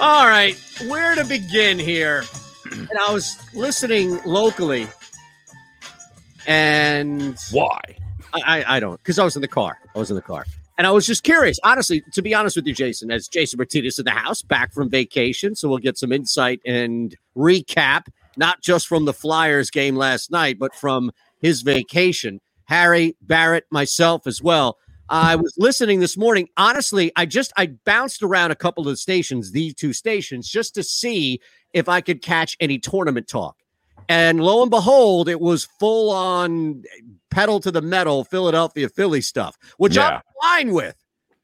All right, where to begin here? And I was listening locally, and Why? I, I, I don't because I was in the car. I was in the car, and I was just curious, honestly, to be honest with you, Jason. As Jason Martinez in the house, back from vacation, so we'll get some insight and recap, not just from the Flyers game last night, but from his vacation. Harry Barrett, myself as well. I was listening this morning. Honestly, I just I bounced around a couple of stations, these two stations, just to see if I could catch any tournament talk. And lo and behold, it was full on pedal to the metal Philadelphia Philly stuff, which Yeah. I'm fine with.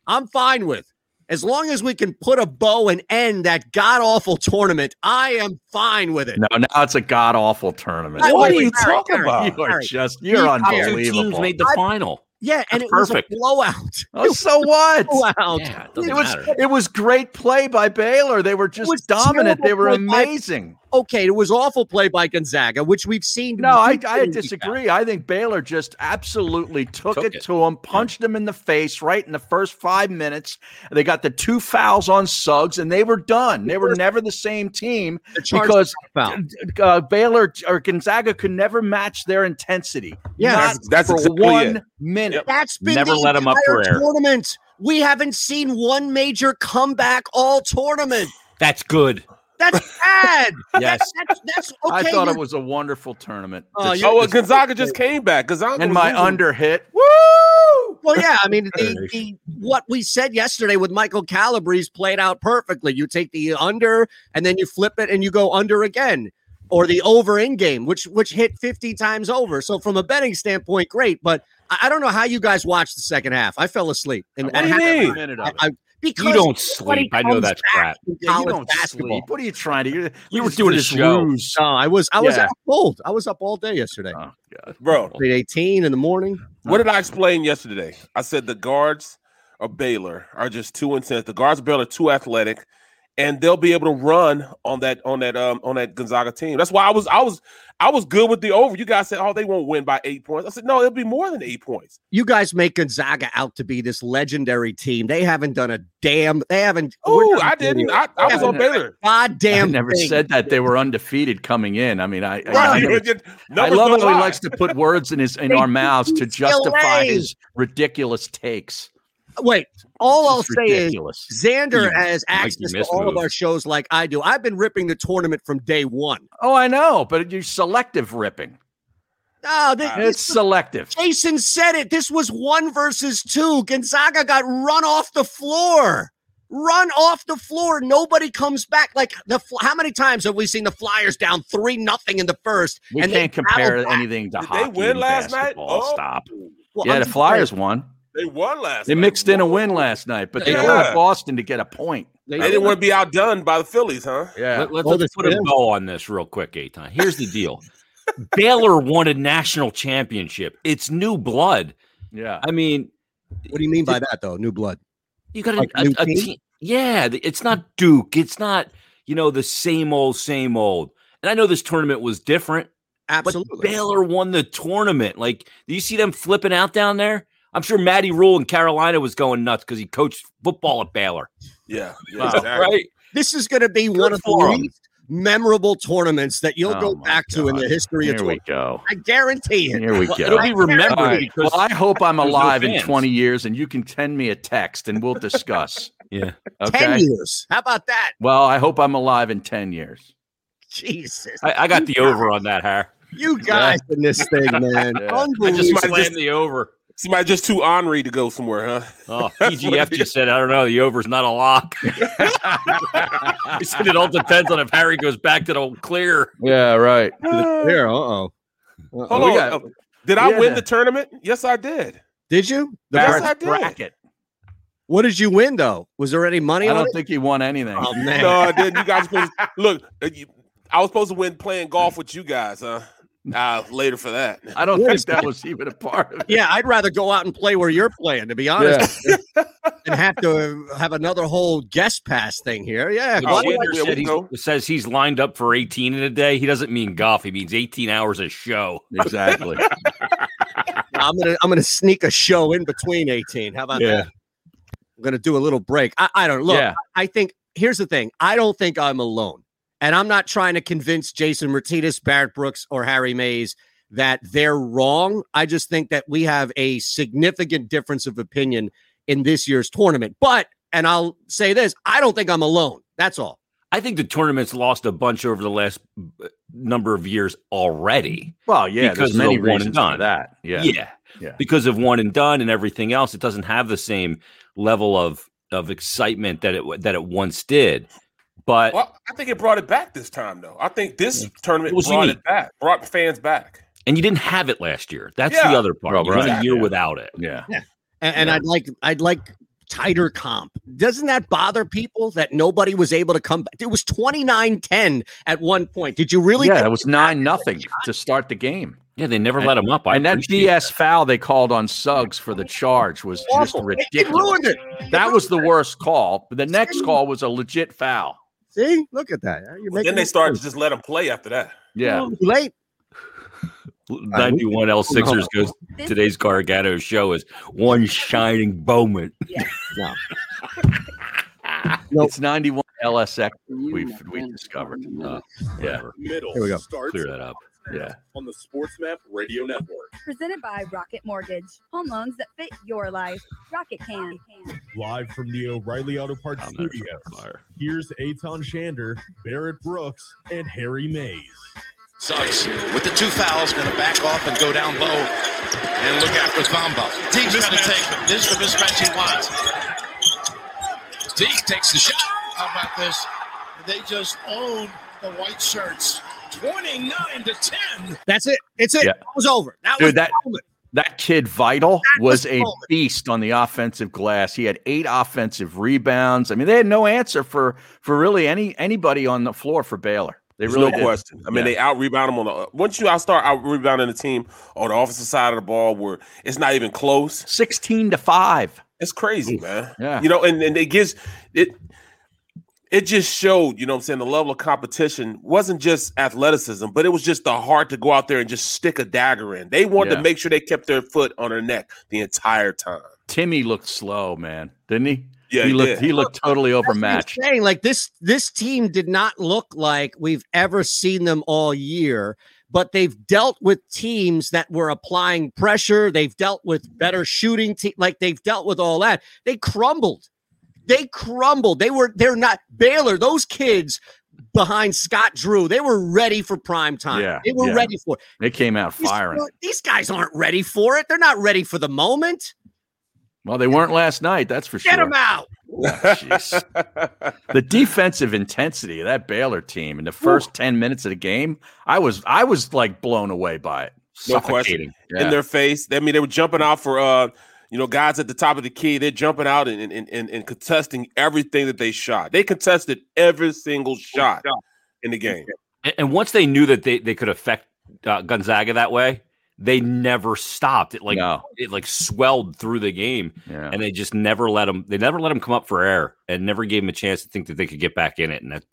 I'm fine with. As long as we can put a bow and end that god awful tournament, I am fine with it. No, now it's a god awful tournament. Wait, What wait, are you wait, talking Harry, Harry, about? You are Harry. just you're Top Top two unbelievable. teams made the I- final. Yeah, and it Perfect. was a blowout. oh, so what? Blowout. Yeah, it It doesn't was matter. it was great play by Baylor. They were was just dominant. terrible They were play by- amazing. okay, it was awful play by Gonzaga, which we've seen. No, I, we've I seen disagree. I think Baylor just absolutely took, Took it, it. to him, punched him in the face right in the first five minutes. They got the two fouls on Suggs, and they were done. They were never the same team The charge because foul. uh, Baylor or Gonzaga could never match their intensity. Yeah. Not That's- that's for exactly one it. minute. That's been Never the let 'em up entire for air. Tournament. We haven't seen one major comeback all tournament. That's good. That's bad. Yes. That's, that's okay. I thought it you're- was a wonderful tournament. Oh, This- you- Oh, well, Gonzaga just came back. Gonzaga and was my losing. under hit. Woo! Well, yeah. I mean, the, the what we said yesterday with Michael Calabrese played out perfectly. You take the under, and then you flip it, and you go under again, or the over in game, which which hit fifty times over. So from a betting standpoint, great. But I, I don't know how you guys watched the second half. I fell asleep. And, What do you and mean? A minute I, of it. I, because You don't nobody sleep. I know comes that's back crap. in Yeah, you college don't basketball. sleep. What are you trying to? You're, You are were doing a show. No, I was I was Yeah. out cold. I was up all day yesterday. Oh. Bro, Played 18 in the morning. what did I explain yesterday? I said the guards of Baylor are just too intense. The guards of Baylor are too athletic, and they'll be able to run on that on that um on that Gonzaga team. That's why I was I was I was good with the over. You guys said, oh, they won't win by eight points. I said, no, it'll be more than eight points. You guys make Gonzaga out to be this legendary team. They haven't done a damn. They haven't. we're Oh, not I doing didn't. a I, I was on Baylor. Goddamn. I never thing. said that they were undefeated coming in. I mean, I I, Well, I, you- never- I Numbers love don't how he lie. likes to put words in his in They our beat mouths to justify UCLA. his ridiculous takes. Wait. All I'll It's say is ridiculous. Xander You has Mikey access to missed all of move. our shows like I do. I've been ripping the tournament from day one. oh, I know, but you're selective ripping. Oh, th- this It's selective. Jason said it. This was one versus two. Gonzaga got run off the floor. Run off the floor. Nobody comes back. Like the Fl- how many times have we seen the Flyers down three nothing in the first? We and they can't compare battled back. anything to Did they hockey win and last night? basketball. Oh. Stop. Well, yeah, I'm the just Flyers won. They won last. They night. mixed in a win last night, but they Yeah. allowed Boston to get a point. saying- They didn't want to be outdone by the Phillies, huh? Yeah. Let, Well, us this put a is. bow on this real quick, Eitan. Here's the deal. Baylor won a national championship. It's new blood. Yeah. I mean, What do you mean by that though? New blood. you got Like a, new a, a team? team. Yeah, th- it's not Duke. It's not you know, the same old, same old. And I know this tournament was different, Absolutely. but Baylor won the tournament. Like, do you see them flipping out down there? I'm sure Matty Rule in Carolina was going nuts because he coached football at Baylor. Yeah, yeah, Wow. exactly. Right? this is going to be one of the for 'em. least memorable tournaments that you'll Oh go my back to in God. the history of Here we tournaments. go. I guarantee it. Here we Well, it'll go. be remembered All right. because Well, I hope I'm There's no alive in fans. 20 years and you can send me a text and we'll discuss. yeah, Okay. Ten years. How about that? Well, I hope I'm alive in 10 years. Jesus, I, I got the over on that, Har. you guys in this thing, man. Yeah. I just Unbelievable. might- slammed the over. Somebody just too ornery to go somewhere, huh? Oh, That's what PGF it just said, I don't know, the over's not a lock. he said it all depends on if Harry goes back to the clear. Yeah, right. There, uh-uh. uh-oh. Hold Oh, we on. got- uh, did I yeah, win the- the tournament? Yes, I did. Did you? The Yes, first- I did. bracket. what did you win though? Was there any money I on don't it? think he won anything. Oh man. No, I didn't. You guys supposed look. uh, you- I was supposed to win playing golf with you guys. Huh? Uh, later for that. I don't Yes. think that was even a part of it. Yeah, I'd rather go out and play where you're playing, to be honest, and have to have another whole guest pass thing here. Yeah, Oh, glad- yeah, Xander yeah, said we know. he's- says he's lined up for 18 in a day. He doesn't mean golf. He means 18 hours a show. Exactly. I'm gonna I'm gonna sneak a show in between 18. How about that? I'm gonna do a little break. I, I don't look. yeah. I think here's the thing. I don't think I'm alone. And I'm not trying to convince Jason Martinez, Barrett Brooks, or Harry Mays that they're wrong. I just think that we have a significant difference of opinion in this year's tournament. But and I'll say this, I don't think I'm alone. That's all. I think the tournament's lost a bunch over the last uh, number of years already. Well, yeah, Because there's many of the one and reasons for done. that. Yeah. yeah. Yeah. Because of one and done and everything else, it doesn't have the same level of of excitement that it w- that it once did. But Well, I think it brought it back this time, though. I think this tournament What was brought unique. it back, brought fans back. and you didn't have it last year. That's Yeah. the other part. Well, you went right. a year Yeah. without it. Yeah. And, and I'd like I'd like tighter comp. Doesn't that bother people that nobody was able to come back? It was 29-10 at one point. Did you really Yeah, think- it was nine nothing to start the game. Yeah, they never let him up. I and that appreciate BS foul they called on Suggs for the charge was just Awful. It- it ridiculous. ruined it. That was the worst call. The next call was a legit foul. See, look at that. You're making then they it started to just let them play after that. Yeah. too late. Ninety-one L Sixers goes. Today's Gargano show is one shining moment. It's 91 LSX we've we've discovered. Uh, yeah. Middle Here we go. starts Clear that up. Yeah. on the SportsMap Radio Network. Presented by Rocket Mortgage. Home loans that fit your life. Rocket can. Live from the O'Reilly Auto Parts I'm there for studio. fire. Here's Aton Shander, Barrett Brooks, and Harry Mays. Suggs with the two fouls, going to back off and go down low and look after Thamba. Teague's going to take it. This is the mismatch he wants. Teague takes the shot. How about this? They just own the white shirts. 29 to 10. That's it. It's it. Yeah. That was over. That Dude, was that- the moment. That kid Vital was was the a moment. beast on the offensive glass. He had eight offensive rebounds. I mean, they had no answer for for really any anybody on the floor for Baylor. They There's really no didn't. question. I mean, Yeah. they out rebound them on the uh, once you out start out rebounding the team on the offensive side of the ball where it's not even close. 16 to 5. It's crazy, man. Yeah. You know, and, and it gives it it just showed, you know what I'm saying, the level of competition wasn't just athleticism, but it was just the heart to go out there and just stick a dagger in. They wanted Yeah. to make sure they kept their foot on her neck the entire time. Timmy looked slow, man, didn't he? Yeah, he he looked did. he looked totally overmatched. I'm saying like this, this team did not look like we've ever seen them all year. But they've dealt with teams that were applying pressure. They've dealt with better shooting. Te- like they've dealt with all that. They crumbled. They crumbled. They were. They're not Baylor. Those kids behind Scott Drew. They were ready for prime time. Yeah, they were yeah. ready for. it. They came out These- firing. These guys aren't ready for it. They're not ready for the moment. Well, they weren't last night, that's for Get sure. them out. Jeez. the defensive intensity of that Baylor team in the first 10 minutes of the game, I was I was like blown away by it. No question. Suffocating. Yeah. in their face. I mean, they were jumping out for uh, you know, guys at the top of the key. They're jumping out and and, and, and contesting everything that they shot. They contested every single shot in the game. And, and once they knew that they, they could affect uh, Gonzaga that way, they never stopped. It like No. it like swelled through the game, Yeah. and they just never let them. They never let them come up for air, and never gave them a chance to think that they could get back in it. And that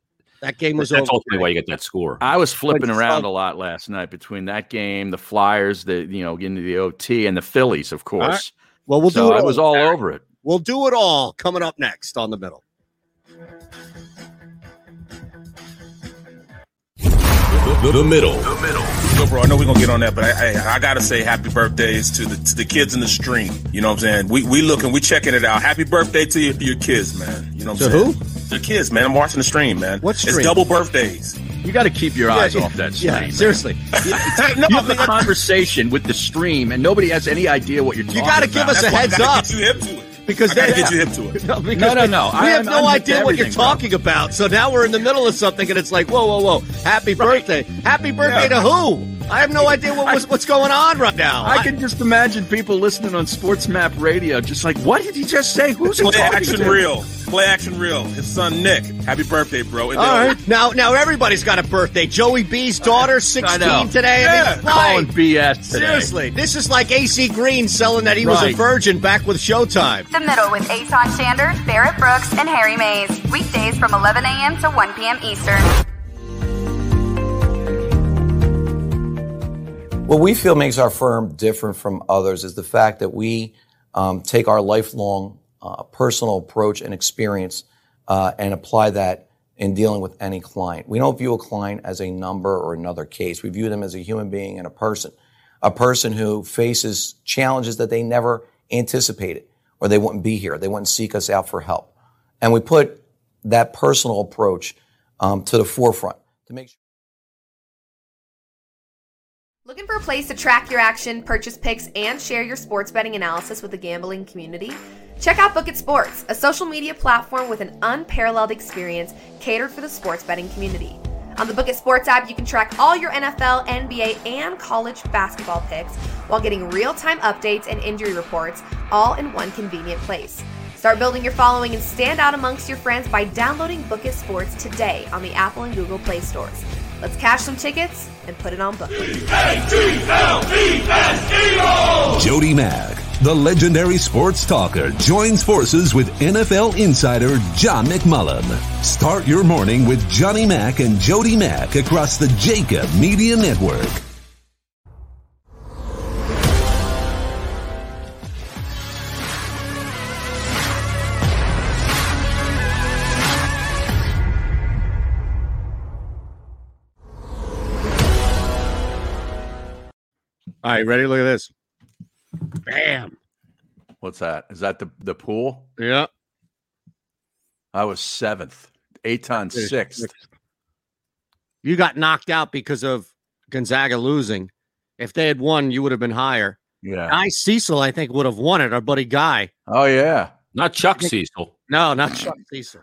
That game was That's over. ultimately why you get that score. I was flipping Like, around some- a lot last night between that game, the Flyers, the you know, getting to the OT, and the Phillies, of course. right. Well, we'll so do it. I all. was all over it. We'll do it all coming up next on the middle. The, middle. So, bro, I know we're gonna get on that, but I, I, I gotta say happy birthdays to the to the kids in the stream. You know what I'm saying? We we looking, we checking it out. Happy birthday to your, to your kids, man. You know what I'm To saying? who? The kids, man. I'm watching the stream, man. What stream? It's double birthdays. You got to keep your eyes off that stream. Yeah, man. seriously. no, You have a conversation with the stream, and nobody has any idea what you're talking gotta about. give us that's a why I heads gotta up. Get you hip to it. Because I gotta they- get you hip to it. No, because No, no, we- no. We I- have I'm- no I'm with idea what you're everything, bro. talking about. So now we're in the middle of something, and it's like, whoa, whoa, whoa! Happy birthday! Happy birthday to who? I have no idea what was, what's going on right now. I can just imagine people listening on Sports Map Radio, just like, "What did he just say? Who's he Play talking action to?" real. Play action real. His son Nick. Happy birthday, bro. And All then- right, now now everybody's got a birthday. Joey B's daughter, sixteen today. Yeah. I mean, Calling why? BS today. Seriously, this is like AC Green selling that he was a Right. virgin back with Showtime. The Middle with Aton Shander, Barrett Brooks, and Harry Mays. Weekdays from 11 a.m. to 1 p.m. Eastern. What we feel makes our firm different from others is the fact that we um, take our lifelong uh, personal approach and experience uh, and apply that in dealing with any client. We don't view a client as a number or another case. We view them as a human being and a person, a person who faces challenges that they never anticipated or they wouldn't be here. They wouldn't seek us out for help. And we put that personal approach um, to the forefront to make sure. Looking for a place to track your action, purchase picks, and share your sports betting analysis with the gambling community? Check out Book It Sports, a social media platform with an unparalleled experience catered for the sports betting community. On the Book It Sports app, you can track all your NFL, NBA, and college basketball picks while getting real time updates and injury reports all in one convenient place. Start building your following and stand out amongst your friends by downloading Book It Sports today on the Apple and Google Play stores. Let's cash some tickets and put it on Book It. Jody Mack, the legendary sports talker, joins forces with NFL insider John McMullen. Start your morning with Johnny Mack and Jody Mack across the Jacob Media Network. All right, ready? Look at this. Bam. What's that? Is that the the pool? Yeah. I was seventh. Aton sixth. You got knocked out because of Gonzaga losing. If they had won, you would have been higher. Yeah. I Cecil, I think, would have won it. Our buddy Guy. Oh yeah. Not Chuck Cecil. No, not Chuck Cecil.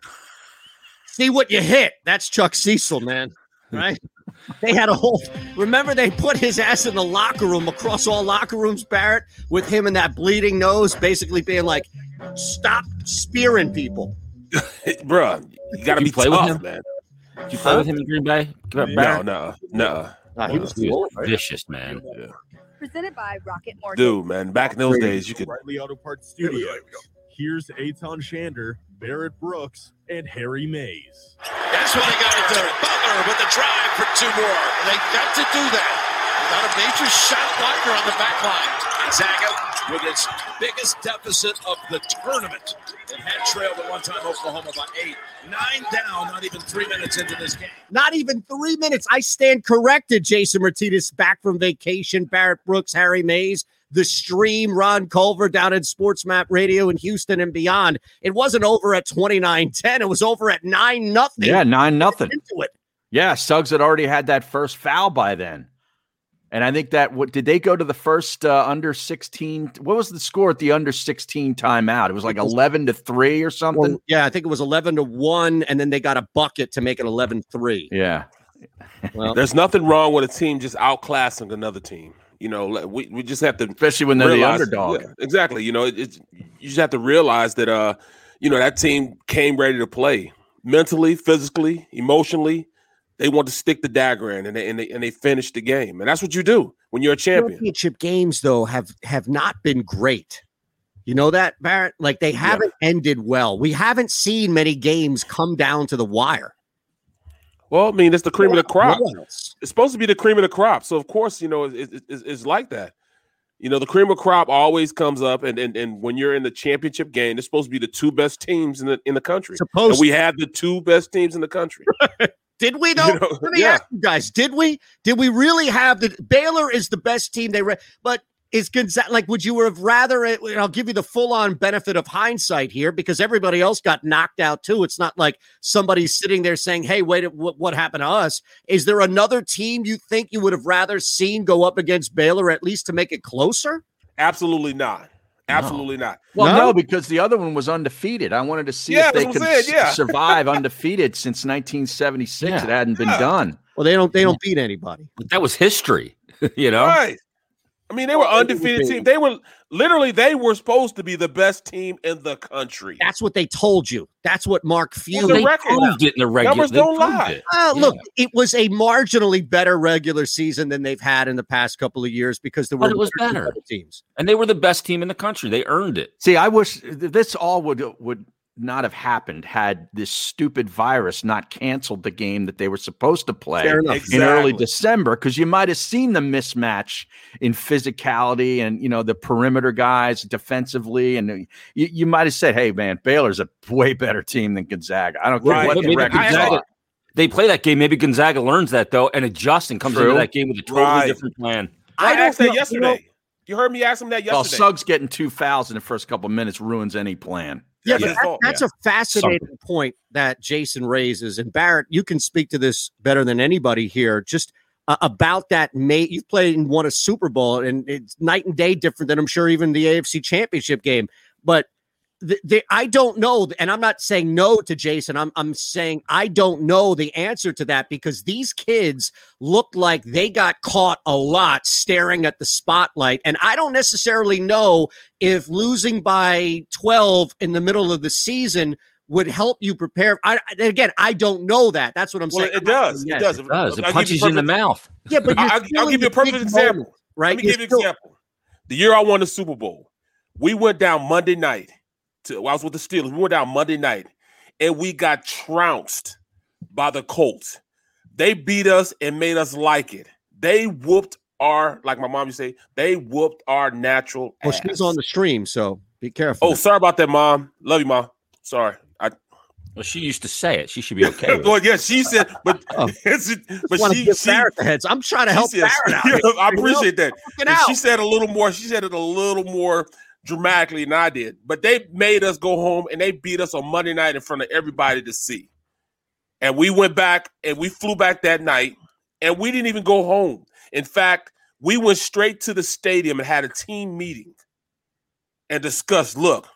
See what you hit. That's Chuck Cecil, man. Right? they had a whole. Remember, they put his ass in the locker room across all locker rooms, Barrett, with him and that bleeding nose, basically being like, "Stop spearing people." Bruh, you gotta Did you be play with tough, him? man. Did you play with him in Green Bay? Give it No, back. no, no. Nah, he He was was cool. vicious, man. Presented by Rocket Mortgage. Dude, man, back in those days, you could. Riley Auto Parts Studios. Here's Aton Shander, Barrett Brooks, and Harry Mays. That's what they got to do. Butler with the drive for two more. They got to do that without a major shot blocker on the back line. Gonzaga with its biggest deficit of the tournament. They had trailed at one time Oklahoma by eight. Nine down, not even three minutes into this game. Not even three minutes. I stand corrected. Jason Martinez back from vacation. Barrett Brooks, Harry Mays, the stream, Ron Culver down in Sports Map Radio in Houston and beyond. It wasn't over at 29-10. It was over at 9 nothing. Yeah, nine nothing. Into it. Yeah, Suggs had already had that first foul by then. And I think that what did they go to the first uh, under 16? What was the score at the under 16 timeout? It was like It was- 11 to 3 or something. Well, yeah, I think it was 11 to 1 and then they got a bucket to make it 11-3. yeah. Well, There's nothing wrong with a team just outclassing another team. You know, like, we, we just have to Especially when they're realize- the underdog. Yeah, exactly. You know, it, it's you just have to realize that uh, you know, that team came ready to play mentally, physically, emotionally. They want to stick the dagger in and they and they, and they finish the game. And that's what you do when you're a champion. championship games though have have not been great. You know that, Barrett? Like they haven't ended well. We haven't seen many games come down to the wire. Well, I mean, it's the cream of the crop. What It's supposed to be the cream of the crop. So of course, you know, it, it, it's- it's like that. You know, the cream of crop always comes up, and and, and when you're in the championship game, it's supposed to be the two best teams in the in the country. Supposed and we to. have the two best teams in the country. Did we though? know, Let me yeah. ask you guys: Did we? Did we really have the Baylor is the best team they? Re- but is Gonzaga like? Would you have rather? It, and I'll give you the full-on benefit of hindsight here because everybody else got knocked out too. It's not like somebody's sitting there saying, "Hey, wait, what, what happened to us?" Is there another team you think you would have rather seen go up against Baylor at least to make it closer? Absolutely not. Absolutely not. Well, No? no? because the other one was undefeated. I wanted to see Yeah, if they that's could what I'm saying, s- yeah. survive undefeated since 1976. It hadn't been done. Well, they don't. They don't beat anybody. But that was history, you know. Right. I mean, they were undefeated team. They were literally they were supposed to be the best team in the country. That's what they told you. That's what Mark Few. the They record. proved it in the regu- Numbers they don't proved lie. it. Uh, Look, it was a marginally better regular season than they've had in the past couple of years because there were But it was other better. teams. And they were the best team in the country. They earned it. See, I wish th- this all would would not have happened had this stupid virus not canceled the game that they were supposed to play Fair enough. in early Exactly. December because you might have seen the mismatch in physicality and you know the perimeter guys defensively and uh, you, you might have said, "Hey man, Baylor's a way better team than Gonzaga." I don't care Right. what But the maybe records Gonzaga- are. They play that game. Maybe Gonzaga learns that though and adjusts and comes True. into that game with a totally Right. different plan. I, asked don't that know- you know- yesterday. You, heard me ask him that Well, yesterday. Suggs getting two fouls in the first couple of minutes ruins any plan. Yeah, but that- that's Yeah. a fascinating Something. point that Jason raises. And Barrett, you can speak to this better than anybody here. Just uh, about that, mate. You've played and won a Super Bowl, and it's night and day different than I'm sure even the AFC Championship game. But the, the, I don't know, and I'm not saying no to Jason. I'm I'm saying I don't know the answer to that because these kids look like they got caught a lot staring at the spotlight, and I don't necessarily know if losing by 12 in the middle of the season would help you prepare. I I- again, I don't know that. That's what I'm Well, saying. it does. It Yes. does. I'll give perfect- Yeah, but I- you're I'll, I'll still in give the you a perfect big example. moment, right? Let me You're give you an still- example. The year I won the Super Bowl, we went down Monday night. To, well, I was with the Steelers. We went down Monday night, and we got trounced by the Colts. They beat us and made us like it. They whooped our, like my mom used to say, they whooped our natural Well, she's on the stream, so be careful. Oh, sorry about that, mom. Love you, mom. Sorry. I. Well, she used to say it. She should be okay. with it. well, yeah, she said, but but Oh. wanna she, give she Barrett the heads. I'm trying to she help says- Barrett out. Yeah, I You know, appreciate that. fucking And She out. said it a little more. She said it a little more dramatically than I did. But they made us go home and they beat us on Monday night in front of everybody to see. And we went back and we flew back that night and we didn't even go home. In fact, we went straight to the stadium and had a team meeting and discussed look,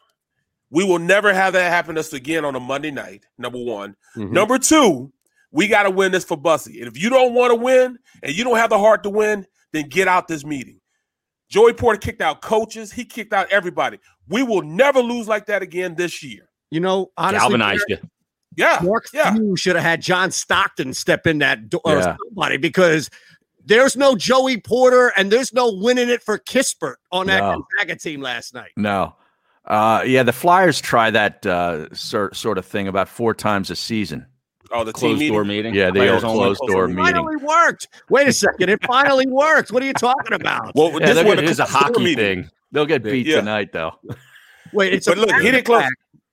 we will never have that happen to us again on a Monday night, number one. Mm-hmm. Mhm. Number two, we got to win this for Bussy. And if you don't want to win and you don't have the heart to win, then get out this meeting. Joey Porter kicked out coaches, he kicked out everybody. We will never lose like that again this year. You know, honestly, Galvanized you. Yeah, Mark Few should have had John Stockton step in that door Yeah. or somebody because there's no Joey Porter and there's no winning it for Kispert on that No. Gonzaga team last night. No. Uh, yeah, the Flyers try that uh, sor- sort of thing about four times a season. Oh, the Closed team door meeting? Yeah, the old closed door It meeting. finally worked. Wait a second, it finally worked. What are you talking about? Well, Yeah, they'll get- it is a hockey thing. They'll get beat Yeah. tonight, though. Wait, it's but a look, he didn't close. fact.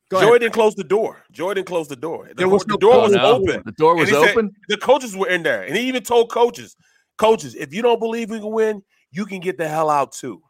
Go Joy ahead. didn't close the door. Joy didn't close the door. The, There was the no door was closed door. open. The door was And he said- open? The coaches were in there, and he even told coaches, "Coaches, if you don't believe we can win, you can get the hell out too."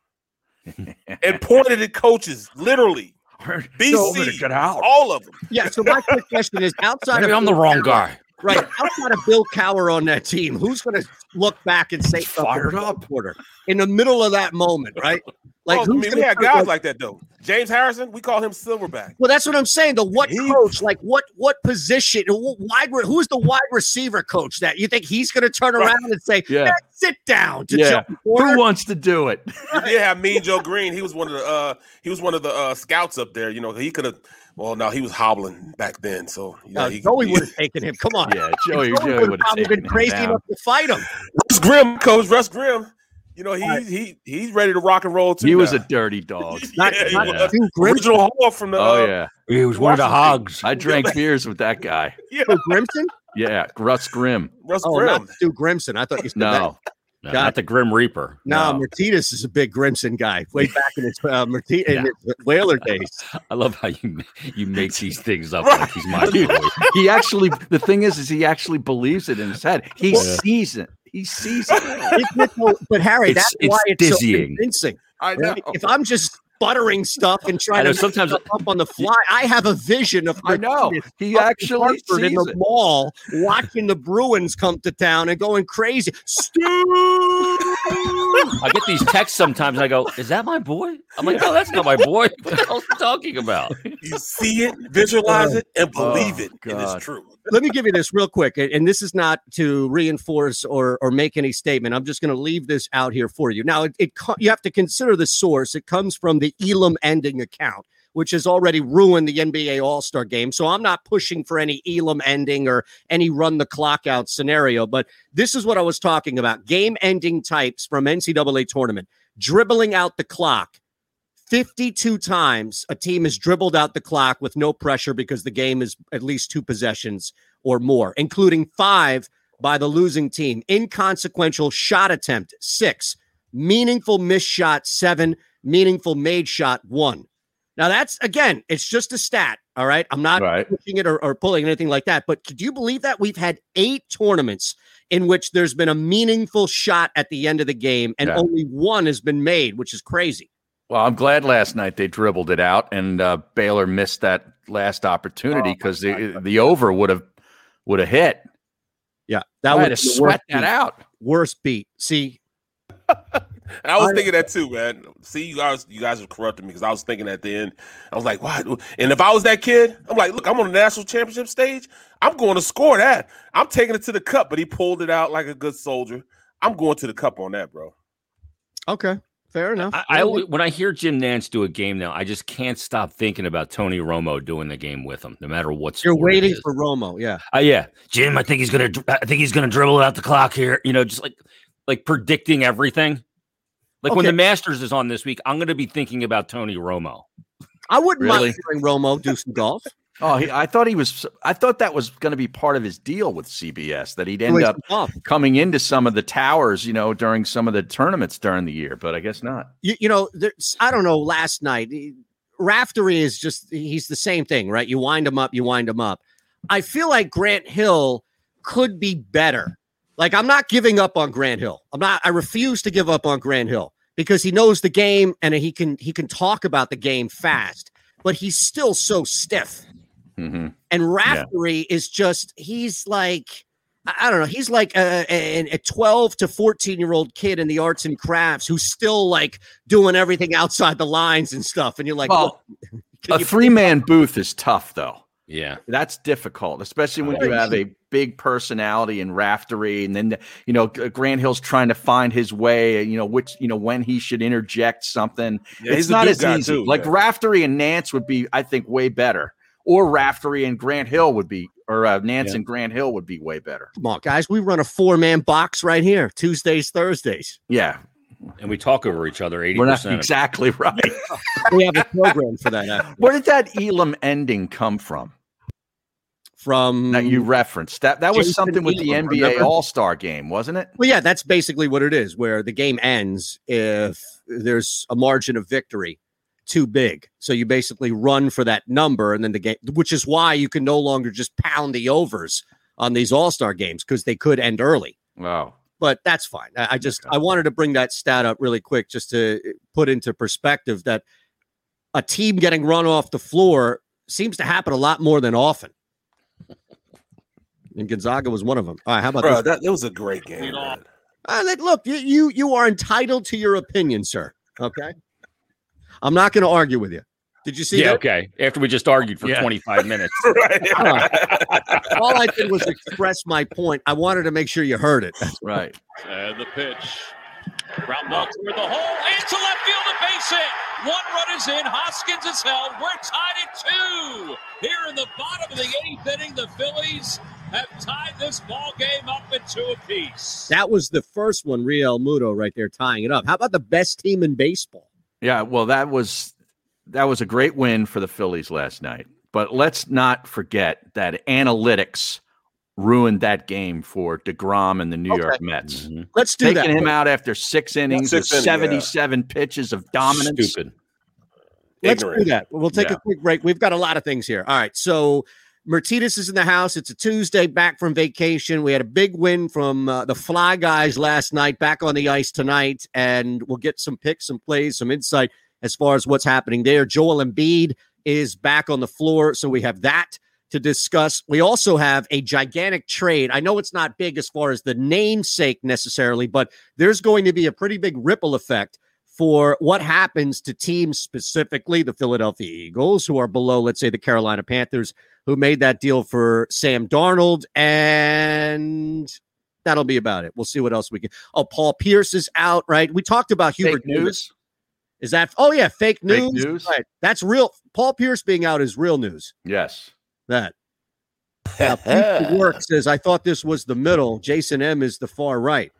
and pointed at coaches, literally. BC, all of them. Yeah. So my quick question is, outside Maybe of I'm the Bill wrong Cowher- guy. right? Outside of Bill Cower on that team, who's going to look back and say fired up Porter in the middle of that moment, right? Like, Oh, I who's mean, we gonna had turn- guys like that though. James Harrison, we call him Silverback. Well, that's what I'm saying. The what coach, like what what position, wh- wide re- who's the wide receiver coach that you think he's going to turn around and say, Yeah. "Man, sit down to Yeah. Joey Porter? Who wants to do it? You did have Mean Joe Green. He was one of the uh, he was one of the uh, scouts up there. You know, he could have. Well, no, he was hobbling back then, so you know, No, he, Uh, Joey he- would have taken him. Come on, yeah, Joey- Joey would've would've probably taken been him crazy down. enough to fight him. Russ Grimm, Coach Russ Grimm. You know, he he he's ready to rock and roll too. He was now. a dirty dog. Not- Yeah, he not was. Hugh Grimm. Original Hall from the, Oh uh, yeah, he was one of the Washington. hogs. I drank beers with that guy. Yeah. Grimson? Yeah, Russ Grimm. Russ Oh, Grimm. not Stu Grimson. I thought you said No. that. No, God. not the Grim Reaper. No, Martinez is a big Grimson guy. Way back in his uh, Marti- in his Whaler days. I love how you you make these things up like he's my boy. he actually the thing is is he actually believes it in his head. He Well- sees it. He sees it. but Harry, It's- that's why it's it's so dizzying. convincing. I know. If I'm just buttering stuff and I trying know, to sometimes sometimes- stuff up on the fly, I have a vision of I know. Martinez He up in actually Hartford in sees the it. mall watching the Bruins come to town and going crazy. Stu. I get these texts sometimes and I go, Is that my boy? I'm like, No, that's not my boy. What the hell's he talking about? You see it, visualize it, and believe Oh, it, and God. it's true. let me give you this real quick, and- and this is not to reinforce or or make any statement. I'm just going to leave this out here for you. Now, it, it co- you have to consider the source. It comes from the Elam ending account, which has already ruined the NBA All Star game. So I'm not pushing for any Elam ending or any run the clock out scenario. But this is what I was talking about: game ending types from NCAA tournament, dribbling out the clock. 52 times a team has dribbled out the clock with no pressure because the game is at least two possessions or more, including five by the losing team. Inconsequential shot attempt, six. Meaningful missed shot, seven. Meaningful made shot, one. Now, that's again, it's just a stat. All right. I'm not pushing it or, or pulling anything like that. But do you believe that we've had eight tournaments in which there's been a meaningful shot at the end of the game and Yeah. only one has been made, which is crazy? Well, I'm glad last night they dribbled it out and uh, Baylor missed that last Oh, opportunity because the the over would have would have hit. Yeah, that I had was to the sweat worst that beat. out. Worst beat. See, And I was I- thinking that too, man. See, you guys, you guys are corrupting me because I was thinking at the end, I was like, "What?" And if I was that kid, I'm like, "Look, I'm on the national championship stage. I'm going to score that. I'm taking it to the cup." But he pulled it out like a good soldier. I'm going to the cup on that, bro. okay, fair enough. I, I always- when I hear Jim Nance do a game now, I just can't stop thinking about Tony Romo doing the game with him, no matter what. You're sport it waiting is. for Romo. Yeah. Uh, yeah, Jim, I think he's gonna. dr- I think he's gonna dribble out the clock here. You know, just like like predicting everything. Like when Okay. the Masters is on this week, I'm gonna be thinking about Tony Romo. I wouldn't Really? mind hearing Romo do some golf. Oh, he, I thought he was. I thought that was going to be part of his deal with CBS that he'd end Really up tough. coming into some of the towers, you know, during some of the tournaments during the year. But I guess not. You, you know, there's, I don't know. Last night, he- Raftery is just, he's the same thing, right? You wind him up, you wind him up. I feel like Grant Hill could be better. Like, I'm not giving up on Grant Hill. I'm not, I refuse to give up on Grant Hill because he knows the game and he can, he can talk about the game fast, but he's still so stiff. Mm-hmm. And Raftery is just, he's like, I I don't know, he's like a, a, a 12 to 14 year old kid in the arts and crafts who's still like doing everything outside the lines and stuff. And you're like, Well, a three man booth is tough, though. Yeah, that's difficult, especially when Oh, you yeah. have a big personality and raftery, and then you know G- Grant Hill's trying to find his way. uh, You know which you know when he should interject something. Yeah, he's it's a not big as guy, easy. too, like yeah. raftery and Nance would be, I think, way better. Or raftery and Grant Hill would be, or uh, Nance Yeah. and Grant Hill would be way better. come on, guys, we run a four man box right here, Tuesdays, Thursdays. Yeah, and we talk over each other. Eighty we're not percent. exactly right. We have a program for that uh, Where did that Elam ending come from? from that you referenced that that was Jason something with the Elam, NBA remember? All Star game, wasn't it? Well, yeah, that's basically what it is, where the game ends if there's a margin of victory too big. So you basically run for that number, and then the game, which is why you can no longer just pound the overs on these All Star games because they could end early. Wow. But that's fine. I, I just I wanted to bring that stat up really quick just to eh, put into perspective that a team getting run off the floor seems to happen a lot more than often. And Gonzaga was one of them. All right, how about Bro, this? that, that was a great game. man. Uh, that, look, you, you you are entitled to your opinion, sir. Okay, I'm not going to argue with you. Did you see Yeah, that? okay. After we just argued for Yeah. 25 minutes. All I did was express my point. I wanted to make sure you heard it. right. And the pitch. Ground ball toward the hole. Into left field and base hit. One run is in. Hoskins is held. We're tied at two. Here in the bottom of the eighth inning, the Phillies have tied this ball game up at two apiece. That was the first one, Real Muto, right there, tying it up. How about the best team in baseball? Yeah, well, that was that was a great win for the Phillies last night. But let's not forget that analytics ruined that game for DeGrom and the New York Mets. Mm-hmm. Let's do Taking that. him out after six innings six with innings, yeah. 77 pitches of dominance. Stupid. Let's Ignorant. do that. We'll take Yeah. a quick break. We've got a lot of things here. All right. So Mertitas is in the house. It's a Tuesday back from vacation. We had a big win from uh, the Fly Guys last night, back on the ice tonight. And we'll get some picks, some plays, some insight as far as what's happening there. Joel Embiid is back on the floor. So we have that to discuss. We also have a gigantic trade. I know it's not big as far as the namesake necessarily, but there's going to be a pretty big ripple effect for what happens to teams specifically the Philadelphia Eagles, who are below, let's say, the Carolina Panthers, who made that deal for Sam Darnold. And that'll be about it. We'll see what else we can. Oh, Paul Pierce is out, right? We talked about Hubert news? Davis. Is that oh yeah, fake news? Fake news? Right. That's real. Paul Pierce being out is real news. Yes. That. Now, Pete Work says, I thought this was the middle. Jason M is the far right.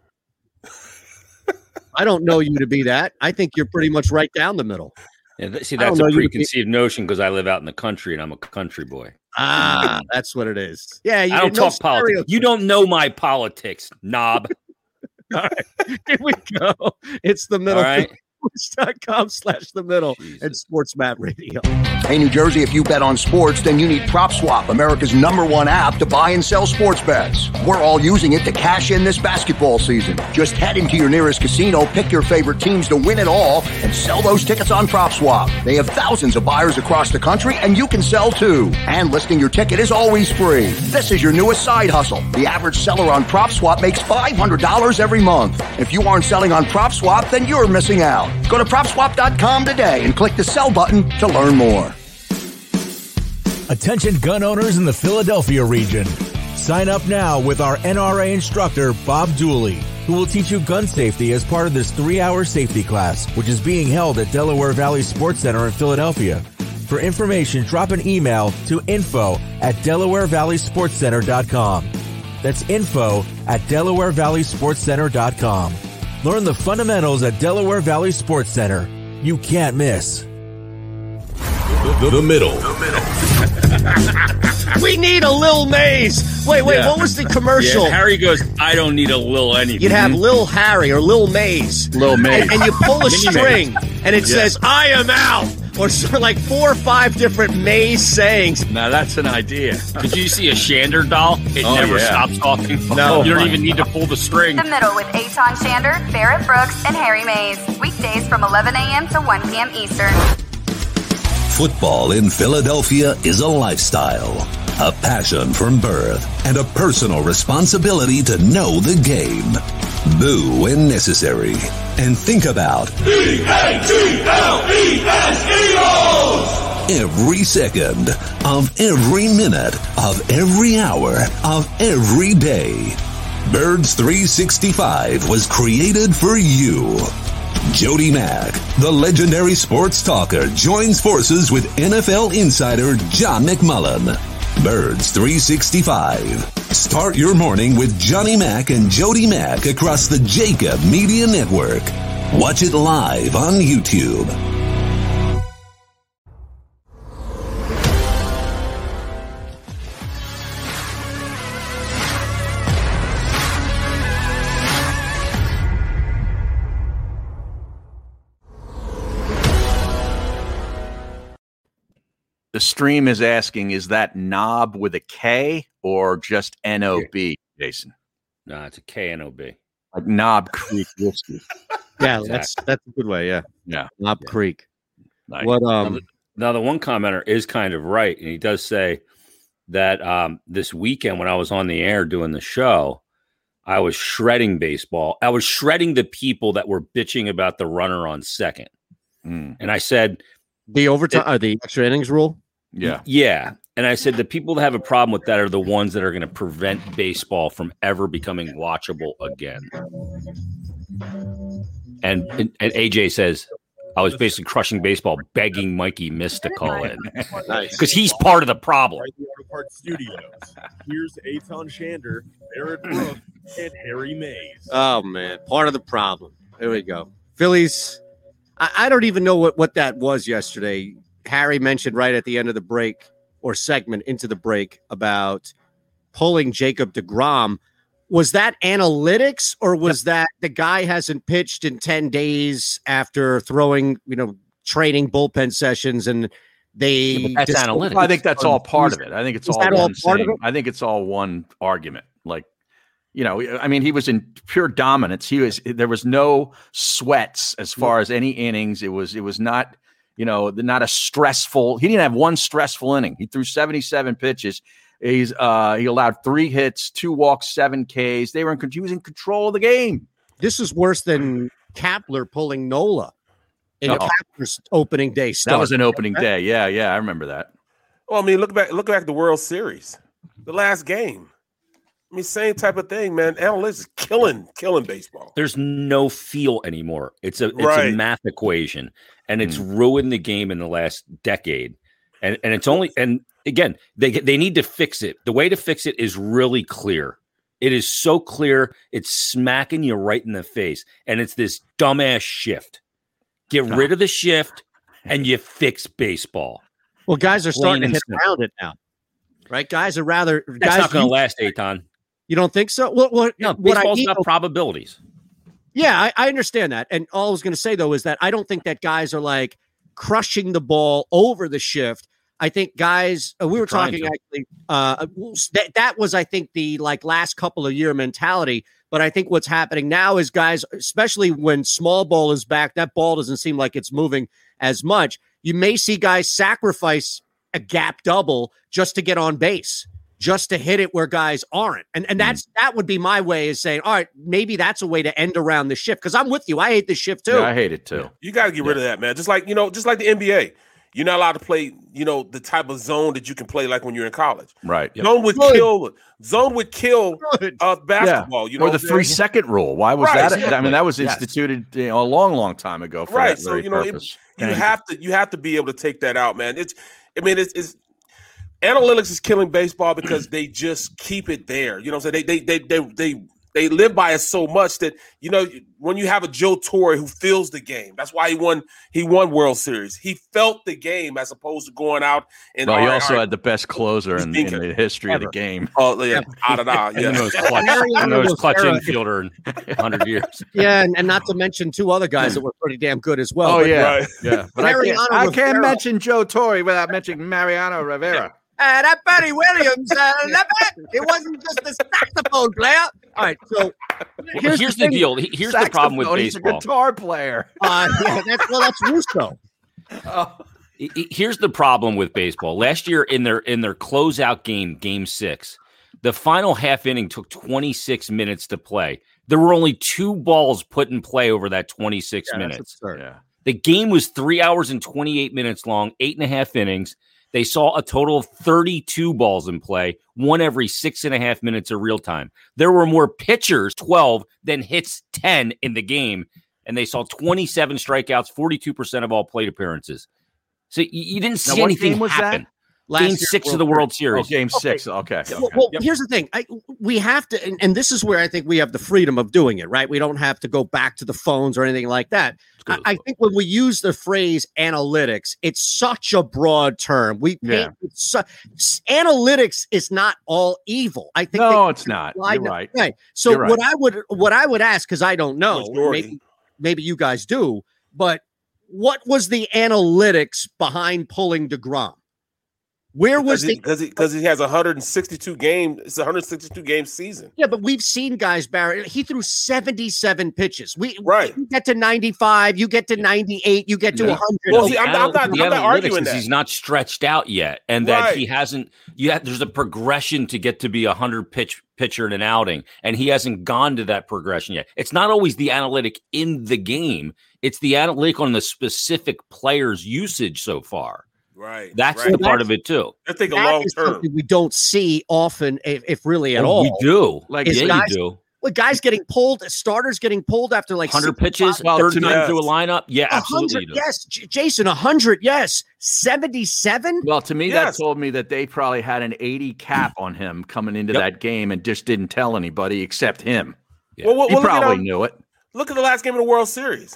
I don't know you to be that. I think you're pretty much right down the middle. Yeah, th- see, I don't that's know a you to be- preconceived notion because I live out in the country and I'm a country boy. Ah, that's what it is. Yeah, you I don't no talk politics. stereotype. You don't know my politics, knob. Here we go. It's the middle. All right. com slash the middle and sports map radio. Hey, New Jersey, if you bet on sports, then you need PropSwap, America's number one app to buy and sell sports bets. We're all using it to cash in this basketball season. Just head into your nearest casino, pick your favorite teams to win it all, and sell those tickets on PropSwap. They have thousands of buyers across the country, and you can sell too. And listing your ticket is always free. This is your newest side hustle. The average seller on PropSwap makes $500 every month. If you aren't selling on PropSwap, then you're missing out. Go to PropSwap.com today and click the sell button to learn more. Attention gun owners in the Philadelphia region. Sign up now with our NRA instructor, Bob Dooley, who will teach you gun safety as part of this three hour safety class, which is being held at Delaware Valley Sports Center in Philadelphia. For information, drop an email to info at DelawareValleySportsCenter.com. That's info at DelawareValleySportsCenter.com. Learn the fundamentals at Delaware Valley Sports Center. You can't miss. The, the middle. we need a Lil Maze. Wait, wait, Yeah. what was the commercial? Yeah, Harry Mm-hmm. goes, I don't need a little anything. You'd have Lil Harry or Lil Maze. Lil And, and you pull a Mini Maze. string and it Yeah. says, "Ah." I am out. Or so, like four or five different Maze sayings. Now that's an idea. Did you see a Shander doll? It Oh, never yeah. stops talking. No. you don't even need to pull the string. The Middle with Aton Shander, Barrett Brooks, and Harry Mays. Weekdays from 11 a.m. to 1 p.m. Eastern. Football in Philadelphia is a lifestyle, a passion from birth, and a personal responsibility to know the game. Boo when necessary. And think about E every second of every minute of every hour of every day. Birds 365 was created for you. Jody Mack, the legendary sports talker, joins forces with NFL insider John McMullen. Birds 365. Start your morning with Johnny Mack and Jody Mack across the Jacob Media Network. Watch it live on YouTube. The stream is asking, is that knob with a K or just N O B, Jason? No, it's a KNOB. Like Knob Creek whiskey. Yeah, Exactly. that's that's a good way. Yeah. Yeah. Knob Creek. Nice. What now, um the, now the one commenter is kind of right, and he does say that um, this weekend when I was on the air doing the show, I was shredding baseball. I was shredding the people that were bitching about the runner on second, and I said Hmm. the overtime or the extra innings rule. Yeah. Yeah. And I said the people that have a problem with that are the ones that are going to prevent baseball from ever becoming watchable again. And, and and AJ says I was basically crushing baseball, begging Mikey Miss to call in Nice. because he's part of the problem. Auto Parts Studios. Here's Aton Shander, Barrett Brooks, and Harry Mays. Oh man, part of the problem. There we go. Phillies. I, I don't even know what what that was yesterday. Harry mentioned right at the end of the break or segment into the break about pulling Jacob DeGrom. Was that analytics or was that the guy hasn't pitched in 10 days after throwing, you know, training bullpen sessions and they just- I think that's all part of it. I think it's Is all, that one all part of same- it? I think it's all one argument. Like, you know, I mean, he was in pure dominance. He was there was no sweats as far as any innings. It was it was not you know not a stressful. He didn't have one stressful inning. He threw seventy seven pitches. He's uh he allowed three hits, two walks, seven Ks. They were in, con- he was in control of the game. This is worse than Mm, Kapler pulling Nola in No. Kapler's opening day start. That was an opening day. Yeah, yeah, I remember that. Well, I mean, look back, look back at the World Series, the last game. I mean, same type of thing, man. Analytics is killing, killing baseball. There's no feel anymore. It's a it's Right. a math equation, and it's ruined the game in the last decade. And and it's only and again they get- they need to fix it. The way to fix it is really clear. It is so clear. It's smacking you right in the face, and it's this dumbass shift. Get rid of the shift, and you fix baseball. Well, guys are starting Plain to and hit simple. around it now, right? Guys are rather That's guys not going you- to last, Aton. You don't think so? Well, what, No, what I baseball's need- not probabilities. yeah, I, I understand that. And all I was going to say though is that I don't think that guys are like crushing the ball over the shift. I think guys, uh, we were Trying talking to. actually. Uh, that that was, I think, the like last couple of year mentality. But I think what's happening now is guys, especially when small ball is back, that ball doesn't seem like it's moving as much. You may see guys sacrifice a gap double just to get on base, just to hit it where guys aren't. And and that's that would be my way is saying, all right, maybe that's a way to end around the shift. Because I'm with you, I hate the shift too. Yeah, I hate it too. You got to get rid of that, man. Just like you know, just like the NBA, you're not allowed to play. You know, the type of zone that you can play like when you're in college. Right. Zone would kill. Zone would kill uh, basketball. You know, or the what I'm three saying? second rule. Why was Right, that? I exactly. mean, that was Yes. instituted you know, a long, long time ago for right that so very you know it, purpose. you Thank have to you have to be able to take that out man it's i mean it's, it's analytics is killing baseball because they just keep it there you know what i'm saying they they they they, they they live by it so much that you know when you have a Joe Torre who feels the game. That's why he won. He won World Series. He felt the game as opposed to going out and. well, all he right, also all right, had the best closer in, in the history of Ever. the game. Oh yeah, out of out. And the Yeah. most clutch, and the most clutch infielder in hundred years. Yeah, and, and not to mention two other guys that were pretty damn good as well. oh But- yeah, yeah. But I can't, Mariano I can't Rivera. mention Joe Torre without mentioning Mariano Rivera. Uh, that Buddy Williams, uh, love it. it wasn't just a saxophone player. All right, so Here's, the, thing. deal. He- Here's the problem with Saxophone, he's a baseball. guitar player. Uh, yeah, that's, well, that's Russo. I- I- Here's the problem with baseball. Last year in their in their closeout game, game six, the final half inning took 26 minutes to play. There were only two balls put in play over that 26 minutes. Yeah. The game was three hours and 28 minutes long, eight and a half innings. They saw a total of 32 balls in play, one every six and a half minutes of real time. There were more pitchers, 12, than hits, 10 in the game. And they saw 27 strikeouts, 42% of all plate appearances. So you, you didn't Now, see what anything game was that? happen. Last game year's six of World the World Oh, Series. game six. Okay. okay. Well, well, here's the thing. I, we have to, and, and this is where I think we have the freedom of doing it, right? We don't have to go back to the phones or anything like that. I, I think when we use the phrase analytics, it's such a broad term. We Yeah. paint it su- s- analytics is not all evil. I think No, they- it's not. Why You're not? right. So You're right. what I would what I would ask because I don't know. Majority. Maybe, maybe you guys do, but what was the analytics behind pulling Degrom? Where was Because the he, 'cause he, 'cause he has 162 game. It's 162 game season. Yeah, but we've seen guys, Barry. He threw 77 pitches. We Right. You get to 95, you get to 98, you get to Yeah. 100. Well, see, I'm not- I'm Anal- not- the I'm not analytics arguing is that. He's not stretched out yet, and that he hasn't. You have, there's a progression to get to be a hundred pitch pitcher in an outing, and he hasn't gone to that progression yet. It's not always the analytic in the game; it's the analytic on the specific player's usage so far. Right. That's right. the part of it too. I think a That long is term. something we don't see often, if, if really at Oh, all. we do. Like, Is yeah, you guys, do. Well, guys getting pulled, starters getting pulled after like Hundred 65 pitches, third time through a lineup. Yeah, A absolutely. you hundred, do. yes, J- Jason, hundred, yes, seventy-seven. Well, to me, Yes. that told me that they probably had an 80 cap on him coming into that game and just didn't tell anybody except him. Well, well, he well, look at probably how- knew it. Look at the last game of the World Series.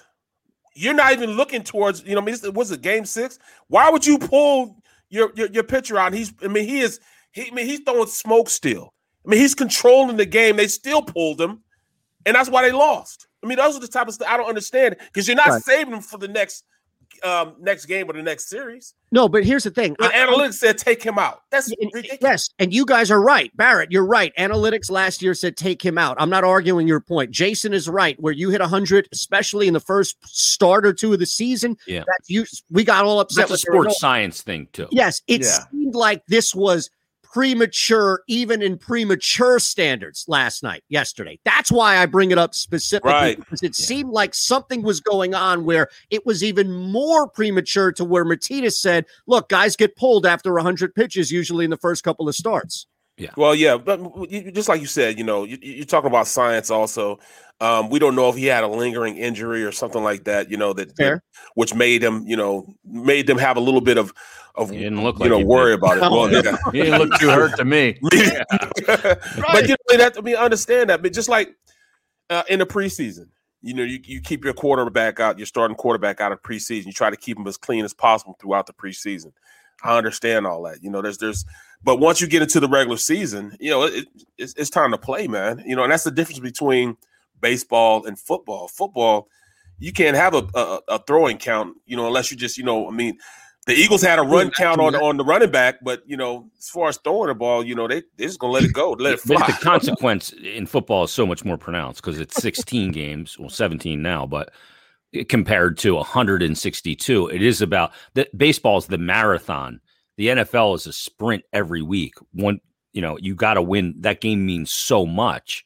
You're not even looking towards, you know, I mean, it's- was it game six? Why would you pull your your, your pitcher out? He's, I mean, he is, he, I mean, he's throwing smoke still. I mean, he's controlling the game. They still pulled him, and that's why they lost. I mean, those are the type of stuff I don't understand because you're not Right. saving them for the next um, next game or the next series. No, but here's the thing. When I- analytics said take him out, that's ridiculous. Yes, and you guys are right. Barrett, you're right. Analytics last year said take him out. I'm not arguing your point. Jason is right. Where you hit 100, especially in the first start or two of the season, Yeah. that's you. We got all upset That's a with the sports result. science thing too. Yes, it seemed like this was premature, even in premature standards last night, yesterday. That's why I bring it up specifically Right. because it seemed like something was going on where it was even more premature to where Matitas said, look, guys get pulled after 100 pitches, usually in the first couple of starts. Yeah. Well, yeah, but w- you- you- just like you said, you know, you, you- you're talking about science. Also, um, we don't know if he had a lingering injury or something like that. You know that, that- Fair. which made him, you know, made them have a little bit of of didn't look you like know he worry did. Oh, about it. Well, yeah. He didn't look too hurt to me. But you know, that, I mean, I understand that. But just like uh, in the preseason, you know, you, you keep your quarterback out, your starting quarterback out of preseason. You try to keep him as clean as possible throughout the preseason. I understand all that. You know, there's there's, but once you get into the regular season, you know, it, it's, it's time to play, man. You know, and that's the difference between baseball and football. Football, you can't have a a, a throwing count, you know, unless you just, you know, I mean. The Eagles had a run count on, on the running back, but you know, as far as throwing the ball, you know, they they're just gonna let it go, let it But fly. the consequence in football is so much more pronounced because it's 16 games, well, 17 now, but compared to 162, it is about that. Baseball is the marathon. The NFL is a sprint every week. One, you know, you got to win. That game means so much.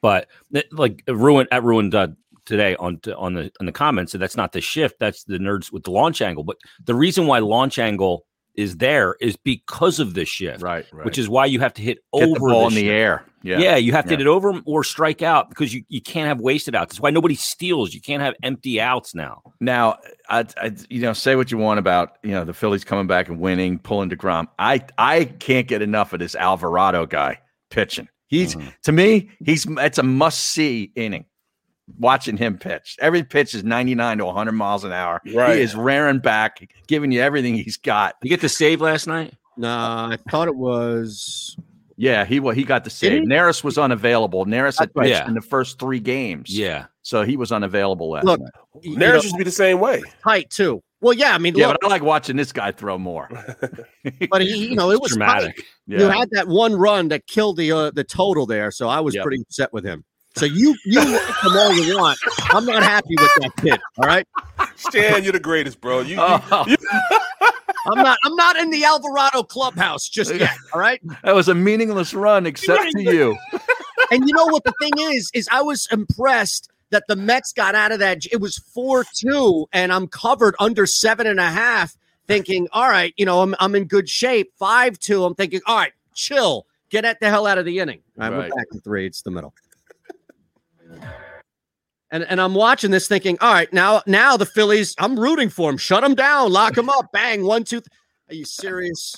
But that- like ruined at ruined uh, today on on the on the comments that that's not the shift. That's the nerds with the launch angle. But the reason why launch angle is there is because of this shift, right? Which is why you have to hit Get the over ball this in the shit. air. Yeah. you have to Yeah. hit it over or strike out because you, you can't have wasted outs. That's why nobody steals. You can't have empty outs now. Now, I, I, you know, say what you want about you know the Phillies coming back and winning, pulling Degrom. I, I can't get enough of this Alvarado guy pitching. He's Mm-hmm. to me, he's it's a must see inning. Watching him pitch, every pitch is ninety nine to one hundred miles an hour. Right. He is raring back, giving you everything he's got. Uh, You get the save last night. No, I thought it was. Yeah, he wa- he got the save. he? Naris was unavailable. Naris had right. pitched Yeah. in the first three games. Yeah, so he was unavailable last Look, night. you Naris know- used to be the same way. Tight, too. Well, yeah, I mean, Yeah, look, but I like watching this guy throw more. but he, you know, it was dramatic. tight. Yeah. You had that one run that killed the uh, the total there, so I was Yep. pretty upset with him. So you you like him all you want. I'm not happy with that kid. All right, Stan, you're the greatest, bro. You, you- Oh, you- I'm not I'm not in the Alvarado clubhouse just yet. All right. That was a meaningless run, except to you. and you know what the thing is is i was impressed that the mets got out of that it was 4-2 and i'm covered under seven and a half thinking all right you know i'm, I'm in good shape 5-2 i'm thinking all right chill get at the hell out of the inning all right, Right. we're back to three it's the middle and, and I'm watching this thinking, all right, now now the Phillies, I'm rooting for them. Shut them down, lock them up, bang, one, two. Th- Are you serious?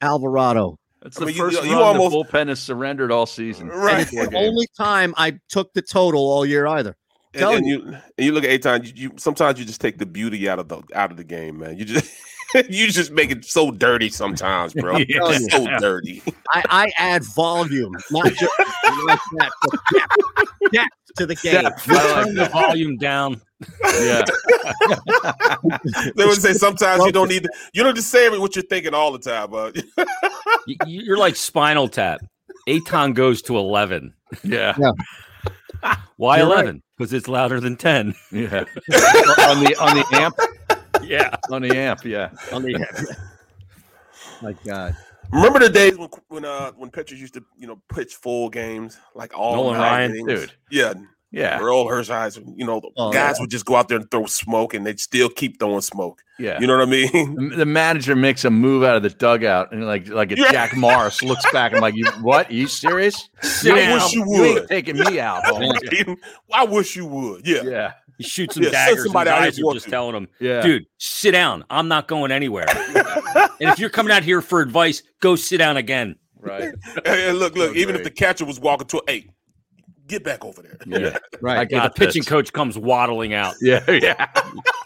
Alvarado. That's I the mean, you- first you run almost- the bullpen has surrendered all season. And it's the only time I took the total all year either. and, Telling and you and you look at Aton, you, you sometimes you just take the beauty out of the out of the game, man. You just you just make it so dirty sometimes, bro. Yeah. It's so dirty. I, I add volume, not just Oh like that, but depth, depth to the game. Depth, I like that. volume down. Yeah. they would say sometimes you don't need to, you don't just say what you're thinking all the time, but You- You're like Spinal Tap. Aton goes to 11. Yeah. Why You're right. 11? Because it's louder than 10. Yeah. on the on the amp. Yeah. On the amp. Yeah. On the amp. My God. Remember the days when when uh when pitchers used to you know pitch full games like all Nolan nine Ryan, innings? dude. yeah, Yeah. Earl Hershiser, you know, the Oh, guys yeah. would just go out there and throw smoke, and they'd still keep throwing smoke. Yeah. you know what I mean. The manager makes a move out of the dugout, and like like a Yeah. Jack Morris looks back and like, "You what? Are you serious? I Sit wish down. you ain't would." taking me out. homie." I wish you would. Yeah, yeah. He shoots some Yeah, send daggers. somebody and out guys here are to just telling him, Yeah. dude, sit down. I'm not going anywhere. and if you're coming out here for advice, go sit down again. Right. Hey, and look, look. even if the catcher was walking to, hey, get back over there. Yeah. Right. I get Nah, the pitching pitch. coach comes waddling out. Yeah. Yeah.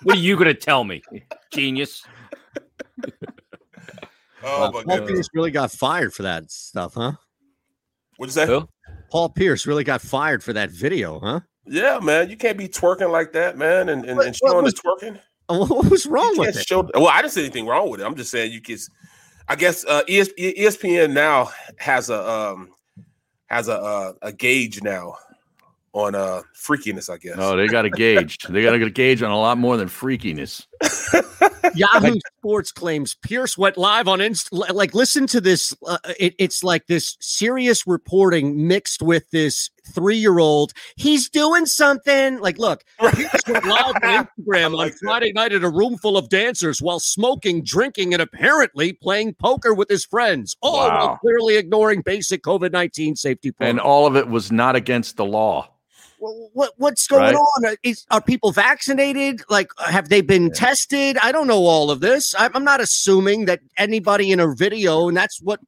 What are you going to tell me? Genius. Well, Oh Paul Pierce really got fired for that stuff, huh? What'd you say? Paul Pierce really got fired for that video, huh? Yeah, man, you can't be twerking like that, man, and and, and showing the twerking. What was wrong You with can't it? show- well, I didn't see anything wrong with it. I'm just saying you kids. I guess uh, ES, ESPN now has a um, has a uh, a gauge now on uh, freakiness. I guess. No, Oh, they got a gauge. they got a gauge on a lot more than freakiness. Yahoo Sports claims Pierce went live on Inst. li- Like, listen to this. Uh, it, it's like this serious reporting mixed with this three-year-old. He's doing something. Like, look, Pierce went live on Instagram on Friday night at a room full of dancers while smoking, drinking, and apparently playing poker with his friends, all while Wow. clearly ignoring basic COVID nineteen safety protocols. And all of it was not against the law. what what's going Right. on? Are- Is, are people vaccinated? Like, have they been tested? I don't know all of this. I'm, I'm not assuming that anybody in a video, and that's what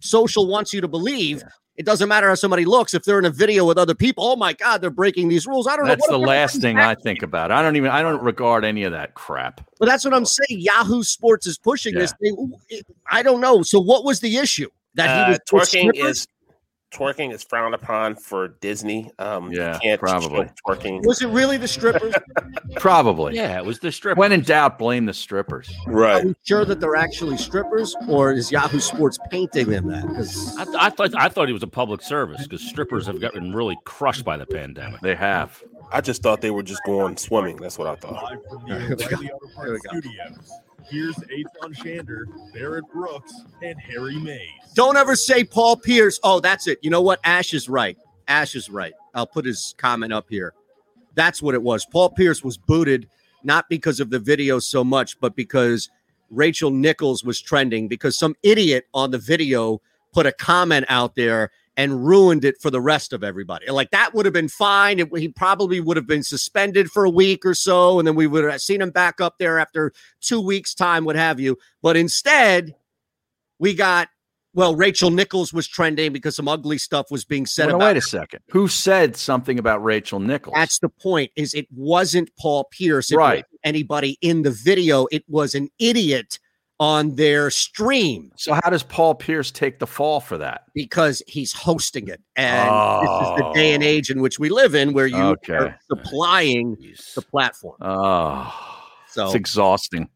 social wants you to believe. It doesn't matter how somebody looks if they're in a video with other people. Oh my God, they're breaking these rules. I don't That's know. the what if last everybody's thing I think about. I don't even I don't regard any of that crap. But that's what I'm saying. Yahoo Sports is pushing this. They, I don't know. So what was the issue that he Uh, was with twerking strippers? is twerking is frowned upon for Disney. Um, yeah, can't probably. show twerking. Was it really the strippers? Probably. Yeah, it was the strippers. When in doubt, blame the strippers. Are we sure that they're actually strippers, or is Yahoo Sports painting them that? 'Cause- I, I thought I thought he was a public service because strippers have gotten really crushed by the pandemic. They have. I just thought they were just going swimming. That's what I thought. Park Studios. Here's Aton Shander, Barrett Brooks, and Harry Mays. Don't ever say Paul Pierce. Oh, that's it. You know what? Ash is right. Ash is right. I'll put his comment up here. That's what it was. Paul Pierce was booted not because of the video so much, but because Rachel Nichols was trending because some idiot on the video put a comment out there and ruined it for the rest of everybody. And, Like that would have been fine. It, he probably would have been suspended for a week or so, and then we would have seen him back up there after two weeks' time, what have you. But instead, we got well, Rachel Nichols was trending because some ugly stuff was being said Well, now, about wait a second. Who said something about Rachel Nichols? That's the point. Is it wasn't Paul Pierce, it Right. wasn't Anybody in the video? It was an idiot on their stream. So how does Paul Pierce take the fall for that? Because he's hosting it, and this is the day and age in which we live in, where you Oh. Okay. are supplying the platform. Oh, So- it's exhausting.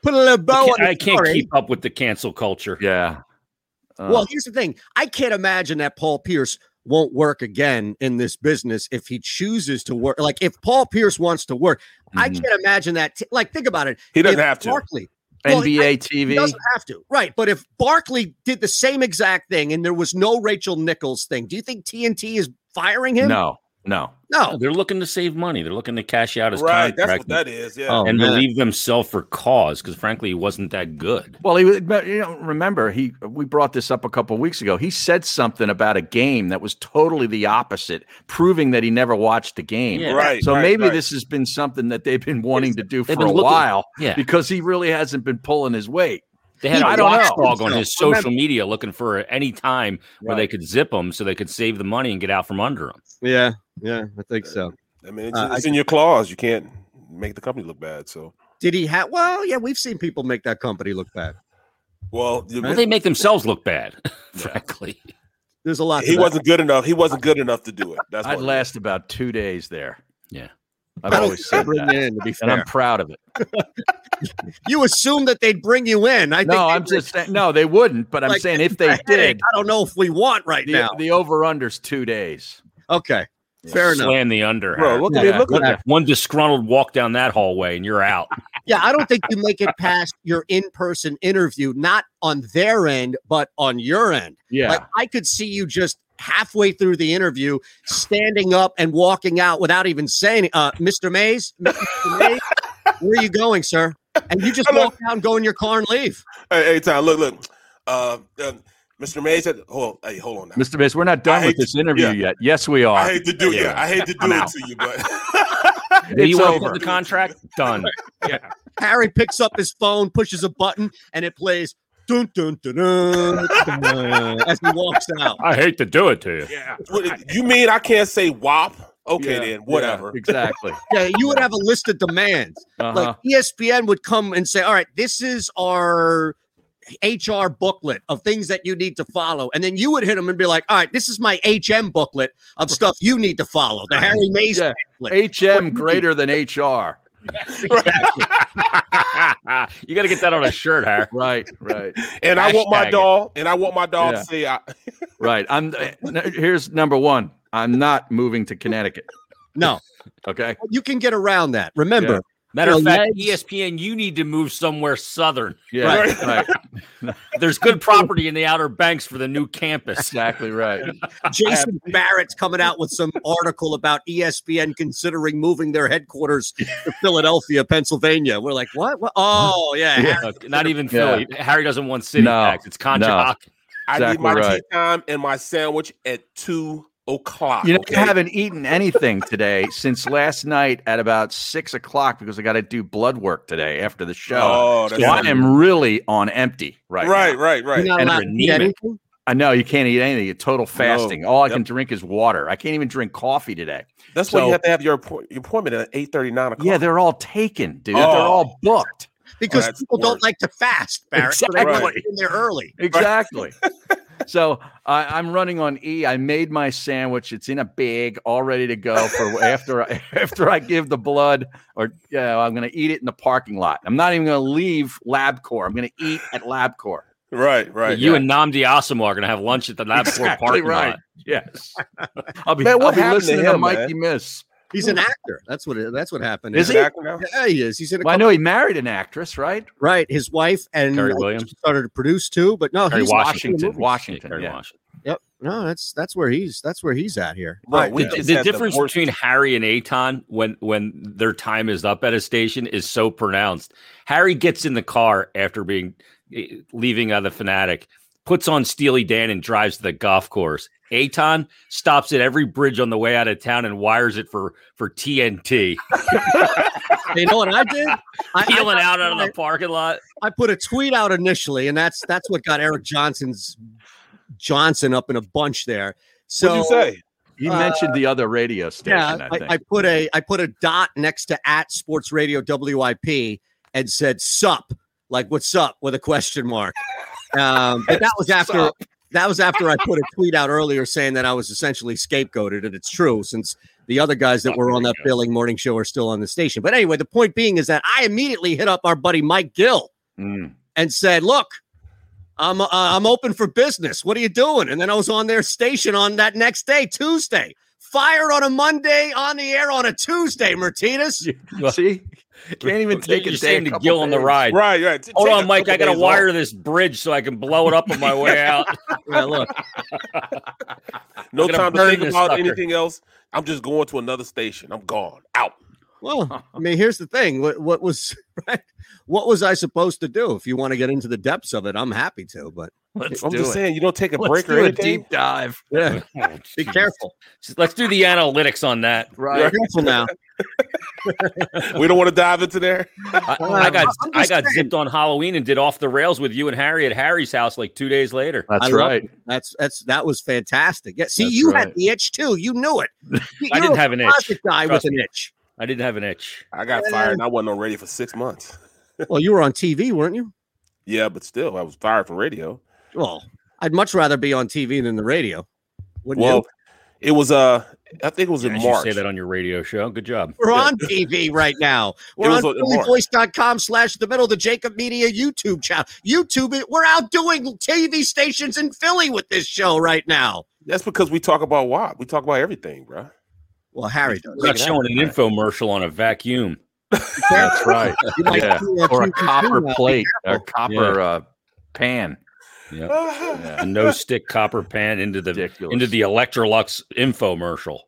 Put a little bow I on can't, the I can't story. keep up with the cancel culture. Yeah. Uh, well, here's the thing. I can't imagine that Paul Pierce won't work again in this business if he chooses to work. Like if Paul Pierce wants to work, I can't imagine that. t- like think about it. Mm-hmm. He doesn't If have to. Barkley- NBA I- TV. He doesn't have to. Right. But if Barkley did the same exact thing and there was no Rachel Nichols thing, do you think TNT is firing him? no, no. No. They're looking to save money. They're looking to cash out his Right, that's contract what that is, yeah. and Oh, man. relieve themselves for cause because frankly, he wasn't that good. Well, he was, but, you know, remember he we brought this up a couple weeks ago. He said something about a game that was totally the opposite, proving that he never watched the game. Yeah. Right, So right, maybe right. this has been something that they've been wanting to do for They've a been looking- while. Yeah. Because he really hasn't been pulling his weight. They had I a don't know. watchdog on his Remember- social media looking for any time where they could zip him so they could save the money and get out from under him. Yeah. Yeah. I think so. I mean, it's, Uh, I it's in your claws. You can't make the company look bad. So, Did he have? Well, yeah, we've seen people make that company look bad. well, you- Well, they make themselves look bad, frankly. There's a lot. he wasn't good enough. He wasn't good enough to do it. That's I'd what. last about two days there. Yeah. I've always said Bring that. it in, to be And I'm fair. proud of it. You assume that they'd bring you in. I think No, they I'm would. just saying, no, they wouldn't, but I'm Like, saying if a they headache did, I don't know if we want right the, now. the over under's two days. Okay. Fair enough. Slam the under. Bro, Howard. look at- Yeah, look at- that. One disgruntled walk down that hallway and you're out. Yeah, I don't think you make it past your in-person interview, not on their end, but on your end. Yeah. Like I could see you just halfway through the interview standing up and walking out without even saying, uh, Mr. Mays, Mr. Mays, where are you going, sir? And you just walk down, go in your car and leave. Hey, hey, Tom, look, look. Uh, uh, Mr. Mays, said- hold, hey, hold on. Now. Mr. Bates, we're not done with this interview yet. Yes, we are. I hate to do Yeah. yeah. I hate to do I'm it out. to you, but Do It's you want to over. put the contract? Done. yeah. Harry picks up his phone, pushes a button, and it plays dun dun dun dun, dun, as he walks out. I hate to do it to you. yeah. What- you mean I can't say WAP? Okay, Yeah, then whatever. yeah, exactly. yeah, you would have a list of demands. E Uh-huh. Like ESPN would come and say, "All right, this is our HR booklet of things that you need to follow. And then you would hit them and be like, all right, this is my HM booklet of stuff you need to follow. The Harry Mays Yeah. booklet. HM greater than HR. you got to get that on a shirt, Harry. right, right. And I want my Hashtag it. doll. And I want my doll Yeah. to say, I, Right. I'm eh, n- here's number one. I'm not moving to Connecticut. No. Okay. You can get around that. Remember, Yeah. Matter of Your fact, E ESPN, you need to move somewhere southern. Yeah, Right. There's good property in the Outer Banks for the new campus. Exactly right. Jason Barrett's coming out with some article about E ESPN considering moving their headquarters to Philadelphia, Pennsylvania. We're like, what? what? Oh, yeah. Yeah. Harry- Not even Philly. Harry doesn't want city No, tax. It's Conchahoc. I need Exactly my right. tea time and my sandwich at two o'clock. You know, Ah, okay? I haven't eaten anything today since last night at about six o'clock because I got to do blood work today after the show. Oh, so that's I right. am really on empty right Right, now. right, right. You're not And I'm allowed to eat anemic. anything? I know you can't eat anything. You're total fasting. All I can drink is water. I can't even drink coffee today. That's why you have to have your, appo- your appointment at eight thirty nine o'clock. Yeah, they're all taken, dude. They're Oh. all booked. Because that's people worse. don't like to fast, Barrett. So they want to Exactly. get in there early. Exactly. so I, I'm running on E. I made my sandwich. It's in a bag, all ready to go for after I, after I give the blood. Or yeah, I'm going to eat it in the parking lot. I'm not even going to leave LabCorp. I'm going to eat at LabCorp. Right, right. you yeah. and Namdi Asamo are going to have lunch at the lab floor Exactly parking right. lot. Yes. I'll be, Man, what I'll be happened to listening to, him, Mikey man? Miss. He's an actor. That's what it, that's what happened. Is he? Yeah, he is. He's in a Well, I couple- know he married an actress, right? right. His wife and Kerry I think Williams? she started to produce too, but no, Kerry he's Washington. Washington. Washington. Kerry yeah. Washington. Yep. No, that's that's where he's that's where he's at here. Bro, we The, just the had difference worst- between Harry and Aton when when their time is up at a station is so pronounced. Harry gets in the car after being eh, leaving uh, the fanatic, puts on Steely Dan and drives to the golf course. Aton stops at every bridge on the way out of town and wires it for for TNT, You know what I did? I, peeling I- out out of the parking lot. I put a tweet out initially, and that's that's what got Eric Johnson's Johnson up in a bunch there. So What'd you say? You Uh, mentioned the other radio station, yeah, I I, think. I put a I put a dot next to at Sports Radio WIP and said sup, like what's up with a question mark. Um, but that was after Sup. that was after I put a tweet out earlier saying that I was essentially scapegoated, and it's true since the other guys that were on that billing morning show are still on the station. But anyway, the point being is that I immediately hit up our buddy Mike Gill Mm. and said, "Look, I'm uh, I'm open for business. What are you doing?" And then I was on their station on that next day, Tuesday. Fired on a Monday, on the air on a Tuesday, Martinez. See, can't even take You're a day. saying to Gil on the ride. Right, right. T- Hold take on, a Mike. couple I got to days wire off. this bridge so I can blow it up on my way out. Yeah, look, No gonna time to burn think this about sucker. anything else. I'm just going to another station. I'm gone. Out. well, I mean, here's the thing. What, what was right? What was I supposed to do? If you want to get into the depths of it, I'm happy to, but Let's I'm do just it. saying, you don't take a Let's break do or a anything. deep dive. yeah, Oh, be jeez. careful. Let's do the analytics on that. Be Right. careful now. we don't want to dive into there. I, I got I got zipped on Halloween and did off the rails with you and Harry at Harry's house like two days later. That's I love right. it. That's that's that was fantastic. Yeah, see, That's you right. had the itch too. You knew it. I You're didn't a have an itch. closet Guy Trust with me. an itch. I didn't have an itch. I got fired and I wasn't on radio for six months. Well, you were on TV, weren't you? Yeah, but still, I was fired from radio. Well, I'd much rather be on TV than the radio. Wouldn't Well, you? it was uh, I think it was in I should March. say that on your radio show. Good job. We're on TV right now. We're on was a- a phillyvoice.com slash the middle of the Jacob Media YouTube channel. YouTube, it- we're outdoing TV stations in Philly with this show right now. That's because we talk about WAP. We talk about everything, bro. Well, Harry does. We're not showing an infomercial on a vacuum. That's right. You might yeah. see what Or you can a copper do now. plate, or careful. copper Yeah. uh, pan. Yeah. A no stick copper pan into the Ridiculous. into the Electrolux infomercial.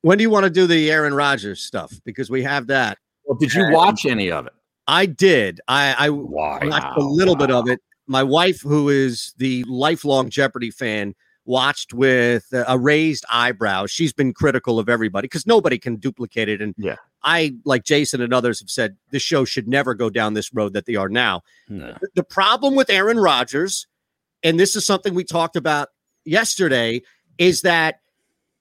When do you want to do the Aaron Rodgers stuff? Because we have that. Well, did you watch any of it? I did. I, I Why? watched a little bit of it. My wife, who is the lifelong Jeopardy fan, watched with a raised eyebrow. She's been critical of everybody because nobody can duplicate it. And Yeah. I, like Jason and others, have said this show should never go down this road that they are now. No. The- The problem with Aaron Rodgers, and this is something we talked about yesterday, is that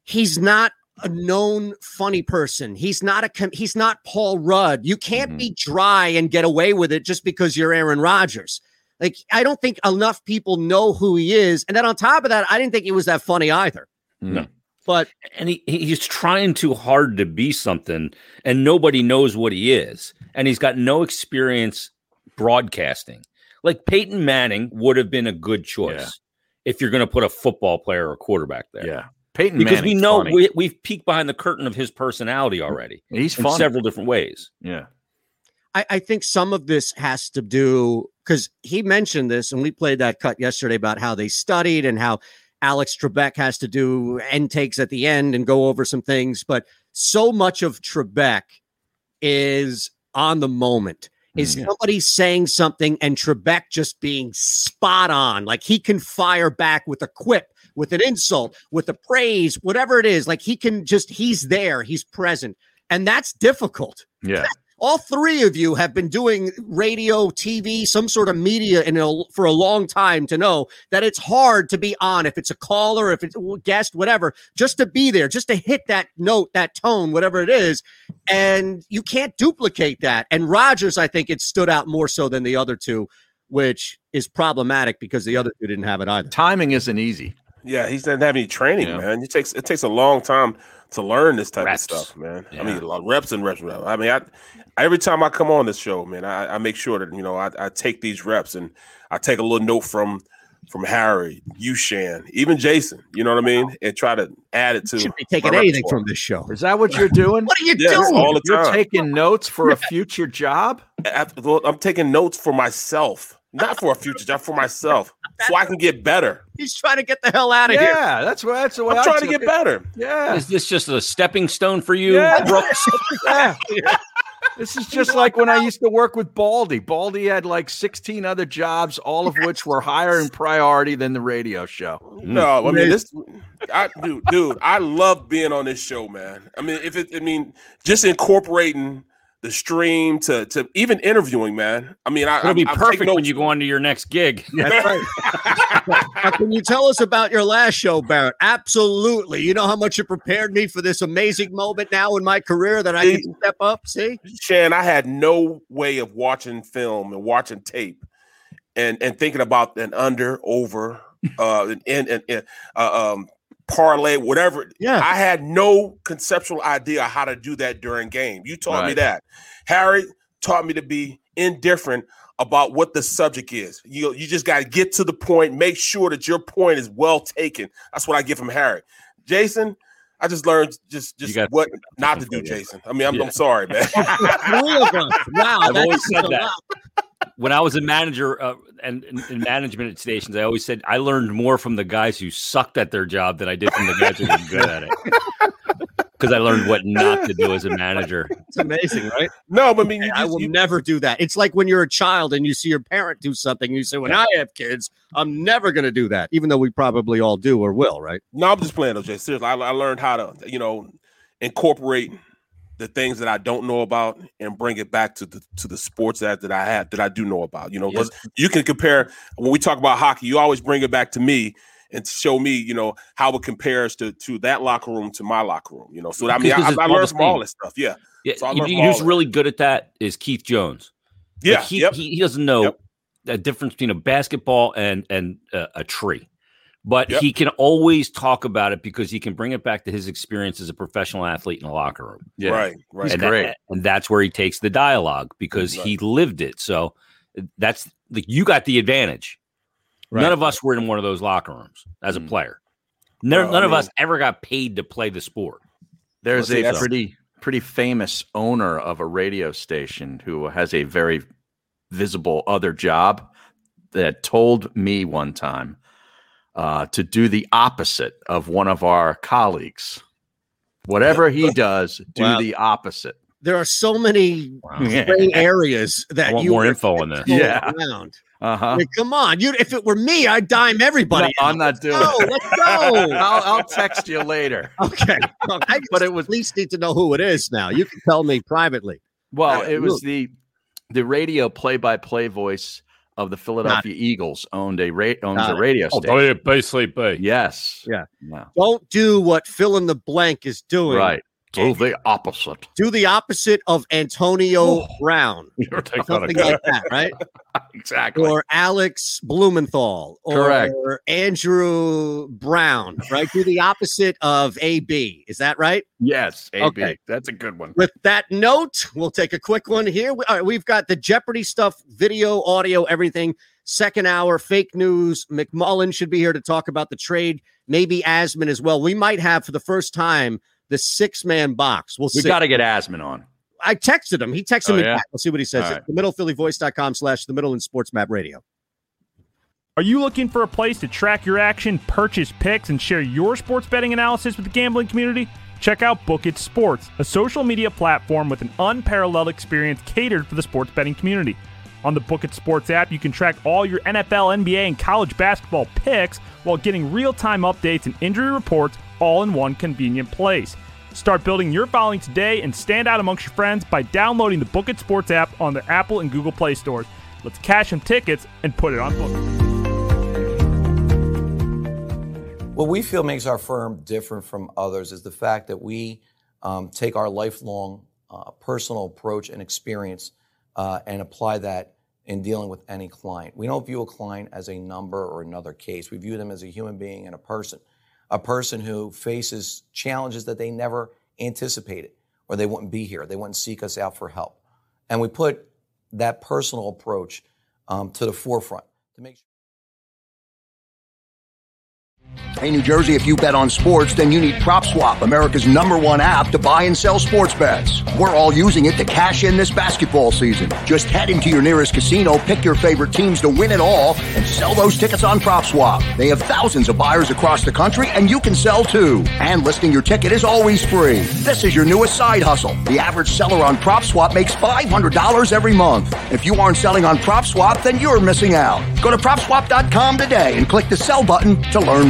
he's not a known funny person. He's not a com- he's not Paul Rudd. You can't Mhm. be dry and get away with it just because you're Aaron Rodgers. Like, I don't think enough people know who he is. And then on top of that, I didn't think he was that funny either. Hmm. No. But and he he's trying too hard to be something and nobody knows what he is. And he's got no experience broadcasting. Like Peyton Manning would have been a good choice if you're going to put a football player or quarterback there. Yeah. Peyton because we Manning's know funny. Mm, we, we've peeked behind the curtain of his personality already. He's in funny. several different ways. Yeah. I, I think some of this has to do because he mentioned this, and we played that cut yesterday about how they studied and how Alex Trebek has to do end takes at the end and go over some things. But so much of Trebek is on the moment. Is somebody saying something and Trebek just being spot on? Like he can fire back with a quip, with an insult, with a praise, whatever it is. Like he can just, he's there, he's present. And that's difficult Yeah. all three of you have been doing radio, TV, some sort of media in a, for a long time to know that it's hard to be on if it's a caller, if it's a guest, whatever, just to be there, just to hit that note, that tone, whatever it is. And you can't duplicate that. And Rogers, I think it stood out more so than the other two, which is problematic because the other two didn't have it either. Timing isn't easy. Yeah, he doesn't have any training, man. It takes it takes a long time to learn this type of stuff, man. I mean, a lot reps and reps. and reps. I mean, I every time I come on this show, man, I, I make sure that you know I, I take these reps and I take a little note from from Harry, you, Shan, even Jason. You know what I mean? And try to add it to. Should be taking anything from this show. Is that what you're doing? what are you Yes, doing? all the time. You're taking notes for a future job? I'm taking notes for myself, not for a future job, for myself, so I can get better. He's trying to get the hell out of here. Yeah, that's what that's the way I'm I trying to took get it. better. Yeah. Is this just a stepping stone for you, Yeah. Brooks? Yeah. This is just like when I used to work with Baldy. Baldy had like 16 other jobs, all of which were higher in priority than the radio show. Mm. No, I mean this. I dude, dude, I love being on this show, man. I mean, if it, I mean, just incorporating the stream to to even interviewing, man. I mean, I, It'll I'm- be I'm taking perfect when notes. you go on to your next gig. That's right. Now, can you tell us about your last show, Barrett? Absolutely. You know how much you prepared me for this amazing moment now in my career that I can step up. See, Shan, I had no way of watching film and watching tape and and thinking about an under over uh and and, and, and, uh, um parlay whatever yeah i had no conceptual idea how to do that during game you taught me Right. that harry taught me to be indifferent about what the subject is you you just got to get to the point make sure that your point is well taken that's what i get from harry jason i just learned just just what not to do jason i mean i'm, I'm sorry man Wow, I've that always is said a that. When I was a manager uh, and in, in management at stations, I always said I learned more from the guys who sucked at their job than I did from the guys who were good at it. Because I learned what not to do as a manager. It's amazing, right? No, but I mean, I will never do that. It's like when you're a child and you see your parent do something, and you say, "When I have kids, I'm never going to do that," even though we probably all do or will, right? No, I'm just playing though, Jay. Seriously, I, I learned how to, you know, incorporate the things that I don't know about and bring it back to the to the sports that, that I have that I do know about. You know, 'cause you can compare when we talk about hockey, you always bring it back to me and show me, you know, how it compares to to that locker room to my locker room. You know, so I mean, I, Because it's I all the learned from all same. this stuff. Yeah, Yeah, So I you, learned you from all who's that. really good at that is Keith Jones. Like, Yeah, he, he he doesn't know the difference between a basketball and and uh, a tree, but Yep. he can always talk about it because he can bring it back to his experience as a professional athlete in the locker room. Yeah. Right, right. He's and that- great. and that's where he takes the dialogue because he lived it. So uh, that's like you got the advantage. None of us were in one of those locker rooms as a player. None, Mm. Well, I none of mean- us ever got paid to play the sport. There's Well, see, a that's- pretty pretty famous owner of a radio station who has a very visible other job that told me one time uh, to do the opposite of one of our colleagues. Whatever he does, do Wow. the opposite. There are so many gray Oh, areas that I want you more are info on this. controlled Yeah. around. Uh huh. Like, come on, you. If it were me, I'd dime everybody. No, I'm not doing go, it. Let's go. I'll, I'll text you later. Okay. Well, I but it was at least need to know who it is now. You can tell me privately. Well, Right, it was look. the the radio play-by-play voice of the Philadelphia Eagles owned a ra- owns Got a it. radio Oh, station. they basically, yes, Yeah. Wow. Don't do what fill in the blank is doing. Right. Do the opposite. Do the opposite of Antonio Brown. You're taking on a Something guy. like that, right? exactly. Or Alex Blumenthal. Or Correct. Andrew Brown, right? Do the opposite of AB. Is that right? Yes, AB. Okay. That's a good one. With that note, we'll take a quick one here. We, all right, we've got the Jeopardy stuff, video, audio, everything. Second hour, fake news. McMullen should be here to talk about the trade. Maybe Asman as well. We might have for the first time the six man box. We'll We see. got to get Asman on. I texted him. He texted Oh, me yeah? back. We'll see what he says. All It's themiddlephillyvoice.com slash the middle and sports map radio. Are you looking for a place to track your action, purchase picks, and share your sports betting analysis with the gambling community? Check out Book It Sports, a social media platform with an unparalleled experience catered for the sports betting community. On the Book It Sports app, you can track all your NFL, NBA, and college basketball picks while getting real time updates and injury reports all in one convenient place. Start building your following today and stand out amongst your friends by downloading the Book It Sports app on the Apple and Google Play stores. Let's cash some tickets and put it on Book. It. What we feel makes our firm different from others is the fact that we um, take our lifelong uh, personal approach and experience uh, and apply that in dealing with any client. We don't view a client as a number or another case. We view them as a human being and a person, a person who faces challenges that they never anticipated or they wouldn't be here. They wouldn't seek us out for help. And we put that personal approach um, to the forefront. Hey, New Jersey, if you bet on sports, then you need PropSwap, America's number one app to buy and sell sports bets. We're all using it to cash in this basketball season. Just head into your nearest casino, pick your favorite teams to win it all, and sell those tickets on PropSwap. They have thousands of buyers across the country, and you can sell too. And listing your ticket is always free. This is your newest side hustle. The average seller on PropSwap makes $500 every month. If you aren't selling on PropSwap, then you're missing out. Go to PropSwap.com today and click the sell button to learn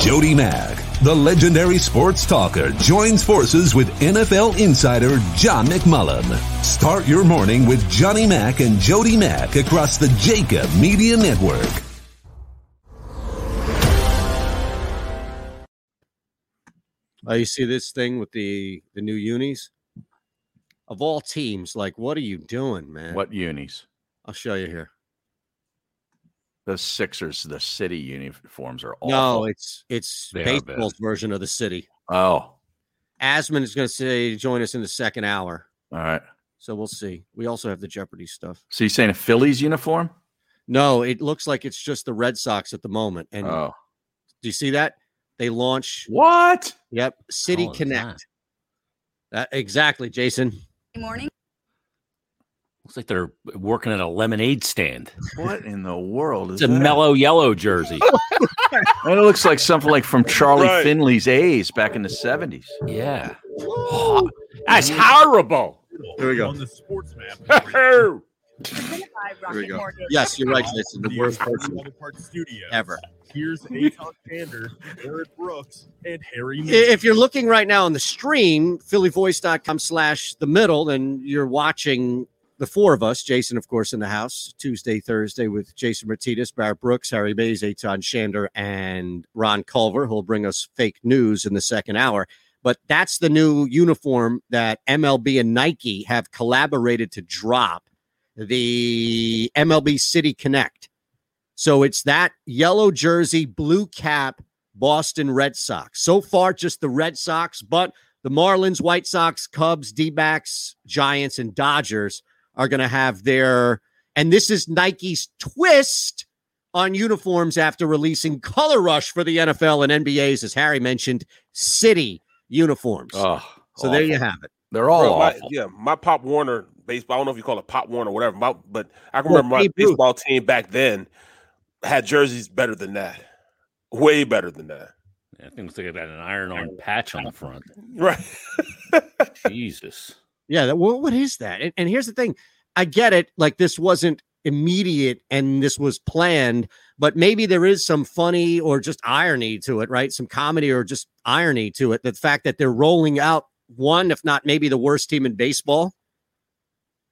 Jody Mack, the legendary sports talker, joins forces with NFL insider John McMullen. Start your morning with Johnny Mack and Jody Mack across the Jacob Media Network. Uh, you see this thing with the the new unis of all teams. Like, what are you doing, man? What unis? I'll show you here. The Sixers, the city uniforms are awful. No, it's it's They are bad. baseball's version of the city. Oh, Asman is going to say join us in the second hour, all right. so we'll see. We also have the Jeopardy stuff. So you're saying a Phillies uniform? No, it looks like it's just the Red Sox at the moment. And Oh. do you see that they launch what? Yep, City Oh, Connect. That exactly, Jason. Good morning. Looks like they're working at a lemonade stand. What in the world is It's a that? mellow yellow jersey. And it looks like something like from Charlie Right. Finley's A's back in the 70s. Yeah. That's horrible. Here we go. On the sports map, Here we go. Yes, you're right, Jason. The worst person studio. ever. Here's Aton Tander, Barrett Brooks, and Harry. I- Mays. If you're looking right now on the stream, phillyvoice.com slash the middle, and you're watching the four of us, Jason, of course, in the house, Tuesday, Thursday with Jason Martinez, Barrett Brooks, Harry Bays, Aton Shander, and Ron Culver, who'll bring us fake news in the second hour. But that's the new uniform that MLB and Nike have collaborated to drop the MLB City Connect. So it's that yellow jersey, blue cap, Boston Red Sox. So far, just the Red Sox, but the Marlins, White Sox, Cubs, D backs, Giants, and Dodgers are going to have their. And this is Nike's twist on uniforms after releasing Color Rush for the NFL and NBA's, as Harry mentioned, city uniforms. Oh, so there you awful. have it. They're all Bro, my- awful. yeah, my Pop Warner baseball. I don't know if you call it Pop Warner or whatever, my- but I can Well, remember my Babe Ruth. baseball team back then had jerseys better than that, way better than that. I think it looks like it had an iron-on patch on the front. Right. Jesus. Yeah, that, what, what is that? And, and here's the thing I get it. Like, this wasn't immediate and this was planned, but maybe there is some funny or just irony to it, right? Some comedy or just irony to it. The fact that they're rolling out one, if not maybe the worst team in baseball.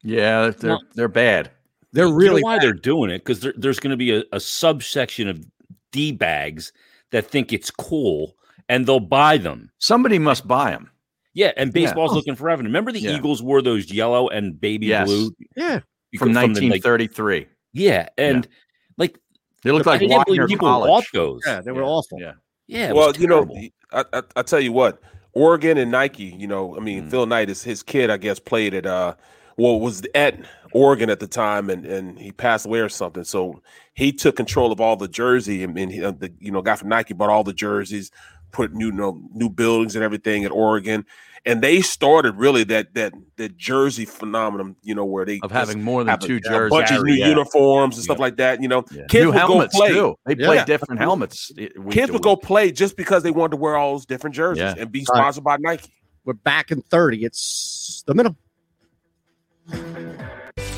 Yeah, they're they're bad. They're you really know why they're doing it because there's going to be a, a subsection of d bags that think it's cool and they'll buy them. Somebody must buy them. Yeah, and Yeah. Oh. baseball's looking for revenue. Remember the Yeah. Eagles wore those yellow and baby Yes. blue Yeah. From the, like- 1933. yeah, and like They look I like can't believe Wagner people College. bought those. awful. Yeah. Yeah, it well, was you know, I, I I tell you what, Oregon and Nike. You know, I Mm. mean, Phil Knight is his kid. I guess played at uh, well was at Oregon at the time, and and he passed away or something. So he took control of all the jersey. I mean, he, uh, the you know guy from Nike bought all the jerseys, put new you know, new buildings and everything at Oregon, and they started really that that that jersey phenomenon. You know, where they Of just having more than have a- two a bunch jerseys. of new Yeah. uniforms and stuff like that. You know, kids New would go helmets, play. too. They play Yeah. different helmets. eh, week Kids to would go play just because they wanted to wear all those different jerseys Yeah. and be All right. sponsored by Nike. We're back in 30. It's the middle.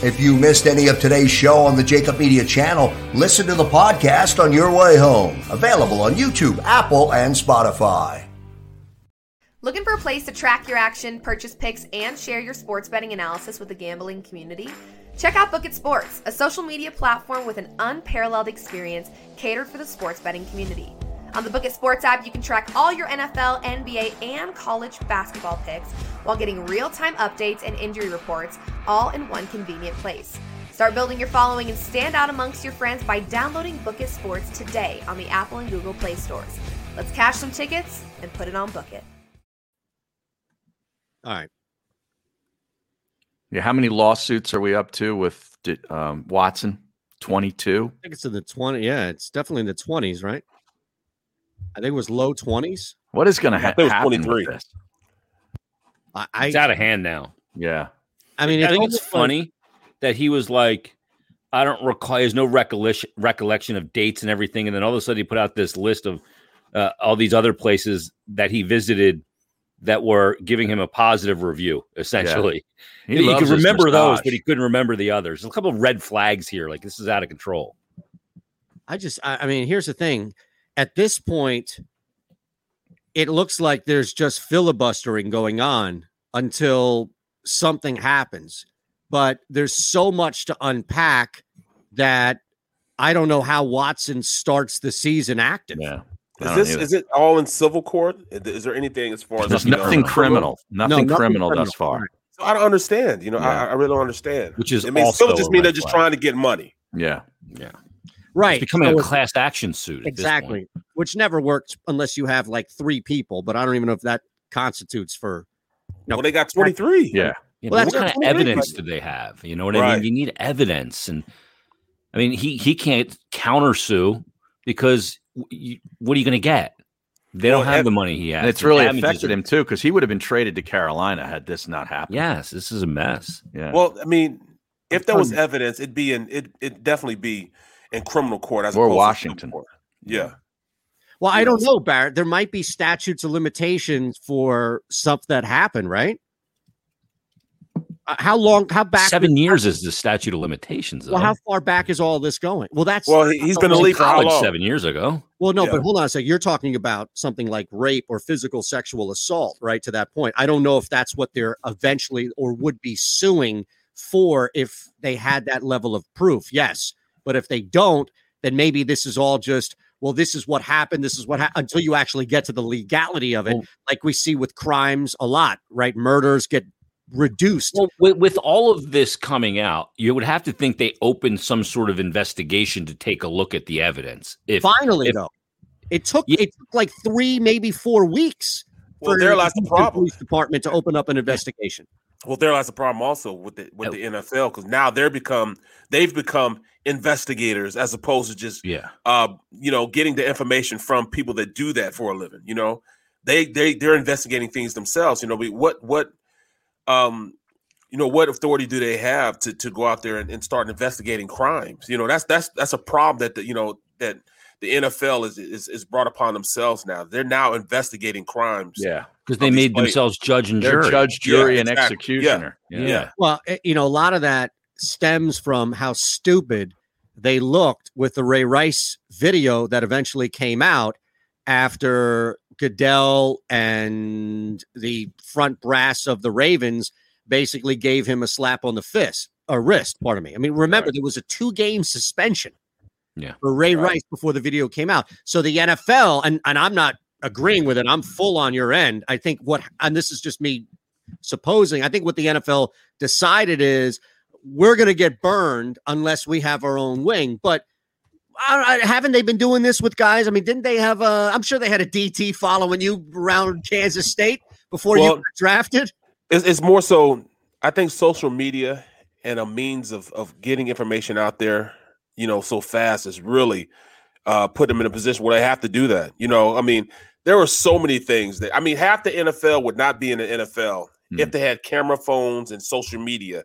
If you missed any of today's show on the Jacob Media channel, listen to the podcast on your way home. Available on YouTube, Apple, and Spotify. Looking for a place to track your action, purchase picks, and share your sports betting analysis with the gambling community? Check out Book It Sports, a social media platform with an unparalleled experience catered for the sports betting community. On the Book It Sports app, you can track all your NFL, NBA, and college basketball picks while getting real time updates and injury reports all in one convenient place. Start building your following and stand out amongst your friends by downloading Book It Sports today on the Apple and Google Play stores. Let's cash some tickets and put it on Book It. All right. Yeah, how many lawsuits are we up to with d- um, Watson? 22. I think it's in the 20. Yeah, it's definitely in the 20s, right? I think it was low 20s. What is going to ha- I thought it was happen 23. with this? I, it's out of hand now. Yeah. I mean, I think almost it's funny that he was like, I don't recall. He has no recollection recollection of dates and everything, and then all of a sudden he put out this list of uh, all these other places that he visited that were giving him a positive review. Essentially, He And he, loves could his remember those, massage. but he couldn't remember the others. There's a couple of red flags here. Like this is out of control. I just, I, I mean, here's the thing. At this point, it looks like there's just filibustering going on until something happens. But there's so much to unpack that I don't know how Watson starts the season active. Yeah. Is this is it all in civil court? Is is there anything as far as There's you know, nothing criminal. No, Nothing criminal thus far. So I don't understand. You know, Yeah. I, I really don't understand. Which is I mean, also civil just a mean red they're just flag. trying to get money. Yeah. Yeah. Right. It's becoming a So it's- class action suit. at this point. Exactly. Which never works unless you have like three people, but I don't even know if that constitutes for no. Well, they got 23. Yeah. You Well, know, what that's kind of what I'm wondering, evidence like- do they have? You know what I Right. mean? You need evidence, and I mean he he can't countersue because w- you, what are you going to get? They don't have the money he has. And it's The really damages affected are- him too, because he would have been traded to Carolina had this not happened. Yes, this is a mess. Yeah. Well, I mean, if there was Um, evidence, it'd be in it. It definitely be in criminal court as Or opposed to civil Washington. court. Yeah. Well, I don't know, Barrett. There might be statutes of limitations for stuff that happened, right? Uh, How long? How back? Seven years is the statute of limitations. Though. Well, how far back is all this going? Well, that's He was in leave college seven years ago. Well, no, Yeah. but hold on a sec. You're talking about something like rape or physical sexual assault, right? To that point, I don't know if that's what they're eventually or would be suing for if they had that level of proof. Yes, but if they don't, then maybe this is all just well, this is what happened. This is what happened until you actually get to the legality of it, Oh. like we see with crimes a lot, right? Murders get reduced. Well, with, with all of this coming out, you would have to think they opened some sort of investigation to take a look at the evidence. If Finally, if- though, it took it took like three, maybe four weeks. Well, there lies the Houston problem. Police department to open up an investigation. Well, there lies the problem also with the Oh. with the NFL because now they're become they've become investigators as opposed to just yeah uh you know getting the information from people that do that for a living. You know, they they they're investigating things themselves. You know, we what what um you know what authority do they have to to go out there and, and start investigating crimes? You know, that's that's that's a problem that the, you know that the NFL is is, is brought upon themselves now. They're now investigating crimes. Yeah, because they made themselves judge and They're jury. judge, jury, and exactly. executioner. Yeah. Yeah. Well, eh, you know, a lot of that stems from how stupid they looked with the Ray Rice video that eventually came out after Goodell and the front brass of the Ravens basically gave him a slap on the fist, a wrist, pardon me. I mean, remember, there was a two game suspension yeah. for Ray Rice before the video came out. So the NFL, and, and I'm not agreeing with it, I'm full on your end. I think what, and this is just me supposing, I think what the NFL decided is we're going to get burned unless we have our own wing. But I, I- haven't they been doing this with guys? I mean, didn't they have a, I'm sure they had a DT following you around Kansas State before you Well- got drafted. It's, it's more so. I think social media and a means of of getting information out there, you know, so fast is really uh, put them in a position where they have to do that. You know, I mean, there are so many things that I mean, half the NFL would not be in the NFL if they had camera phones and social media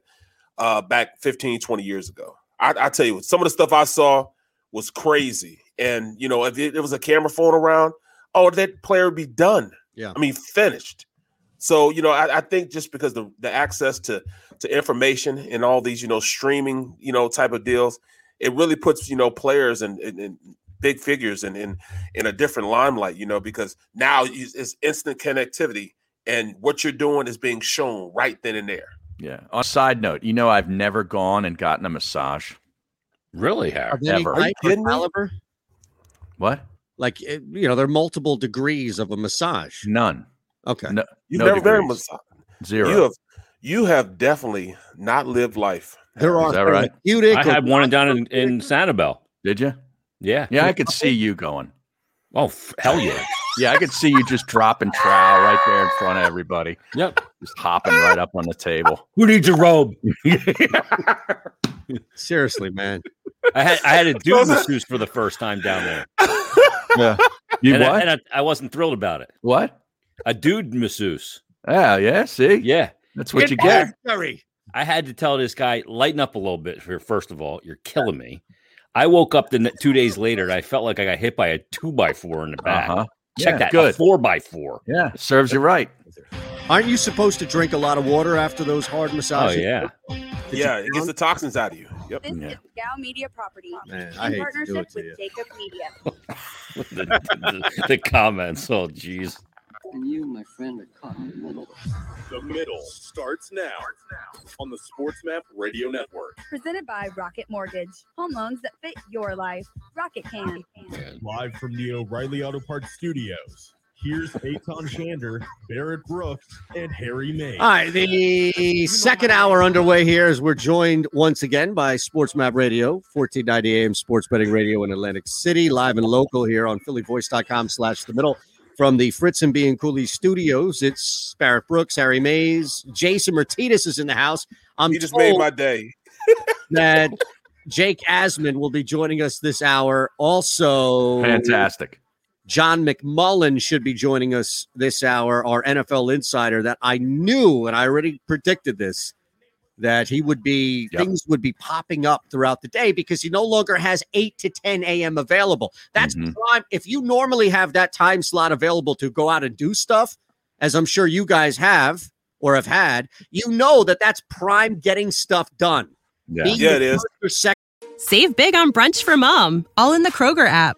uh, back 15, 20 years ago. I, I tell you what, some of the stuff I saw was crazy. And, you know, if it, it was a camera phone around, oh, that player would be done. Yeah. I mean, finished. So, you know, I, I think just because the, the access to to information and all these, you know, streaming, you know, type of deals, it really puts, you know, players and and, and big figures in, in in a different limelight, you know, because now it's it's instant connectivity and what you're doing is being shown right then and there. Yeah. On a side note, you know, I've never gone and gotten a massage. Really, Harry? Of any Ever. type or caliber? What? Like eh, you know, there are multiple degrees of a massage. None. Okay. No, You've no never been in degrees. massage. Zero. You have you have definitely not lived life. There Is that right? I had one down in, in Sanibel. Did you? Yeah. Yeah, I could see you going. Oh, f- hell yeah. yeah, I could see you just dropping trowel right there in front of everybody. Yep. Just hopping right up on the table. Who needs a robe? Seriously, man. I had I had a dude masseuse for the first time down there. Yeah. You and I, what? and I, I wasn't thrilled about it. What? A dude masseuse. Yeah, yeah, see? Yeah. That's what you get. I had to tell this guy, lighten up a little bit here. First of all, you're killing me. I woke up the ne- two days later and I felt like I got hit by a two by four in the back. Uh-huh. Check that, Yeah, a good. four by four. Yeah, serves you right. Aren't you supposed to drink a lot of water after those hard Oh massages? yeah, yeah, it gets the toxins out of you. Yep. This is Gow Media Property Man, in I hate to do partnership it to with you. Jacob Media. the, the- the comments. Oh jeez. And you, my friend, are caught in the middle. The middle starts now on the SportsMap Radio Network. Presented by Rocket Mortgage. Home loans that fit your life. Rocket can. Live from the O'Reilly Auto Parts studios. Here's Aton Shander, Barrett Brooks, and Harry May. All right, the second hour underway here as we're joined once again by Sports Map Radio, 1490 AM Sports Betting Radio in Atlantic City, live and local here on phillyvoice.com slash the middle. From the Fritz and B and Cooley studios, it's Barrett Brooks, Harry Mays, Jason Martinez is in the house. I'm You just made told- my day. that Jake Asman will be joining us this hour. Also, Fantastic. John McMullen should be joining us this hour, our NFL insider that I knew and I already predicted this that he would be things would be popping up throughout the day because he no longer has 8 to 10 a.m. available. That's prime. If you normally have that time slot available to go out and do stuff, as I'm sure you guys have or have had, you know that that's prime getting stuff done. Being Yeah, it the is. first or second Save big on brunch for mom, all in the Kroger app.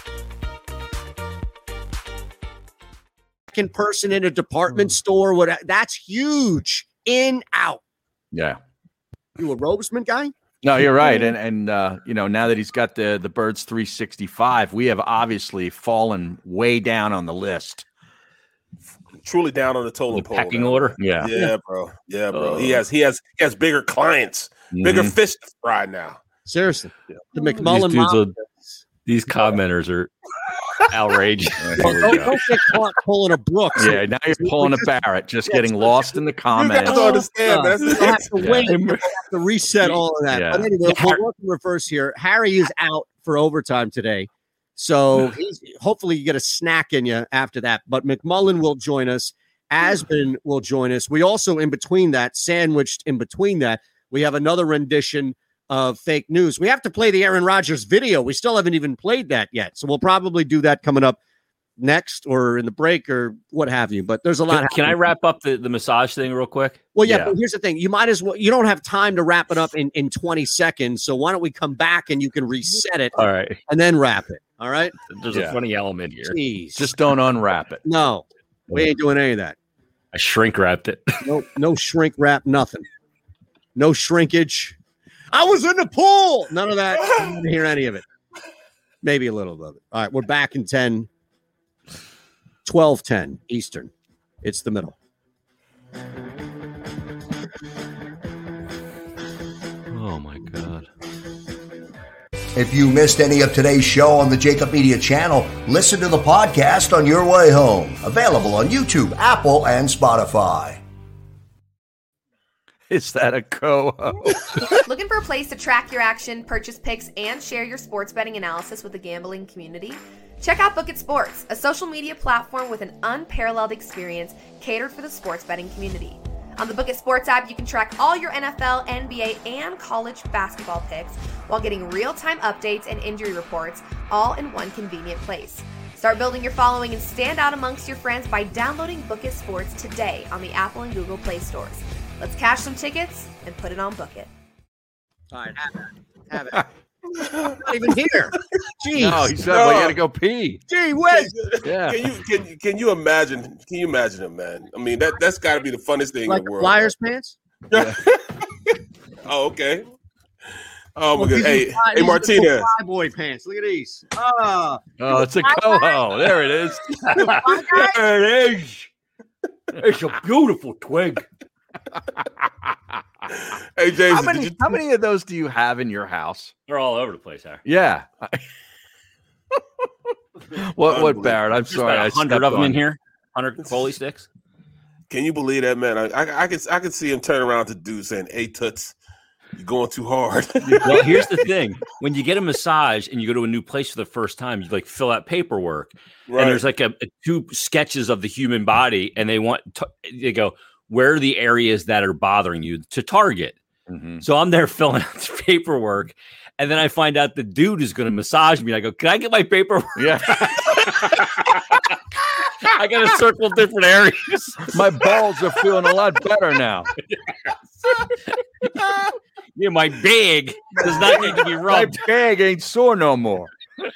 second person in a department store. What that's huge. In out. Yeah. You a Robersman guy? No, you're right, and and uh, you know now that he's got the the birds 365, we have obviously fallen way down on the list. Truly down on the totem pole. pecking now. order? Yeah. Yeah, bro. Yeah, bro. he Oh. has he has he has bigger clients, bigger Mhm. fish to fry now. Seriously. The These McMullen dudes mob. are- These commenters are outrageous. Don't, don't, don't get caught pulling a Brooks. Yeah, now you're pulling a Barrett, just getting lost in the You comments. guys understand, man. Oh, You have to wait. Yeah. You have to reset all of that. Yeah. But anyway, we'll work in reverse here. Harry is out for overtime today. So he's, hopefully you get a snack in you after that. But McMullen will join us. Asman will join us. We also, in between that, sandwiched in between that, we have another rendition of fake news. We have to play the Aaron Rodgers video. We still haven't even played that yet. So we'll probably do that coming up next or in the break or what have you. But there's a Can, lot. can I happening. wrap up the, the massage thing real quick? Well, yeah, but here's the thing. You might as well, you don't have time to wrap it up in, in 20 seconds. So why don't we come back and you can reset it All right. and then wrap it? All right. There's a funny element here. Jeez. Just don't unwrap it. No, we ain't doing any of that. I shrink wrapped it. No, no shrink wrap, nothing. No shrinkage. I was in the pool. None of that. I didn't hear any of it. Maybe a little of it. All right. We're back in 10, 12, 10 Eastern. It's the middle. Oh my god. If you missed any of today's show on the Jacob Media channel, listen to the podcast on your way home. Available on YouTube, Apple, and Spotify. Is that a co Looking for a place to track your action, purchase picks, and share your sports betting analysis with the gambling community? Check out Book It Sports, a social media platform with an unparalleled experience catered for the sports betting community. On the Book It Sports app, you can track all your NFL, NBA, and college basketball picks while getting real time updates and injury reports all in one convenient place. Start building your following and stand out amongst your friends by downloading Book It Sports today on the Apple and Google Play stores. Let's cash some tickets and put it on Book It. All right. Have it. Have it. I'm not even here. Jeez. No, he said, well, you gotta go pee. Gee whiz. Yeah. Can you can, you- can you imagine? Can you imagine him, man? I mean, that that's got to be the funnest thing Like in the world. Flyers pants? Oh, okay. Oh my Look, god. these Hey, are fly- these hey, are the Martina. fly boy pants. Look at these. Ah. Oh, it's a coho. There it is. there it is. It's a beautiful twig. Hey, Jason, how did many, you- how many of those do you have in your house? They're all over the place, Harry. Yeah. what, what, Barrett? I'm There's sorry. about I 100 of stepped them in on you. here. 100 Foley sticks. Can you believe that, man? I I, I could I could see him turn around to dude saying, "Hey, toots, you're going too hard." well, here's the thing: when you get a massage and you go to a new place for the first time, you like fill out paperwork, Right. and there's like a, a- two sketches of the human body, and they want to, they go where are the areas that are bothering you to target. Mm-hmm. So I'm there filling out the paperwork, and then I find out the dude is going to massage me. I go, "Can I get my paperwork?" Yeah, I got to circle different areas. My balls are feeling a lot better now. yeah, my bag does not need to be rubbed. My bag ain't sore no more.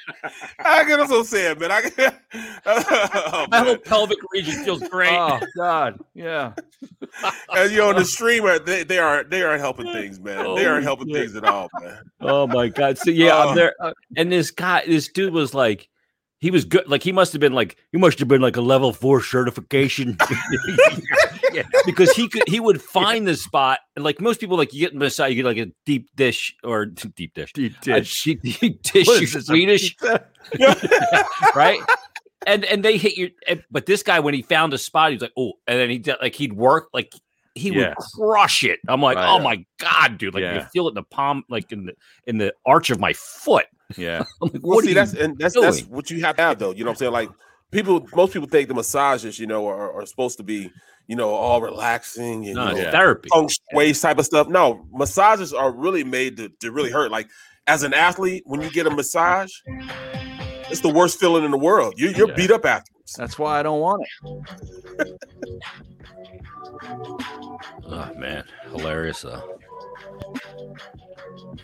I can also say it, man. I can, oh, My man. whole pelvic region feels great. Oh God, yeah. As you know, on the streamer, they, they are they aren't helping things, man. Oh, They Holy aren't helping things at all, man. Oh my god! So yeah, Oh. I'm there, uh, and this guy, this dude was like, he was good. Like he must have been like, he must have been like a level four certification, Yeah, because he could, he would find the spot. And like most people, like you get massage, you get like a deep dish or deep dish, deep dish, deep, dish, What you is this, a Swedish, right? And and they hit you. and- But this guy, when he found a spot, he was like, oh, and then he did- like he'd work like. He Yeah. would crush it. I'm like, Right. oh my god, dude! Like you Yeah. feel it in the palm, like in the in the arch of my foot. Yeah. I'm like, Well, what see, are that's you and that's that's doing? what you have to have, though. You know what I'm saying? Like people, most people think the massages, you know, are, are supposed to be, you know, all relaxing and No, you it's know, therapy. feng shui type of stuff. No, massages are really made to, to really hurt. Like as an athlete, when you get a massage, it's the worst feeling in the world. You, you're beat up afterwards. That's why I don't want it. Oh man, hilarious though.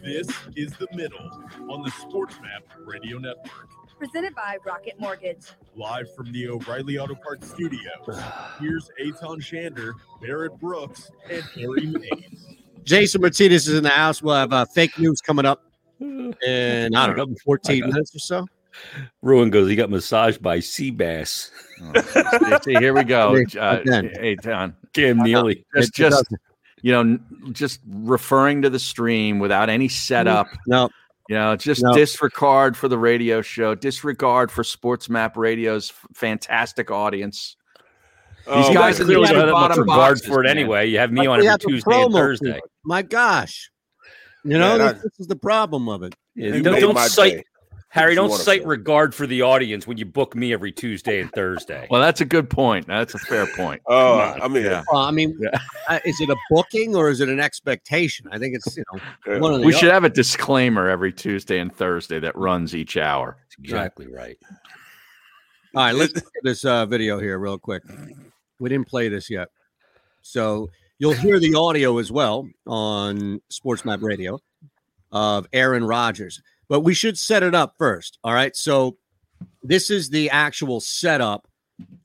This is the middle on the Sports Map Radio Network. Presented by Rocket Mortgage. Live from the O'Reilly Auto Parts Studios, here's Aton Shander, Barrett Brooks, and Harry Mays. Jason Martinez is in the house. We'll have uh, fake news coming up in, I don't know, 14 minutes or so. Ruin goes, he got massaged by sea bass. See, here we go. Again. Uh, hey, Don. Cam Neely. Uh, Just, It- it just doesn't. you know, n- just referring to the stream without any setup. No. You know, just No. disregard for the radio show, disregard for Sports Map Radio's f- fantastic audience. These Oh, guys but in the clearly I two don't have much bottom regard boxes, for it man. anyway. You have me Like, on we every have to Tuesday and promo Thursday. people. My gosh. You know, Man, I- this, this is the problem of it. Yeah, don't don't cite Harry. You Don't wanna cite regard for the audience when you book me every Tuesday and Thursday. Well, that's a good point. That's a fair point. Oh, I mean, Well, I mean, uh, is it a booking or is it an expectation? I think it's you know one of the we should have a disclaimer every Tuesday and Thursday that runs each hour. exactly right. All right, let's look at this uh, video here real quick. We didn't play this yet, so you'll hear the audio as well on Sports Map Radio of Aaron Rodgers. But we should set it up first. All right, so this is the actual setup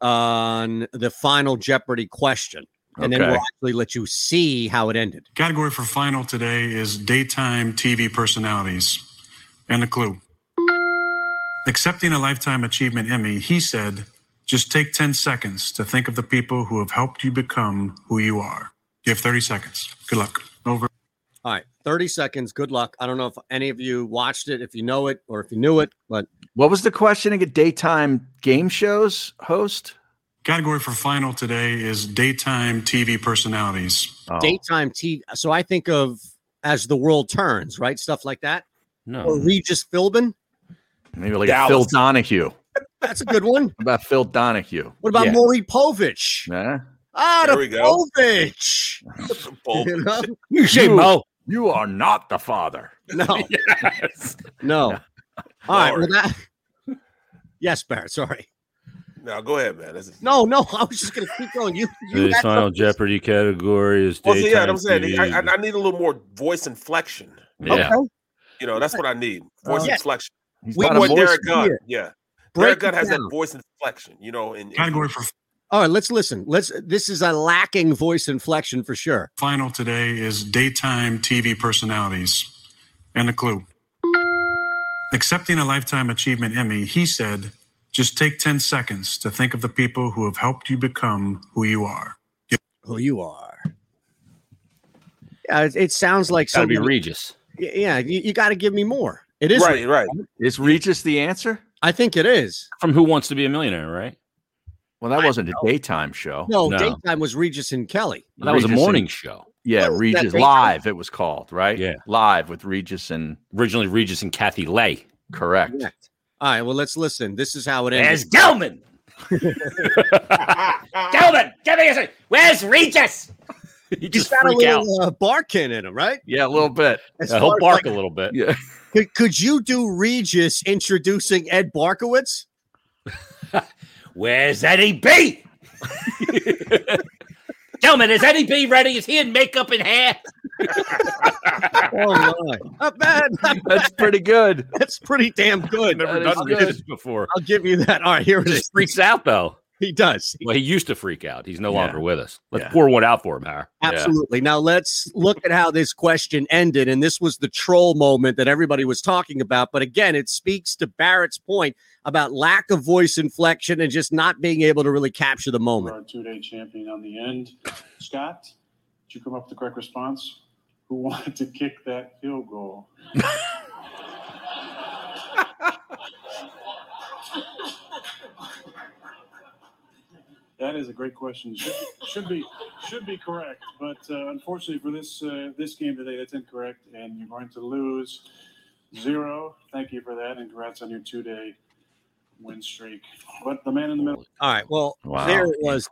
on the final Jeopardy question, and then we'll Okay. actually let you see how it ended. Category for final today is daytime TV personalities. And the clue. Accepting a Lifetime Achievement Emmy, he said, just take 10 seconds to think of the people who have helped you become who you are. You have 30 seconds. Good luck. Over. All right, 30 seconds. Good luck. I don't know if any of you watched it, if you know it, or if you knew it, but what was the question again? Daytime game shows host? Category for final today is daytime TV personalities. Oh, oh. daytime TV. So I think of as the world turns, right? Stuff like that. No. Or Regis Philbin. Mm. Maybe like a Dallas. Phil Donahue. That's a good one. What about Phil Donahue? What about Yeah. Maury Povich? Huh? Ah, There the we go. Povich. You know? you, You are not the father. No. No. All right. Well, that. Yes, Barrett. Sorry. Now go ahead, man. That's- No, no. I was just going to keep going. You, you had some- Jeopardy category is Well, see, yeah, I'm saying I, I- I need a little more voice inflection. Yeah. Okay. You know, that's what I need. Voice Uh, yeah. inflection. He's We got a want voice Derek Gunn. here. Yeah. Break Derek Gunn it has that down. voice inflection, you know, in, in Category for All right. Let's listen. Let's. This is a lacking voice inflection for sure. Final today is daytime TV personalities. And the clue. Accepting a Lifetime Achievement Emmy, he said, just take 10 seconds to think of the people who have helped you become who you are. Who you are. Yeah, Uh, it, it sounds like Gotta be somebody- Regis. Y- Yeah, you, you got to give me more. It is Right, right. Is Regis the answer? I think it is. From Who Wants to Be a Millionaire, right? Well, that wasn't a daytime show. No, daytime was Regis and Kelly. That was a morning show. Yeah, was that Regis daytime? live. It was called right. Yeah, live with Regis and originally Regis and Kathy Lay. Correct. Correct. All right, well, let's listen. This is how it Where's ends. Gelman? Gelman, get me a second. Where's Regis? He He's just got a freak out. little uh, barking in him, right? Yeah, a little bit. As Yeah, he'll far as, bark like- a little bit. Yeah. Could, could you do Regis introducing Ed Barkowitz? Where's Eddie B? Gelman, is Eddie B ready? Is he in makeup and hair? oh my! Not bad. That's pretty good. That's pretty damn good. Never done Regis before. I'll give you that. All right, here it He is. just freaks out though. He does. Well, he used to freak out. He's no Yeah. longer with us. Let's Yeah. pour one out for him, Har. Absolutely. Now let's look at how this question ended. And this was the troll moment that everybody was talking about. But again, it speaks to Barrett's point about lack of voice inflection and just not being able to really capture the moment. Our two-day champion on the end. Scott, did you come up with the correct response? Who wanted to kick that field goal? That is a great question. Should, should be should be correct, but uh, unfortunately for this uh, this game today, that's incorrect, and you're going to lose zero. Thank you for that, and congrats on your two-day win streak. But the man in the middle. All right. Well, Wow. there it was.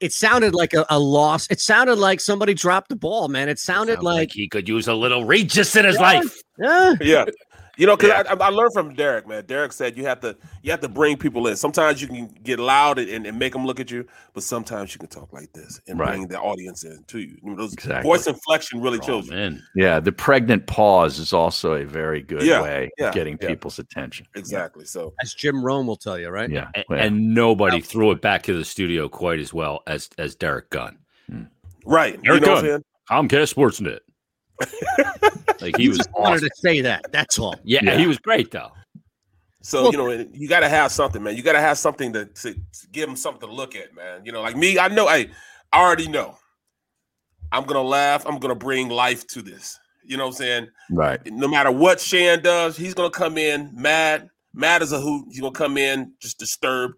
It sounded like a, a loss. It sounded like somebody dropped the ball, man. It sounded Sounds like, like he could use a little Regis in his Yeah. life. Yeah. Yeah. You know, because I, I learned from Derek, man. Derek said you have to you have to bring people in. Sometimes you can get loud and, and make them look at you, but sometimes you can talk like this and Right. bring the audience in to you. you know, those Exactly. voice inflection really kills you. Yeah, the pregnant pause is also a very good Yeah, way yeah, of getting yeah. people's attention. Exactly. So as Jim Rome will tell you, right? Yeah. And, and nobody threw it back to the studio quite as well as as Derek Gunn. Hmm. Right. Derek You know what I'm Gunn. Comcast Sportsnet. like he You was just wanted awesome. to say that. That's all. Yeah, he was great though. So you know, and you got to have something, man. You got to have something to, to, to give them something to look at, man. You know, like me, I know, I, I already know. I'm gonna laugh. I'm gonna bring life to this. You know what I'm saying? Right. No matter what Shan does, he's gonna come in mad. Mad as a hoot. He's gonna come in just disturbed.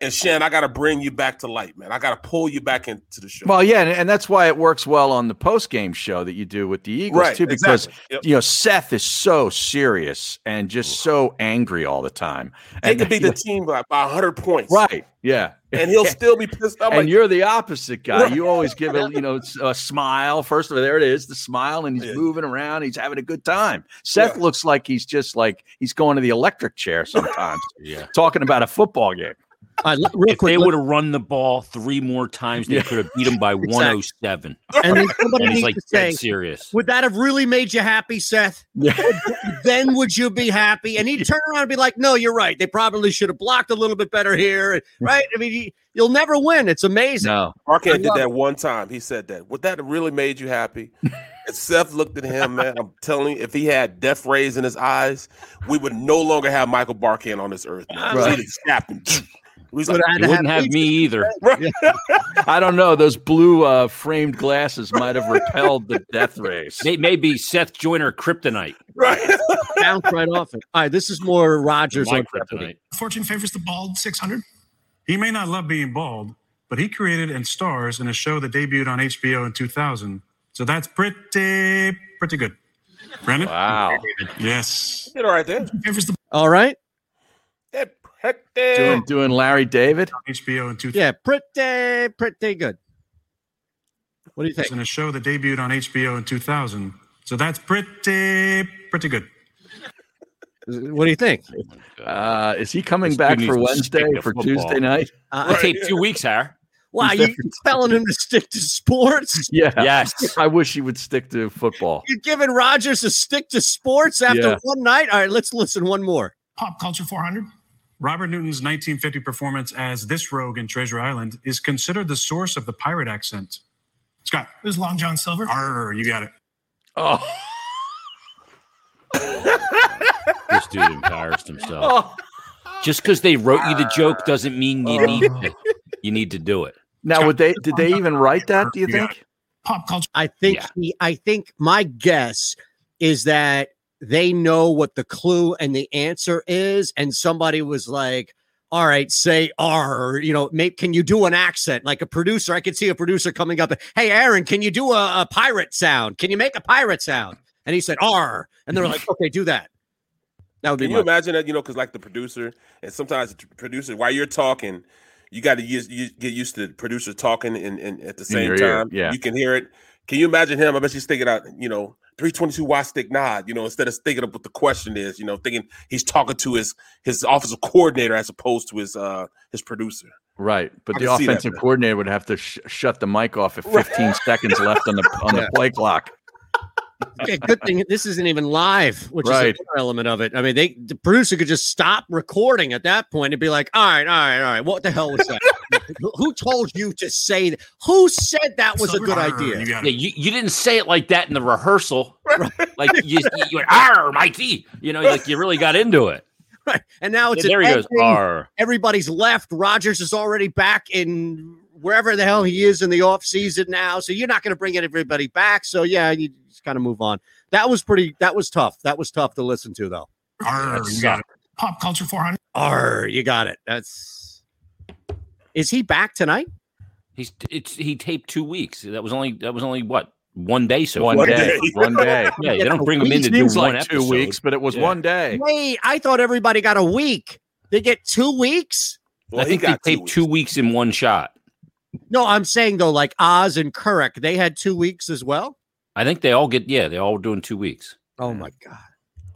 And Shan, I gotta bring you back to light, man. I gotta pull you back into the show. Well, yeah, and, and that's why it works well on the post game show that you do with the Eagles Right, too, because exactly. Yep. you know Seth is so serious and just so angry all the time. They And- could be the team by, by 100 points. right, yeah, And he'll still be pissed. Oh, I'm and like, you're the opposite guy. You always give a you know s- a smile. First of all, there it is, the smile, and he's moving around. He's having a good time. Seth looks like he's just like he's going to the electric chair sometimes. yeah, talking about a football game. if they would have run the ball three more times, they Yeah. could have beat him by Exactly. 107. And then somebody he's needs like to dead say, serious. Would that have really made you happy, Seth? Would- then would you be happy? And he'd turn around and be like, "No, you're right. They probably should have blocked a little bit better here." Right? I mean, you- you'll never win. It's amazing. No, Arcade did that one time. He said that. Would that have really made you happy? and Seth looked at him, man. I'm telling you, if he had death rays in his eyes, we would no longer have Michael Barkan on this earth. Man. Right. He'd have snapped him. He's Would like, I have You wouldn't had have Me either. I don't know. Those blue uh, framed glasses might have repelled the death rays. They may be Seth Joyner kryptonite. Bounce right off it. All right, this is more Rogers My on Jeopardy. Fortune favors the bald 600. He may not love being bald, but he created and stars in a show that debuted on HBO in 2000. So that's pretty, pretty good. Brandon? Wow. Yes. Did all right there. All right. Doing, doing Larry David. HBO in 2000. Yeah, pretty, pretty good. What do you think? In a show that debuted on HBO in 2000. So that's pretty, pretty good. What do you think? Oh Uh, is he coming back dude for needs to stick Wednesday to for football. Tuesday night? Uh, It'll take two weeks, Har. Wow, you telling him to stick to sports? Yeah. Yes. I wish he would stick to football. You're giving Rogers a stick to sports after Yeah. one night. All right, let's listen one more. Pop Culture 400. Robert Newton's 1950 performance as this rogue in Treasure Island is considered the source of the pirate accent. Scott. It was Long John Silver. Arr, you got it. Oh. This dude embarrassed himself. Just because they wrote you the joke doesn't mean you need to, you need to do it. Now, would they? Did they even write that? Do you think? Pop culture. I think he, I think my guess is that they know what the clue and the answer is, and somebody was like, "All right, say R." Or, you know, make, can you do an accent like a producer? I could see a producer coming up, "Hey, Aaron, can you do a, a pirate sound? Can you make a pirate sound?" And he said R, and they're like, "Okay, do that." That would be Can you my- imagine that? You know, because like the producer, and sometimes the producer, while you're talking, you got to use, you get used to the producer talking, and, and at the same your ear, time, yeah. you can hear it. Can you imagine him? I bet he's thinking out, you know, three twenty two Y stick nod. You know, instead of thinking of what the question is, you know, thinking he's talking to his his offensive coordinator as opposed to his uh his producer. Right, but I the can see that, offensive man. coordinator would have to sh- shut the mic off at 15 seconds left on the on Yeah. the play clock. Yeah, good thing this isn't even live, which Right. is another element of it. I mean, they the producer could just stop recording at that point and be like, "All right, all right, all right, what the hell was that? Who- Who told you to say? That? Who said that was a good idea?" Yeah, you, you didn't say it like that in the rehearsal. Like you, you, you went, "Arr, Mikey!" You know, like you really got into it. Right. And now it's There an he goes, ending. "Arr." Everybody's left. Rogers is already back in wherever the hell he is in the off season now. So you're not going to bring everybody back. So yeah, you just kind of move on. That was pretty. That was tough. That was tough to listen to, though. Arr, That you got it. sucked. Pop Culture 400. Arr, you got it. That's. Is he back tonight? He's it's he taped two weeks. That was only that was only what one day so One far. day. One day. Yeah, they don't bring him in to do Seems one like two episode. weeks, but it was Yeah. one day. Wait, I thought everybody got a week. They get two weeks. I think they taped two weeks in one shot. No, I'm saying though, like Oz and Couric, they had two weeks as well. I think they all get yeah, they all were doing two weeks. Oh my god.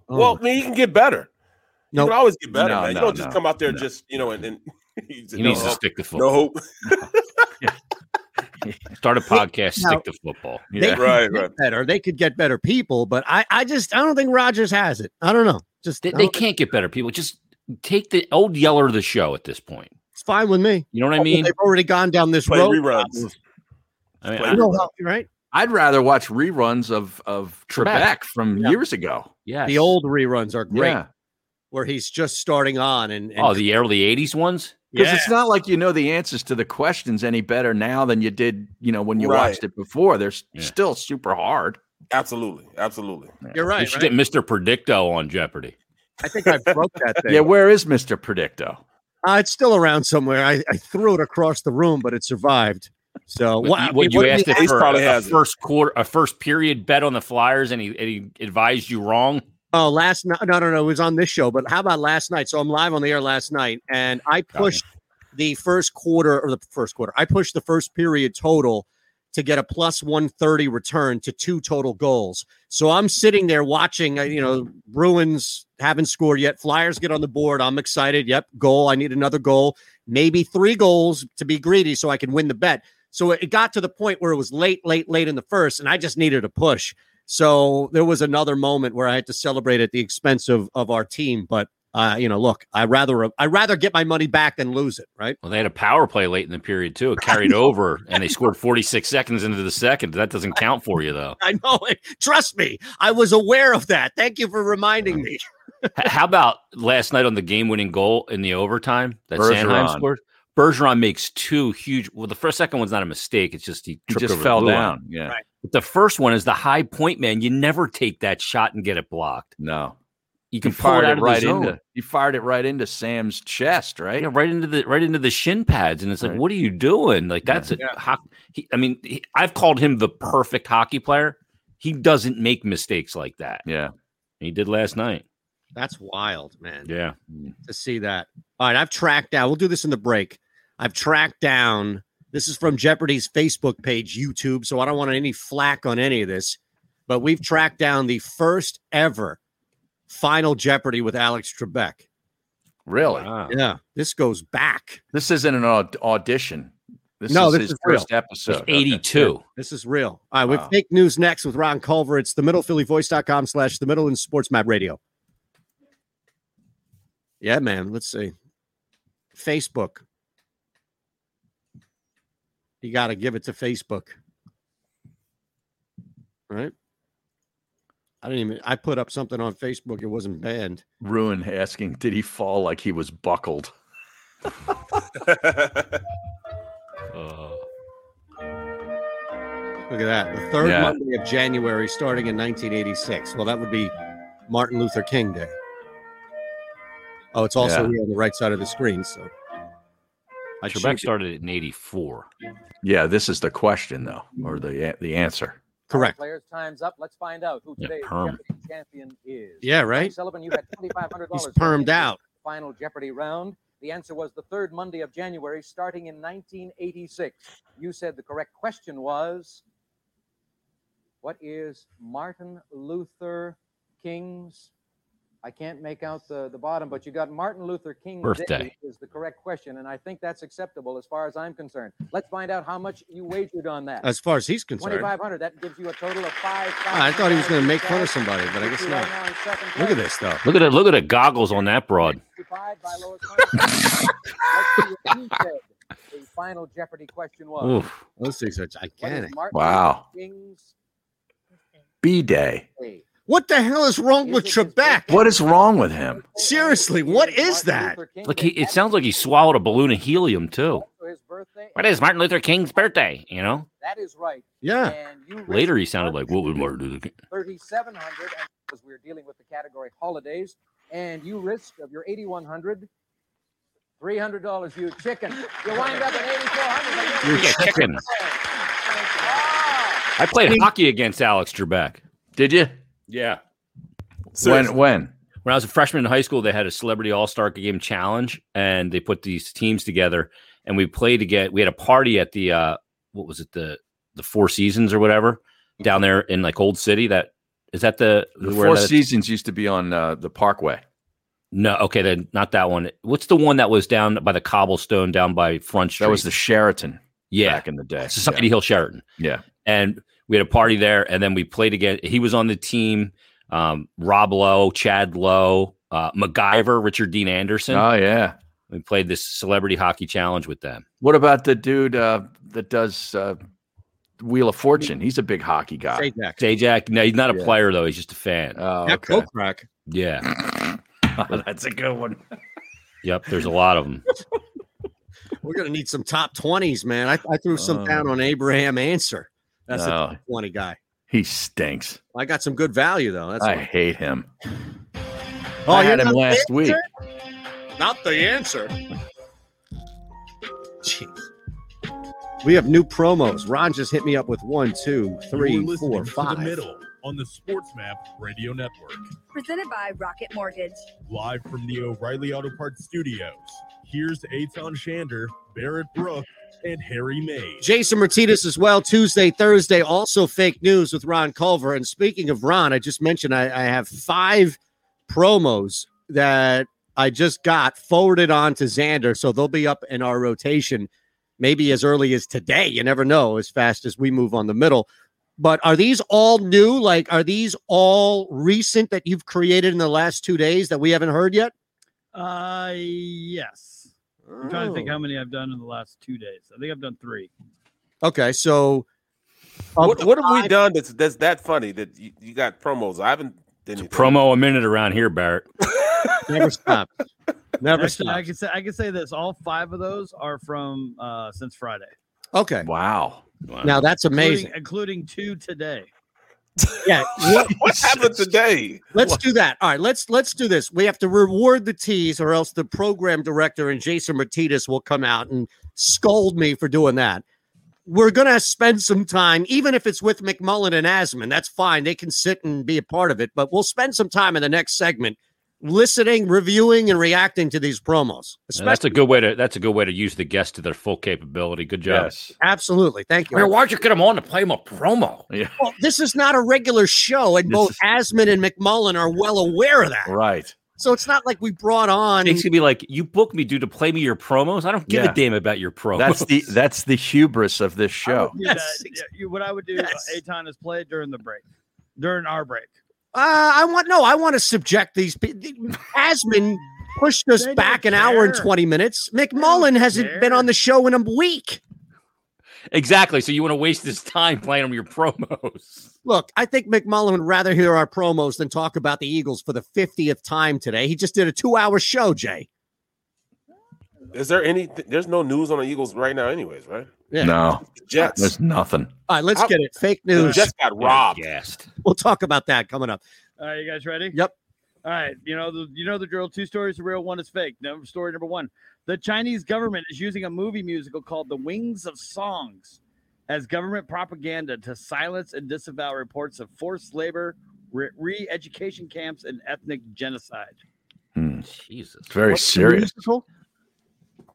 Well, I mean, you can get better. No. You can always get better, Oh. No, man. You no, don't just no, come out there just you know and. and he He needs to stick to No football. hope. Start a podcast, Now- stick to football. They could get better. They could get better people, but I, I just I don't think Rogers has it. I don't know. Just They, I they don't- can't get better people. Just take the old yeller of the show at this point. It's fine with me. You know what I mean? They've already gone down this Play road. reruns. I mean, You know how- right? I'd rather watch reruns of of Trebek, Trebek. from years ago. Yeah, The old reruns are great, Yeah. where he's just starting on and, and oh, the early '80s ones. Because it's not like you know the answers to the questions any better now than you did, you know, when you Right. watched it before. They're s- still super hard. Absolutely, absolutely. You're we should get Mr. Predicto on Jeopardy. I think I broke that thing. Yeah, where is Mr. Predicto? Uh, it's still around somewhere. I, I threw it across the room, but it survived. So What, what, I you- what mean, you do asked we it ask? for a, a first quarter, a first period bet on the Flyers, and he, and he advised you wrong. Oh, last night? No, no, no. It was on this show. But how about last night? So I'm live on the air last night, and I pushed the first quarter or the first quarter. I pushed the first period total to get a plus 130 return to two total goals. So I'm sitting there watching, uh, you know, Bruins haven't scored yet. Flyers get on the board. I'm excited. Yep, goal. I need another goal, maybe three goals to be greedy so I can win the bet. So it got to the point where it was late, late, late in the first, and I just needed a push. So there was another moment where I had to celebrate at the expense of, of our team. But uh, you know, look, I rather I rather get my money back than lose it, right? Well, they had a power play late in the period too. It carried over, and they scored 46 seconds into the second. That doesn't count for you though. I know it. Trust me, I was aware of that. Thank you for reminding me. H- How about last night on the game-winning goal in the overtime that Sandheim Bergeron. scored? Bergeron makes two huge. Well, the first second one's not a mistake. It's just he, He tripped just over the fell blue line. down. Yeah. But the first one is the high point man. You never take that shot and get it blocked. No. You He can pull it out of right the zone. into he fired it right into Sam's chest, right? Yeah, right into the right into the shin pads, and it's like, Right. what are you doing? Like that's Yeah. a hoc he, I mean, he, I've called him the perfect hockey player. He doesn't make mistakes like that. Yeah, he did last night. That's wild, man. Yeah, to see that. All right, I've tracked down. We'll do this in the break. I've tracked down. This is from Jeopardy's Facebook page, YouTube. So I don't want any flack on any of this. But we've tracked down the first ever final Jeopardy with Alex Trebek. Really? Yeah. This goes back. This isn't an aud- audition. This no, is this his is first real. episode. Okay. This is real. All right, we Wow. have fake news next with Ron Culver. It's the middle phillyvoice.com slash the middle and sports map radio. Yeah, man. Let's see. Facebook. You got to give it to Facebook. Right? I didn't even, I put up something on Facebook. It wasn't banned. Ruin asking, did he fall like he was buckled? Uh. Look at that. The third Yeah. Monday of January, starting in 1986. Well, that would be Martin Luther King Day. Oh, it's also Yeah. here on the right side of the screen. So I Trebek should- started it in '84. Yeah, this is the question though, Mm-hmm. or the a- the answer. Players, time's up. Let's find out who today's perm. Jeopardy champion is. Yeah, right? Mike Sullivan, you had twenty-five hundred dollars. He's permed out. Final Jeopardy round. The answer was the third Monday of January, starting in 1986. You said the correct question was, "What is Martin Luther King's?" I can't make out the, the bottom, but you got Martin Luther King Birthday. is the correct question, and I think that's acceptable as far as I'm concerned. Let's find out how much you wagered on that. As far as he's concerned. Ah, 2,500. That gives you a total of five. I thought he was going to make fun of somebody, but I guess not. Look at this, though. Look at it. Look at the goggles on that broad. The final Jeopardy question was. Oof. Those things are what is gigantic. Martin Luther King's B Day. day? What the hell is wrong with Trebek? What is wrong with him? Seriously, what is that? Like he, it sounds like he swallowed a balloon of helium too. His birthday. What is Martin Luther King's birthday? You know. That is right. Yeah. And you reached Later, he sounded like what would Martin Luther King? 3,700 and because we're dealing with the category holidays, and you risk of your 8,100. Three hundred dollars, you chicken. You wind up at eighty-four hundred. You chicken. I played hockey against Alex Trebek. Did you? Yeah. When when? When I was a freshman in high school, they had a celebrity all star game challenge, and they put these teams together, and we played to get. We had a party at the uh, what was it the the Four Seasons or whatever down there in like Old City. That is that the, Mm-hmm. The where Four that- Seasons used to be on uh, the Parkway. No, okay, then not that one. What's the one that was down by the cobblestone down by Front Street? That was the Sheraton. yeah, back in the day. Society Hill Sheraton. Yeah. and we had a party there, and then we played again. He was on the team. Um, Rob Lowe, Chad Lowe, uh, MacGyver, Richard Dean Anderson. Oh, yeah. we played this celebrity hockey challenge with them. What about the dude uh, that does uh, Wheel of Fortune? He's a big hockey guy. Sajak. No, he's not a Yeah. player though. He's just a fan. Oh, That okay. Coke rack. Yeah. That's a good one. Yep. There's a lot of them. We're going to need some top 20s, man. I, I threw some Oh. down on Abraham Answer. That's No. a top 20 guy. He stinks. I got some good value though. That's I why. hate him. Oh, I had you're him not last the week. answer? Not the answer. Jeez. We have new promos. Ron just hit me up with one, two, You're three, listening four, to five. The middle on the Sports Map Radio Network, Presented by Rocket Mortgage. live from the O'Reilly Auto Parts Studios. Here's Aton Shander, Barrett Brooks, and Harry May. Jason Martinez as well, Tuesday, Thursday. Also, fake news with Ron Culver. And speaking of Ron, I just mentioned I, I have five promos that I just got forwarded on to Xander. So they'll be up in our rotation maybe as early as today. You never know as fast as we move on the middle. But are these all new? Like, are these all recent that you've created in the last two days that we haven't heard yet? Uh, yes. I'm trying to think Oh. how many I've done in the last two days. I think I've done three. Okay. So um, What, Um, what have we done that's that's that funny that you, you got promos? I haven't. Did anything. Promo a minute around here, Barrett. Never stop. Never Actually, stop. I can say I can say this. All five of those are from uh since Friday. Okay. Wow. Now that's Including- amazing. Including, two today. Yeah. What, happened today? Let's do that. All right. Let's let's do this. We have to reward the tease, or else the program director and Jason Martinez will come out and scold me for doing that. We're gonna spend some time, even if it's with McMullen and Asman. That's fine. They can sit and be a part of it, but we'll spend some time in the next segment listening, reviewing, and reacting to these promos. And that's a Especially, good way to that's a good way to use the guests to their full capability. Good job. Yes. absolutely. Thank you. Man, why'd you get him on to play him a promo? Yeah. Well, this is not a regular show, and both Asman and McMullen are well aware of that. Right. So it's not like we brought on. Jake's gonna be like, "You booked me, dude, to play me your promos. I don't give Yeah. a damn about your promos." That's the that's the hubris of this show. Do that. Yeah, you- what I would do, uh, Aton, is play it during the break, during our break. Uh, I want no. I want to subject these. pe- the- Asman pushed us They don't back an hour and care. twenty minutes. McMullen hasn't been on the show in a week. exactly. So you want to waste this time playing him your promos? Look, I think McMullen would rather hear our promos than talk about the Eagles for the fiftieth time today. He just did a two-hour show, Jay. Is there any? There's no news on the Eagles right now, anyways, right? Yeah. No. Jets. There's nothing. All right, let's How- get it. Fake The news. Jets got robbed. We'll talk about that coming up. All right, you guys ready? Yep. All right, you know the you know the drill. Two stories are real, one is fake. Number story number one: the Chinese government is using a movie musical called "The Wings of Songs" as government propaganda to silence and disavow reports of forced labor, re- re-education camps, and ethnic genocide. Hmm. Jesus, it's very serious.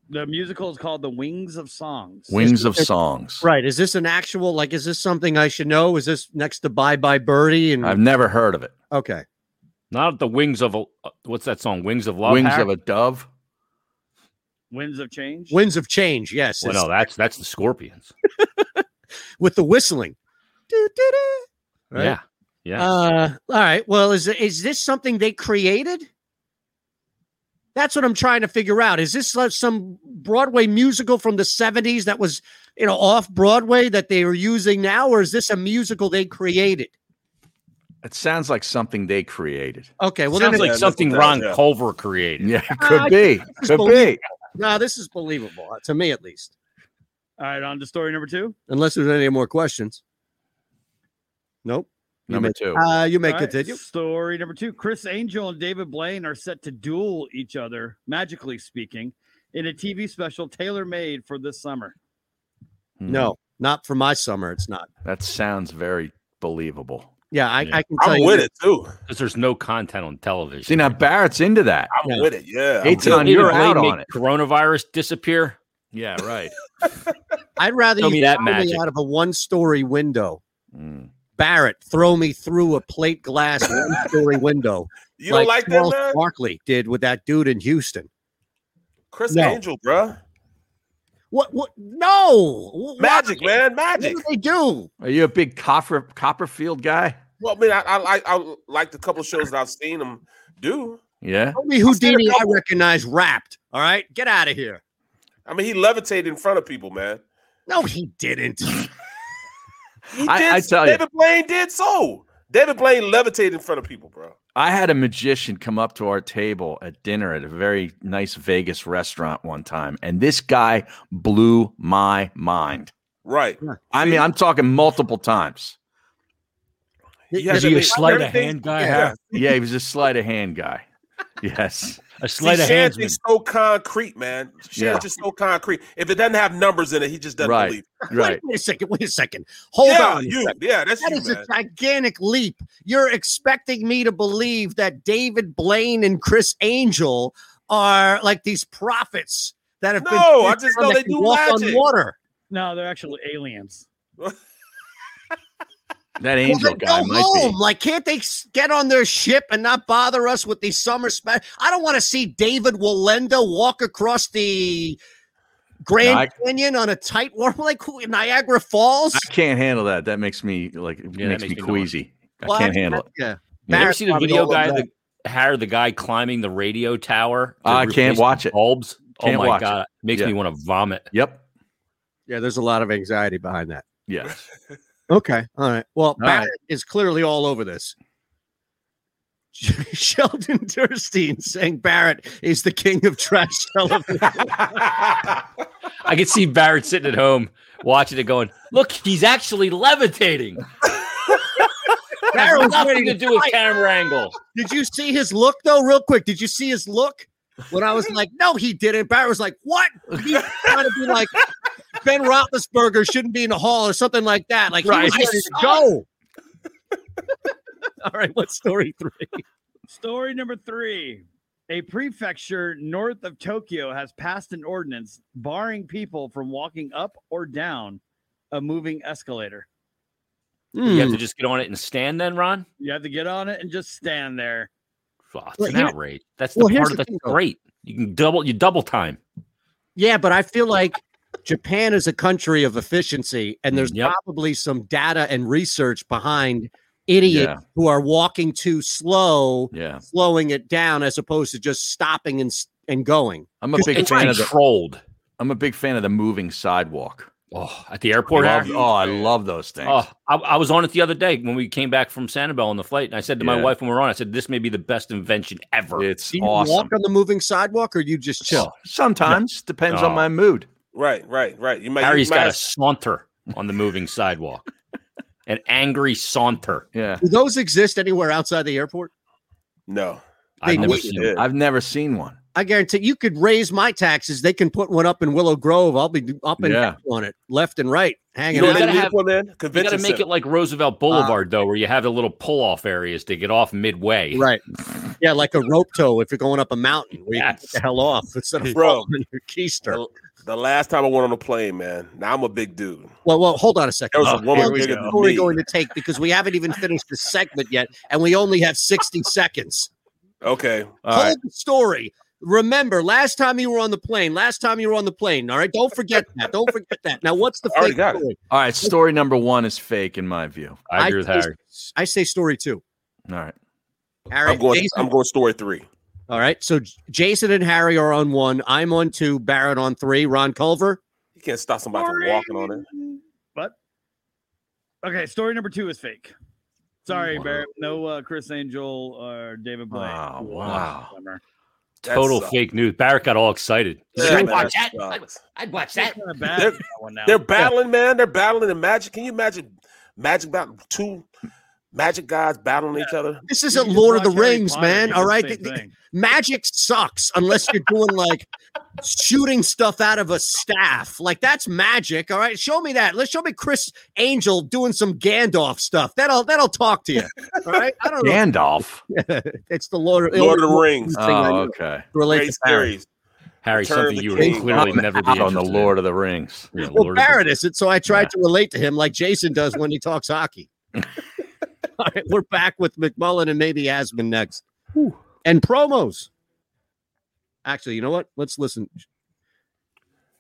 The musical is called "The Wings of Songs." Wings of songs. Right? Is this an actual? Like, is this something I should know? Is this next to Bye Bye Birdie? And I've never heard of it. okay. Not the wings of a what's that song? Wings of love. Wings Harry? of a dove. Winds of Change. Winds of Change. Yes. Well, it's- no, that's that's the Scorpions. with the whistling. Do-do-do. Right? Yeah, yeah. Uh, all right. Well, is is this something they created? That's what I'm trying to figure out. Is this like some Broadway musical from the 70s that was, you know, off Broadway that they are using now, or is this a musical they created? It sounds like something they created. Okay. Well, Sounds then like it- something Ron Culver created. Yeah, it I- could be. this is Could be. believable. No, this is believable uh, to me at least. All right, on to story number two. Unless there's any more questions. Nope. You Number may- two. Uh, you may All right, continue. Story number two Chris Angel and David Blaine are set to duel each other, magically speaking, in a TV special tailor made for this summer. Hmm. No, not for my summer. It's not. That sounds very believable. Yeah, I, I can. tell you too. Because there's no content on television. See now Barrett's into that. I'm with it. Yeah. Hey, I'm Tom, with it. you're Blame out on make it. Coronavirus disappear. Yeah, right. I'd rather Show you me that throw me magic. out of a one-story window. Mm. Barrett, throw me through a plate glass one-story window. You don't like that, Charles man? Barkley did with that dude in Houston. Chris No. Angel, bruh. What? What? No. Wh- Magic, man. Magic. What do they do? Are you a big Copper, Copperfield guy? Well, I mean, I, I like I like the couple shows that I've seen him do. Yeah. Tell me Houdini I recognize rapped. All right, get out of here. I mean, he levitated in front of people, man. No, he didn't. He I- did, I tell you. David Blaine did so. David Blaine levitated in front of people, bro. I had a magician come up to our table at dinner at a very nice Vegas restaurant one time, and this guy blew my mind. Right. I mean, I'm talking multiple times. Yeah, Is I he a mean, sleight of everything- hand guy? Yeah. Hal? yeah, he was a sleight of hand guy. Yes. A Sleight See, Shaz is so concrete, man. Shaz Yeah. just so concrete. If it doesn't have numbers in it, he just doesn't Right, believe. It. right. Wait a second. Wait a second. Hold Yeah, on. a you. second. Yeah, that's That you, is man. a gigantic leap. You're expecting me to believe that David Blaine and Chris Angel are like these prophets that have been No, I just know that they can do walk on magic. water. No, they're actually aliens. That Well, angel then guy go might home. be. Like, can't they s- get on their ship and not bother us with these summer special? I don't want to see David Walenda walk across the Grand No, I- Canyon on a tight warm like who- Niagara Falls. I can't handle that. That makes me like it Yeah, that makes makes, me me nervous. queasy. Well, I can't I- handle it. Yeah. You ever see the Barrett's video probably guy all that hired the guy climbing the radio tower? to I can't replace watch it. Bulbs. Can't oh my watch god, it. makes me Yeah. want to vomit. Yep. Yeah, there's a lot of anxiety behind that. Yes. Okay. All right. Well, right. Barrett is clearly all over this. Sheldon Durstein saying Barrett is the king of trash television. I could see Barrett sitting at home watching it, going, "Look, he's actually levitating." Barrett was nothing ready to to do with fight. camera angle. Did you see his look though, real quick? Did you see his look when I was like, "No, he didn't." Barrett was like, "What?" He was trying to be like Ben Roethlisberger shouldn't be in the hall or something like that. Like, Right. he was I ready to saw go. All right, what's story three? Story number three. A prefecture north of Tokyo has passed an ordinance barring people from walking up or down a moving escalator. You Hmm. have to just get on it and stand, then Ron. You have to get on it and just stand there. Oh, it's Well, an here- outrage. That's well, the here's part of the that's thing, though. great. You can double. You double time. Yeah, but I feel like Japan is a country of efficiency, and there's probably some data and research behind idiots Yeah. who are walking too slow, Yeah. slowing it down as opposed to just stopping and s- and going. I'm a big It's fan of the controlled. I'm a big fan of the moving sidewalk. Oh, at the airport, Love- Harry? oh, I love those things. Oh, I, I was on it the other day when we came back from Sanibel on the flight, and I said to my Yeah. wife when we were on, I said, "This may be the best invention ever." It's Do you walk on the moving sidewalk, or you just chill? Oh, Sometimes depends on No. my mood. Right, right, right. You might. Harry's you might got a have- saunter on the moving sidewalk, an angry saunter. Yeah, Do those exist anywhere outside the airport? No, They I've never need seen it. it. I've never seen one. I guarantee you could raise my taxes. They can put one up in Willow Grove. I'll be up and Yeah. down on it, left and right, hanging. You know, out. they gotta have- one in? You got to Convention make center. it like Roosevelt Boulevard, though, where you have the little pull-off areas to get off midway. Right. Yeah, like a rope tow if you're going up a mountain where you can get the hell off instead of Bro. falling in your keister. The last time I went on a plane, man. Now I'm a big dude. Well, well, oh, hold on a second. There was a How woman long is bigger the than story me. going to take because we haven't even finished the segment yet, and we only have 60 seconds. Okay. Hold the story. Remember, last time you were on the plane, last time you were on the plane. All right, don't forget that. Don't forget that. Now, what's the fake story? All right, story number one is fake in my view. I agree with I- Harry. I say story two. All right. All right, I'm going. Jason. I'm going story three. All right, so J- Jason and Harry are on one. I'm on two. Barrett on three. Ron Culver. You can't stop somebody from walking on it. But okay, story number two is fake. Sorry, Barrett. No uh, Chris Angel or David Blaine. Wow, Ooh, Ah, wow. bummer. Total That sucks. fake news. Barrett got all excited. He's like, Yeah, "I'd man, watch that that. I'd, sucks. I'd watch that. bad They're, that one now. they're Yeah. battling, man. They're battling in magic. Can you imagine magic battle two magic guys battling each other? This isn't Lord of the Rings, man. All right, Th- th- magic sucks unless you're doing like shooting stuff out of a staff. Like that's magic. All right, show me that. Let's show me Chris Angel doing some Gandalf stuff. That'll that'll talk to you. All right, I don't know. Gandalf. it's the Lord, Lord of the Rings. thing I Oh, knew. okay. Relate to Barrett. Harry, Return of something the you would King. clearly I'm never be out on the interested in. Lord of the Rings. Yeah, Well, Lord of the- Barrett is it, so I tried to relate to him like Jason does when he talks hockey. All right, we're back with McMullen and maybe Asman next. And promos. Actually, you know what? Let's listen.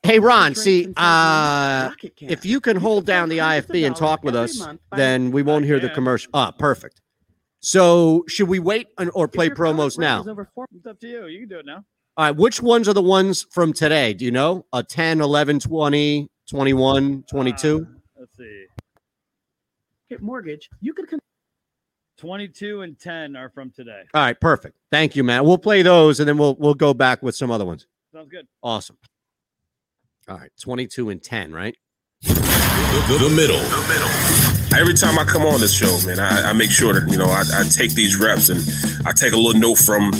Hey, Ron, see, uh, if you can hold down the IFB and talk with us, then we won't hear the commercial. Ah, perfect. So, should we wait and- or play promos now? It's up to you. You can do it now. All right, which ones are the ones from today? Do you know? A 10, 11, 20, 21, 22? Let's see. Get mortgage. You could. Con- 22 and 10 are from today. All right, perfect. Thank you, man. We'll play those and then we'll we'll go back with some other ones. Sounds good. Awesome. All right, 22 and 10, right? The, middle. Every time I come on this show, man, I, I make sure that you know I, I take these reps and I take a little note from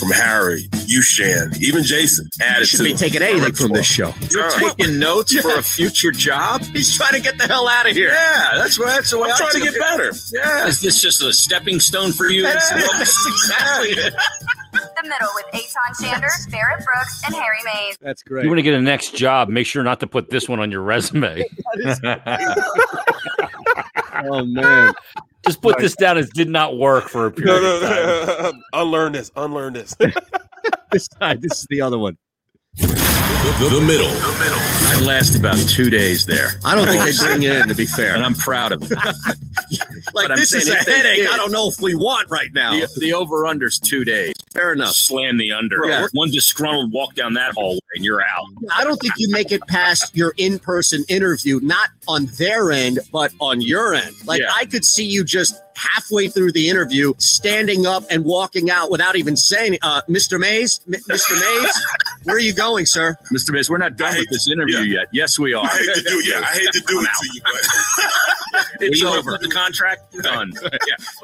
from Harry, you, Shan, even Jason. Add it should to be taking anything from this show. You're taking notes for a future job? He's trying to get the hell out of here. Yeah, that's what. That's the way I'm trying to took get it. better. Yeah. Is this just a stepping stone for you? That's exactly it. The middle with Aton Shander, Barrett Brooks, and Harry Mays. That's If great. you want to get a next job, make sure not to put this one on your resume. oh man. Just put this down as did not work for a No, period no, of time. no. Unlearn this. Unlearn this. this time, this is the other one. The, middle. I last about two days there. I don't think they bring you in, to be fair. And I'm proud of it. Like But I'm this is a saying if they headache. did- I don't know if we want right now. The, the over under's two days. Fair enough. Slam the under. Yeah. One disgruntled walk down that hallway and you're out. I don't think you make it past your in-person interview, not on their end, but on your end. Like Yeah. I could see you just halfway through the interview, standing up and walking out without even saying, uh, "Mr. Mays, M- Mr. Mays, where are you going, sir?" Mr. Biz, we're not done with this interview yet. Yes, we are. I hate to do- yeah, I hate to do it to you, but it's over. The contract done.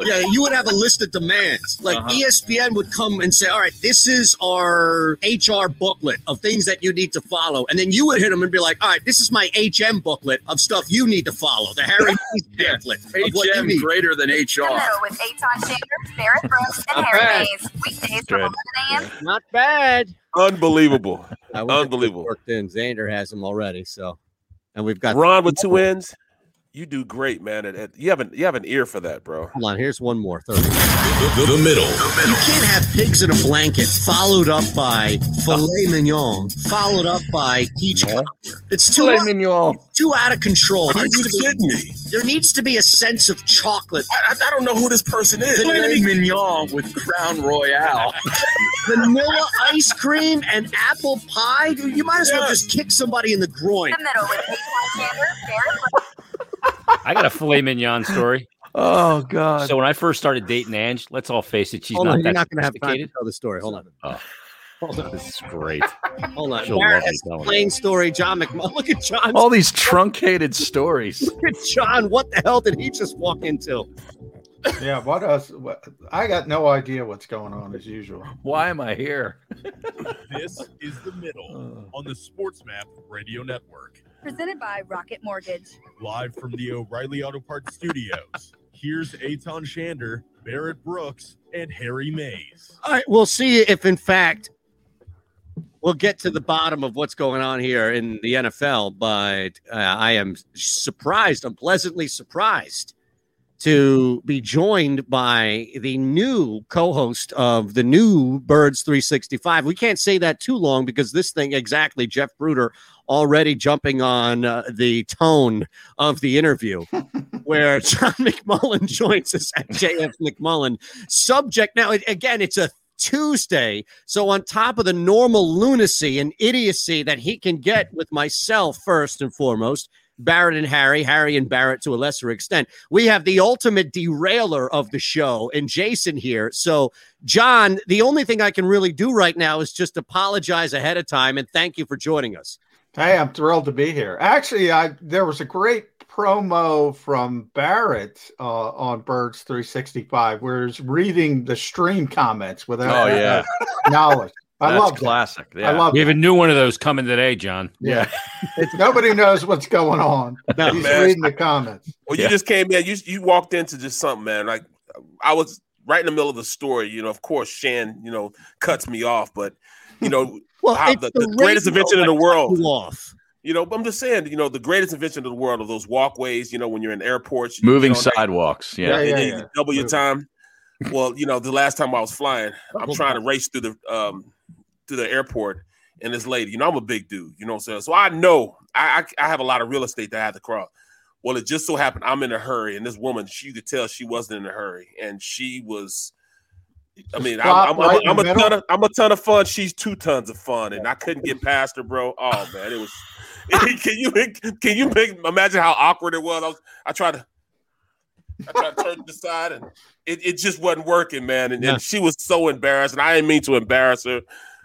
Yeah, you would have a list of demands. Like E Uh-huh. ESPN would come and say, "All right, this is our HR booklet of things that you need to follow," and then you would hit them and be like, "All right, this is my HM booklet of stuff you need to follow." The Harry Mays pamphlet. of what you HM need." greater than The HR. middle with Aton Shander, Barrett Brooks, and All Harry right. Mays. Weekdays from 11 Good. a.m. Not bad. Unbelievable. Unbelievable. Worked in. Xander has him already. So, and we've got Ron with two ends. You do great, man. At- at- You have an you have an ear for that, bro. Hold on. Here's one more. Third. The middle. You can't have pigs in a blanket followed up by filet mignon, followed up by peach cobbler. It's too out, too out of control. Are you There needs to be- kidding me? There needs to be a sense of chocolate. I, I don't know who this person is. Filet mignon with Crown Royale. Vanilla ice cream and apple pie. Dude, you might as well Yeah. just kick somebody in the groin. The middle with Aton Shander, Barrett Brooks. I got a filet mignon story. Oh God! So when I first started dating Ange, let's all face it, she's Hold not on, that you're not going to have time to sophisticated. Oh. tell the story. Hold on. Hold on. This is great. Hold on. She'll Barrett love has me telling plain story. John McMullen. Look at John. All these truncated stories. Look at John. What the hell did he just walk into? yeah, what us? What, I got no idea what's going on as usual. Why am I here? This is the middle on the Sports Map Radio Network. Presented by Rocket Mortgage. Live from the O'Reilly Auto Parts Studios, here's Aton Shander, Barrett Brooks, and Harry Mays. All right, we'll see if, in fact, we'll get to the bottom of what's going on here in the NFL. But uh, I am surprised, I'm pleasantly surprised to be joined by the new co host of the new Birds 365. We can't say that too long because this thing, exactly, Jeff Bruder already jumping on uh, the tone of the interview where John McMullen joins us at JF McMullen. Subject now, it- again, it's a Tuesday. So, on top of the normal lunacy and idiocy that he can get with myself, first and foremost, Barrett and Harry, Harry and Barrett to a lesser extent, we have the ultimate derailer of the show and Jason here. So, John, the only thing I can really do right now is just apologize ahead of time and thank you for joining us. Hey, I'm thrilled to be here. Actually, I there was a great promo from Barrett uh, on Birds 365, where he's reading the stream comments without Oh, yeah. knowledge. I love that. I love we have a new one of those coming today, John. Yeah. Nobody knows what's going on. No. He's Man. reading the comments. Well, you just came in. You you walked into just something, man. Like I was right in the middle of the story. You know, of course, Shan, you know, cuts me off, but you know, Well, how- it's the, the the greatest radio invention in the that world. cut you off. You know, but I'm just saying, you know, the greatest invention in the world of those walkways. You know, when you're in airports, you Moving get on that- sidewalks. Yeah. and then you double your time. Well, you know, the last time I was flying, I'm trying to race through the um through the airport, and this lady, you know, I'm a big dude, you know what I'm saying? So I know I I, I have a lot of real estate that I have to cross. Well, it just so happened I'm in a hurry, and this woman, she could tell she wasn't in a hurry, and she was. I mean, I'm, Stop I'm, right I'm, in the a middle? ton of I'm a ton of fun. She's two tons of fun, and I couldn't get past her, bro. Oh man, it was. can you can you make, imagine how awkward it was? I was I tried to I tried to turn to the side, and it, it just wasn't working, man. And, and she was so embarrassed, and I didn't mean to embarrass her,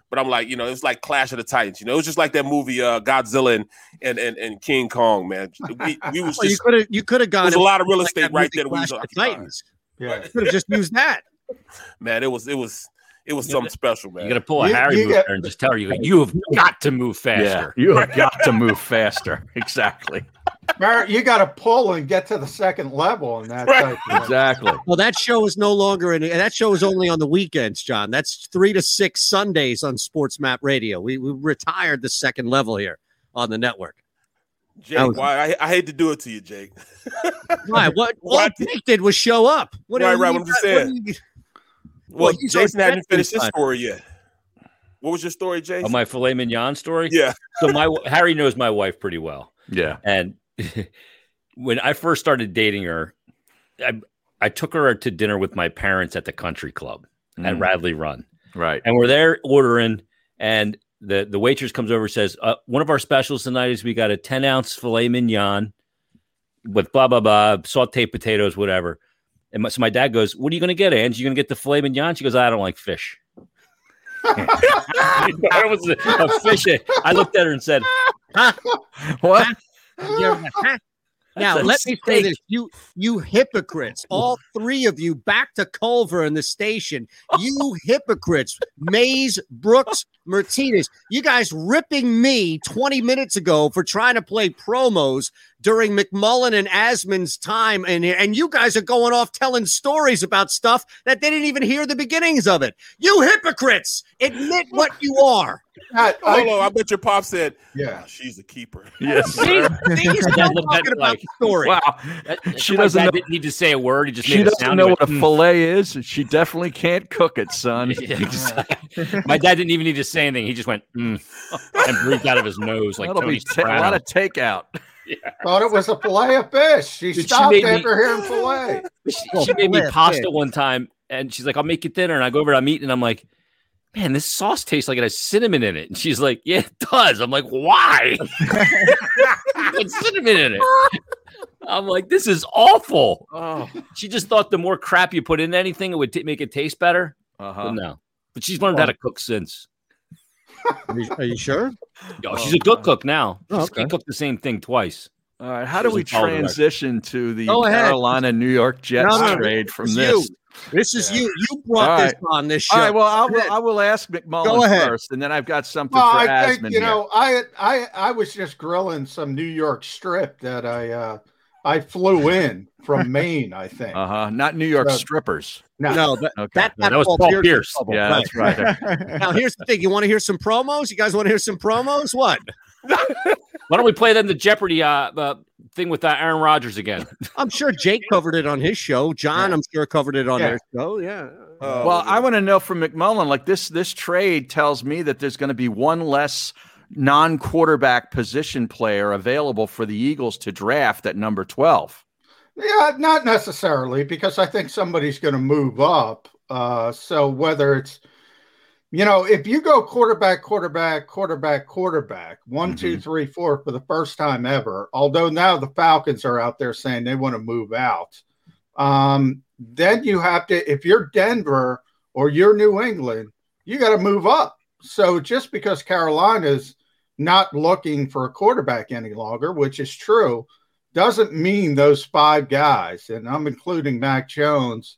But I'm like, you know, it's like Clash of the Titans. You know, it was just like that movie uh, Godzilla and, and and and King Kong, man. Oh We, we was Well, you just could have you could have gone. There's a and- lot of real like estate that right movie there that we Clash was of the occupying. Titans. Yeah, could have just used that. man, it was it was it was something special, man. You got to pull a Harry move there and just tell her you you have got to move faster. Yeah, you have got to move faster. Exactly. Barrett, you got to pull and get to the second level, and that's Exactly. Well, that show is no longer in. That show is only on the weekends, John. That's three to six Sundays on Sports Map Radio. We, we retired the second level here on the network. Jake, That was- why I, I hate to do it to you, Jake. Why? What? All Jake did was show up. What do right, you right. mean What I'm just by- what do saying. you- Well, Well, he's Jason already hadn't finished his dead. story yet. What was your story, Jason? Oh, my filet mignon story. Yeah. so my Harry knows my wife pretty well. Yeah. And when I first started dating her, I I took her to dinner with my parents at the country club at Mm. Radley Run. Right. And we're there ordering, and the the waitress comes over and says, uh, "One of our specials tonight is we got a ten ounce filet mignon with blah blah blah, sauteed potatoes, whatever." And my, so my dad goes, "What are you going to get, Ange? You going to get the filet mignon?" She goes, "I don't like fish." I was a, a fish. I looked at her and said, "What?" Now That's a let me say steak. this: you, you hypocrites, Oh. all three of you, back to Culver in the station. You hypocrites, Mays, Brooks, Martinez. You guys ripping me twenty minutes ago for trying to play promos during McMullen and Asman's time in here, and you guys are going off telling stories about stuff that they didn't even hear the beginnings of it. You hypocrites, admit what you are. Hold on, I bet your pop said, "Yeah, Ah, she's a keeper." Yes, See? sir. See? He's still That- that- talking about like- the story. Wow. That- that's She why doesn't Dad know- didn't need to say a word. He just She made a doesn't sound. know and what a went, "Mm." fillet is. and She definitely can't cook it, son. Yeah, exactly. My dad didn't even need to say anything. He just went mm, and breathed out of his nose like That'll Tony be ta- a Soprano. lot of takeout. Thought it was a fillet of fish. She Dude, she stopped made me- after hearing fillet. she made me pasta one time, and she's like, "I'll make you dinner." And I go over to eat, and I'm like, "Man, this sauce tastes like it has cinnamon in it." And she's like, "Yeah, it does." I'm like, "Why? It's cinnamon in it?" I'm like, "This is awful." Oh. She just thought the more crap you put in anything, it would t- make it taste better. Uh-huh. But no, but she's learned how to cook since. Are you, are you sure? Yo, she's a good cook now. Oh, She can't cook the same thing twice. All right. How do She's we a child director. transition to the Go ahead. Carolina New York Jets No, no, no. trade from It's this? you. This is you. You brought All this right. on this show. All right. Well, I will, I will ask McMullen Go ahead. first, and then I've got something Well, for I Asman. think you know, I I I was just grilling some New York strip that I uh I flew in from Maine. I think. Uh huh. Not New York So- strippers. No. No, that- that- No, that that was Paul Paul Pierce Pierce. trouble. Yeah, Right. that's right. now here's the thing. You want to hear some promos? You guys want to hear some promos? What? Why don't we play them the Jeopardy uh, uh, thing with uh, Aaron Rodgers again? I'm sure Jake covered it on his show. John, I'm sure covered it on Yeah. their show. Yeah. well, I want to know from McMullen. Like this, this trade tells me that there's going to be one less non-quarterback position player available for the Eagles to draft at number twelve. Yeah, not necessarily because I think somebody's going to move up. Uh, so whether it's, you know, if you go quarterback, quarterback, quarterback, quarterback, one, two, three, four for the first time ever, although now the Falcons are out there saying they want to move out, um, then you have to, if you're Denver or you're New England, you got to move up. So just because Carolina's not looking for a quarterback any longer, which is true, doesn't mean those five guys, and I'm including Mac Jones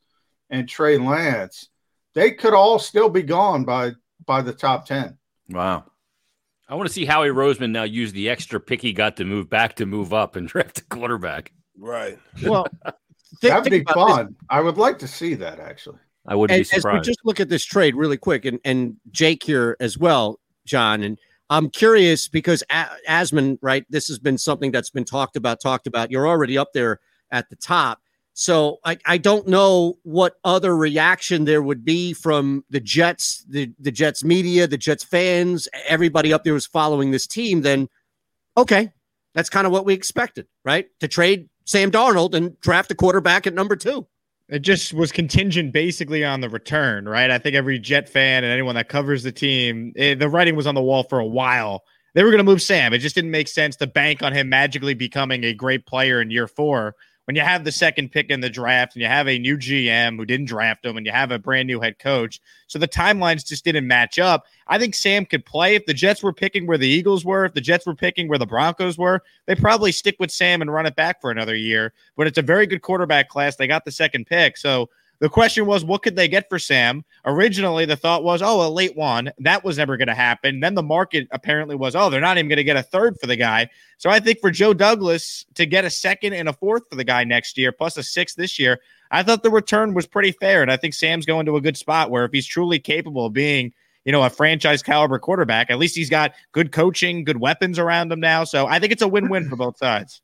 and Trey Lance, they could all still be gone by by the top ten. Wow. I want to see Howie Roseman now use the extra pick he got to move back to move up and draft a quarterback. Right. Well, that'd be think about this. fun. I would like to see that actually. I wouldn't And be as we surprised. just look at this trade really quick, and and Jake here as well, John, and I'm curious because A- Asman, right? This has been something that's been talked about, talked about. You're already up there at the top, so I I don't know what other reaction there would be from the Jets, the the Jets media, the Jets fans, everybody up there was following this team. Then, okay, that's kind of what we expected, right? To trade Sam Darnold and draft a quarterback at number two. It just was contingent basically on the return, right? I think every Jet fan and anyone that covers the team, eh, the writing was on the wall for a while. They were going to move Sam. It just didn't make sense to bank on him magically becoming a great player in year four when you have the second pick in the draft and you have a new GM who didn't draft him and you have a brand new head coach. So the timelines just didn't match up. I think Sam could play if the Jets were picking where the Eagles were, if the Jets were picking where the Broncos were, they probably stick with Sam and run it back for another year. But it's a very good quarterback class. They got the second pick. So the question was, what could they get for Sam? Originally, the thought was, oh, a late one. That was never going to happen. Then the market apparently was, oh, they're not even going to get a third for the guy. So I think for Joe Douglas to get a second and a fourth for the guy next year, plus a sixth this year, I thought the return was pretty fair. And I think Sam's going to a good spot where if he's truly capable of being, you know, a franchise caliber quarterback, at least he's got good coaching, good weapons around him now. So I think it's a win win for both sides.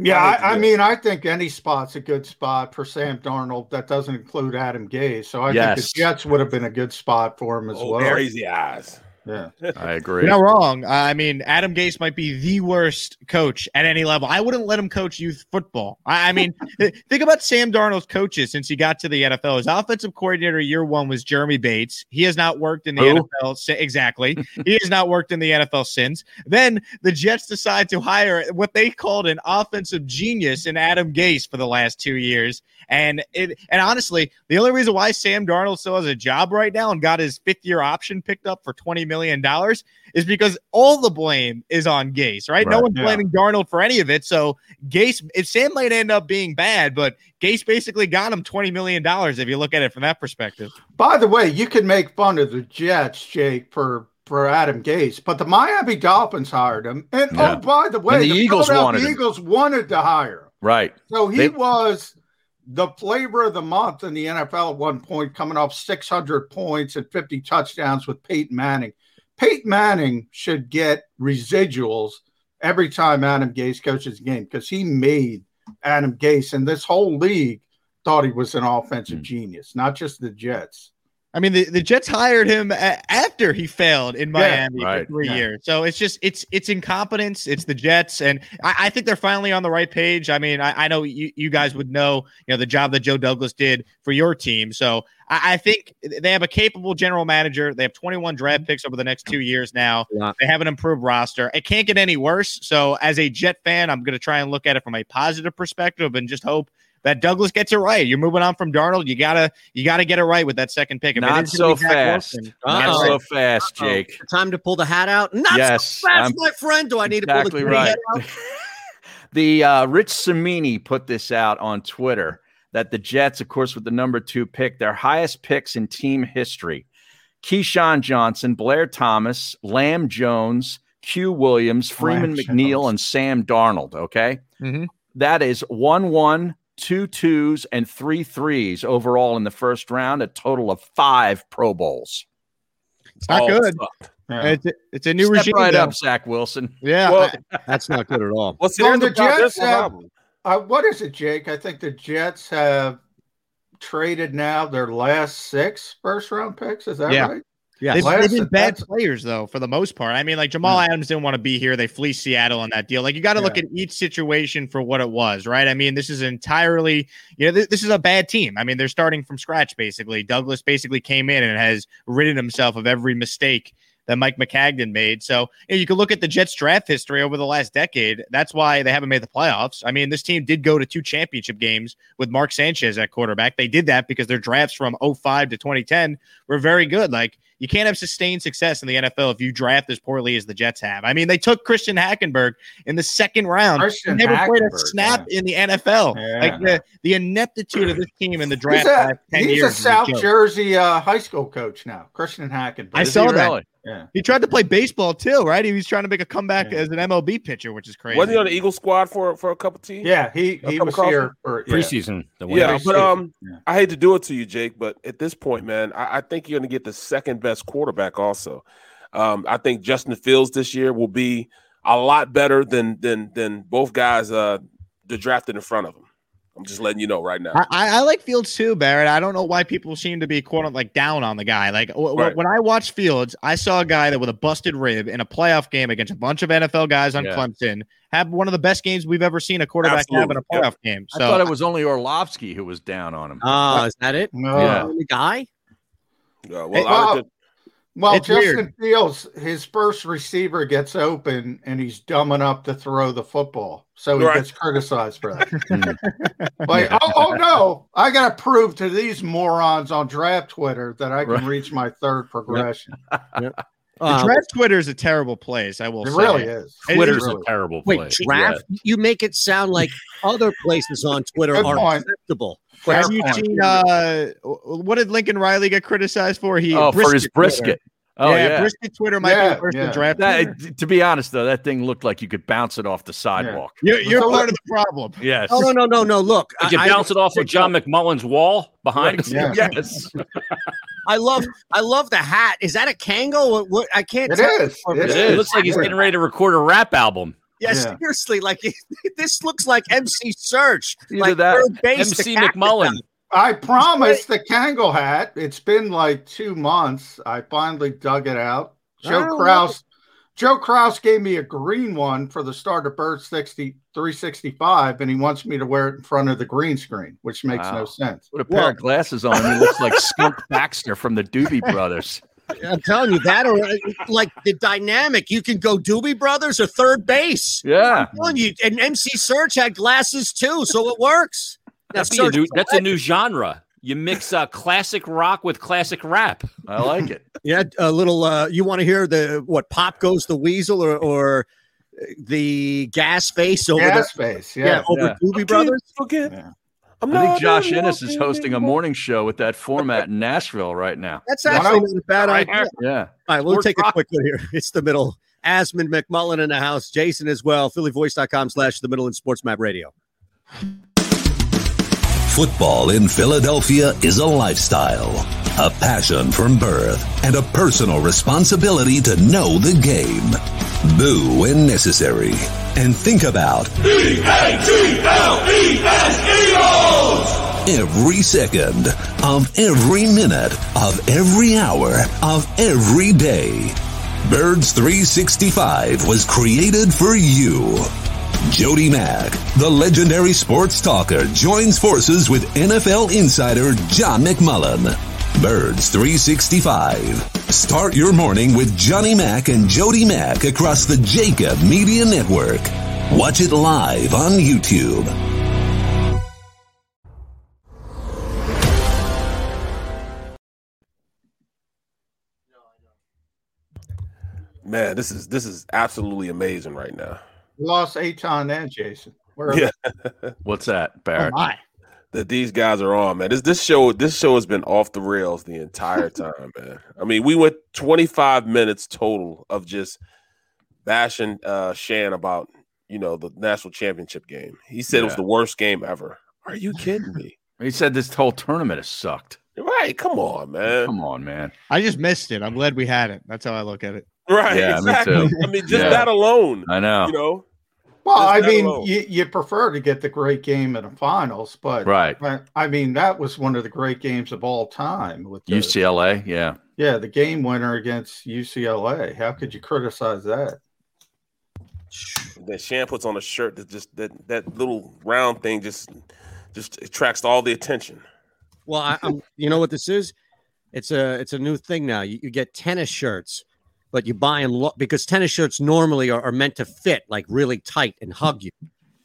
Yeah, I think I, I it is. mean, I think any spot's a good spot for Sam Darnold. That doesn't include Adam Gay. So I Yes. think the Jets would have been a good spot for him as Oh, well. crazy eyes. Yeah. I You're agree. not wrong. Uh, I mean, Adam Gase might be the worst coach at any level. I wouldn't let him coach youth football. I, I mean, th- think about Sam Darnold's coaches since he got to the NFL. His offensive coordinator year one was Jeremy Bates. He has not worked in the Who? NFL. si- Exactly. he has not worked in the NFL since. Then the Jets decide to hire what they called an offensive genius in Adam Gase for the last two years. And it, and honestly, the only reason why Sam Darnold still has a job right now and got his fifth year option picked up for twenty million dollars is because all the blame is on Gase, right? No Right, one's yeah. blaming Darnold for any of it. So Gase, if Sam might end up being bad, but Gase basically got him twenty million dollars if you look at it from that perspective. By the way, you can make fun of the Jets, Jake, for for Adam Gase, but the Miami Dolphins hired him, and Yeah. oh, by the way, And the Eagles Philadelphia wanted him. Eagles wanted to hire him, Right. so he They- was the flavor of the month in the NFL at one point, coming off 600 points and 50 touchdowns with Peyton Manning. Peyton Manning should get residuals every time Adam Gase coaches a game because he made Adam Gase, and this whole league thought he was an offensive genius, not just the Jets. I mean, the, the Jets hired him a- after he failed in Yeah. Miami Right. for three Yeah. years. So it's just it's it's incompetence. It's the Jets, and I, I think they're finally on the right page. I mean, I, I know you, you guys would know you know the job that Joe Douglas did for your team. So I, I think they have a capable general manager. They have 21 draft picks over the next two years now. They have an improved roster. It can't get any worse. So as a Jet fan, I'm going to try and look at it from a positive perspective and just hope. That Douglas gets it right. You're moving on from Darnold. You gotta, you gotta get it right with that second pick. If it Not is gonna so be Zach fast. Wilson- Not Uh-oh. so fast, Uh-oh. Jake. Time to pull the hat out. Not Yes, so fast, I'm- my friend. Do I need exactly to pull the right. hat out? The uh, Rich Samini put this out on Twitter that the Jets, of course, with the number two pick, their highest picks in team history: Keyshawn Johnson, Blair Thomas, Lamb Jones, Q Williams, Freeman Lamb McNeil, and Sam Darnold. Okay, Mm-hmm. That is one one, two twos, and three threes overall in the first round. A total of five Pro Bowls. It's not good. Oh, It's, it's a new Step regime. Right though. up, Zach Wilson. Yeah. Well, that's not good at all. Well, the Jets have, uh, what is it, Jake? I think the Jets have traded now their last six first round picks. Is that yeah. right? Yeah, Last- they've, they've been bad that's- players though, for the most part. I mean, like Jamal Adams didn't want to be here. They flee Seattle on that deal. Like you got to look at each situation for what it was, right? I mean, this is entirely, you know, th- this is a bad team. I mean, they're starting from scratch basically. Douglas basically came in and has ridden himself of every mistake that Mike McCagden made. So you, know, you can look at the Jets draft history over the last decade. That's why they haven't made the playoffs. I mean, this team did go to two championship games with Mark Sanchez at quarterback. They did that because their drafts from 05 to 2010 were very good. Like you can't have sustained success in the NFL if you draft as poorly as the Jets have. I mean, they took Christian Hackenberg in the second round. Christian He never played a Hackenberg, snap in the NFL. Yeah. Like the, the ineptitude of this team in the draft He's a, last 10 he's years. a is South joke. Jersey uh, high school coach now, Christian Hackenberg. I saw that. Yeah. He tried to play baseball too, right? He was trying to make a comeback as an MLB pitcher, which is crazy. Wasn't he on the Eagle squad for for a cup of tea? Yeah, he- A he cup was of coffee? here for- yeah. Preseason, the one yeah, preseason. but um, I hate to do it to you, Jake, but at this point, man, I, I think you're going to get the second best quarterback. Also, um, I think Justin Fields this year will be a lot better than than than both guys uh the drafted in front of him. I'm just letting you know right now. I, I I like Fields too, Barrett. I don't know why people seem to be quote unquote like down on the guy. Like w- w- Right. when I watched Fields, I saw a guy that with a busted rib in a playoff game against a bunch of NFL guys on Yeah. Clemson have one of the best games we've ever seen a quarterback have in a playoff Yep. game. I thought So it was only Orlovsky who was down on him. Ah, is that it? Yeah. The guy? Yeah, Hey, well, I Bob, would Well, It's Justin weird. Fields, his first receiver gets open and he's dumb enough to throw the football. So he Right. gets criticized for that. like, oh, oh no, I got to prove to these morons on draft Twitter that I can Right. reach my third progression. The Um, draft Twitter is a terrible place. I will It say really is. It Twitter's really- a terrible Wait, draft? You make it sound like other places on Twitter Good are point. acceptable. Have Fair you point. seen, uh, what did Lincoln Riley get criticized for? He Oh, for his Twitter. brisket. Oh, yeah. brisket Twitter might be worse than draft. That- Twitter. t- to be honest, though, that thing looked like you could bounce it off the sidewalk. You're, you're part of the problem. Yes. Oh, no, no, no, no. Look, Did you bounce it off of John McMullen's wall behind? Yeah. Yes. I love, I love the hat. Is that a Kango? What, what- I can't. It tell. is. It is. It looks like he's getting ready to record a rap album. Yeah, seriously, like this looks like MC Search, Either like that- third base to MC Cactus McMullen. Guy. I promise the Kangle hat. It's been like two months. I finally dug it out. I Joe don't Kraus. Joe Kraus gave me a green one for the start of Bird 60, 365, and he wants me to wear it in front of the green screen, which makes Wow. no sense. Put a pair of glasses on him. He looks like Skunk Baxter from the Doobie Brothers. I'm telling you that, or like the dynamic, you can go Doobie Brothers or third base. Yeah. I'm telling you, and MC Search had glasses too, so it works. Now, That'd be a Search new, is that's a legend. new genre. You mix uh, classic rock with classic rap. I like it. Yeah, a little. Uh, you want to hear the what? Pop goes the weasel, or or the gas face over Gas the, face, yeah. over Yeah. Doobie Brothers. I think Josh Innes is hosting a morning show with that format in Nashville right now. That's actually not a bad Right idea. there. Yeah. All right, we'll Sports take a rock. quick one here. It's the middle. Asmund McMullen in the house. Jason as well. PhillyVoice.com slash the middle and sports map radio. Football in Philadelphia is a lifestyle, a passion from birth, and a personal responsibility to know the game. Boo when necessary. And think about E every second of every minute of every hour of every day. Birds 365 was created for you. Jody Mack, the legendary sports talker, joins forces with NFL insider John McMullen. Birds 365. Start your morning with Johnny Mack and Jody Mack across the Jacob Media Network. Watch it live on YouTube. Man, this is this is absolutely amazing right now. We lost Aton and Jason. Where Yeah. What's Oh, that, Barrett? my. That these guys are on, man. This this show this show has been off the rails the entire time, man. I mean, we went 25 minutes total of just bashing uh Shan about, you know, the national championship game. He said it was Yeah. the worst game ever. Are you kidding me? He said this whole tournament has sucked. Right. Come on, man. Come on, man. I just missed it. I'm glad we had it. That's how I look at it. Right. Yeah, me exactly. too. I mean, just Yeah. that alone. I know. You know, Well, Just I that mean, alone. you, you prefer to get the great game in the finals, but Right. but, I mean, that was one of the great games of all time with the, UCLA. Yeah. yeah, the game winner against UCLA. How could you criticize that? that Shan puts on a shirt that just that that little round thing just just attracts all the attention. Well, I, I'm, you know what this is? It's a it's a new thing now. You, you get tennis shirts, but you buy them lo- because tennis shirts normally are, are meant to fit like really tight and hug you.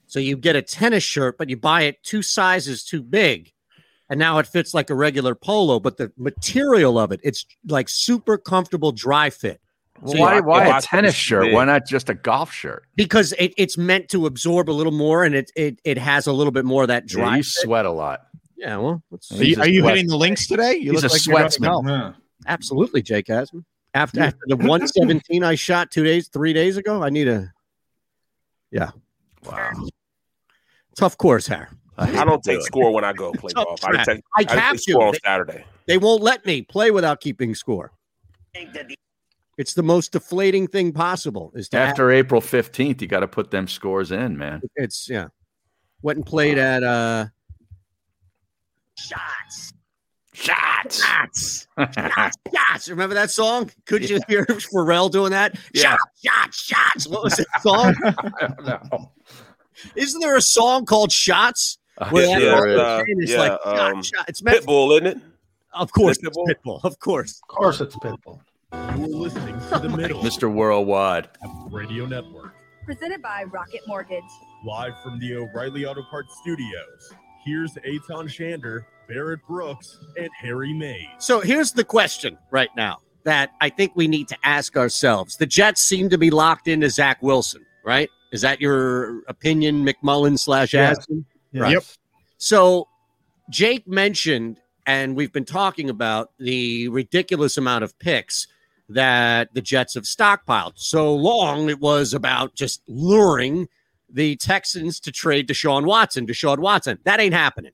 So you get a tennis shirt, but you buy it two sizes too big, and now it fits like a regular polo. But the material of it, it's like super comfortable dry fit. So you- why why a tennis shirt? Why not just a golf shirt? Because it, it's meant to absorb a little more, and it it, it has a little bit more of that Yeah, dry. you fit. sweat a lot. Yeah, well, let's- Are you- are you hitting the links today? You He's look a like you're not- sweatsman. No. Absolutely, Jake Asman. After, after the 117 I shot two days, three days ago, I need a yeah. Wow. Tough course, Harry. I don't take score when I go play Tough golf. I track. take, I I take have to. score on They- Saturday. They won't let me play without keeping score. It's the most deflating thing possible. Is to After April 15th, you got to put them scores in, man. it's yeah. Went and played at uh shots. Shots. Shots. Shots. Remember that song? Could you hear Pharrell doing that? Yeah. Shots, shots, shots. What was that song? I don't know. Isn't there a song called Shots? Uh, Where that yeah, there all is. the chain is Yeah, like um, shot, shot. It's meant Pitbull, isn't it? Of course, Pitbull? it's Pitbull. Oh Of course, Of course, it's Pitbull. You're listening to the middle Mr. Worldwide. radio network. Presented by Rocket Mortgage. Live from the O'Reilly Auto Parts Studios. Here's Aton Shander, Barrett Brooks, and Harry Mays. So here's the question right now that I think we need to ask ourselves. The Jets seem to be locked into Zach Wilson, right? Is that your opinion, McMullen slash Yes. Aston? Yes. Yep. So Jake mentioned, and we've been talking about the ridiculous amount of picks that the Jets have stockpiled. So long it was about just luring the Texans to trade Deshaun Watson. Deshaun Watson. That ain't happening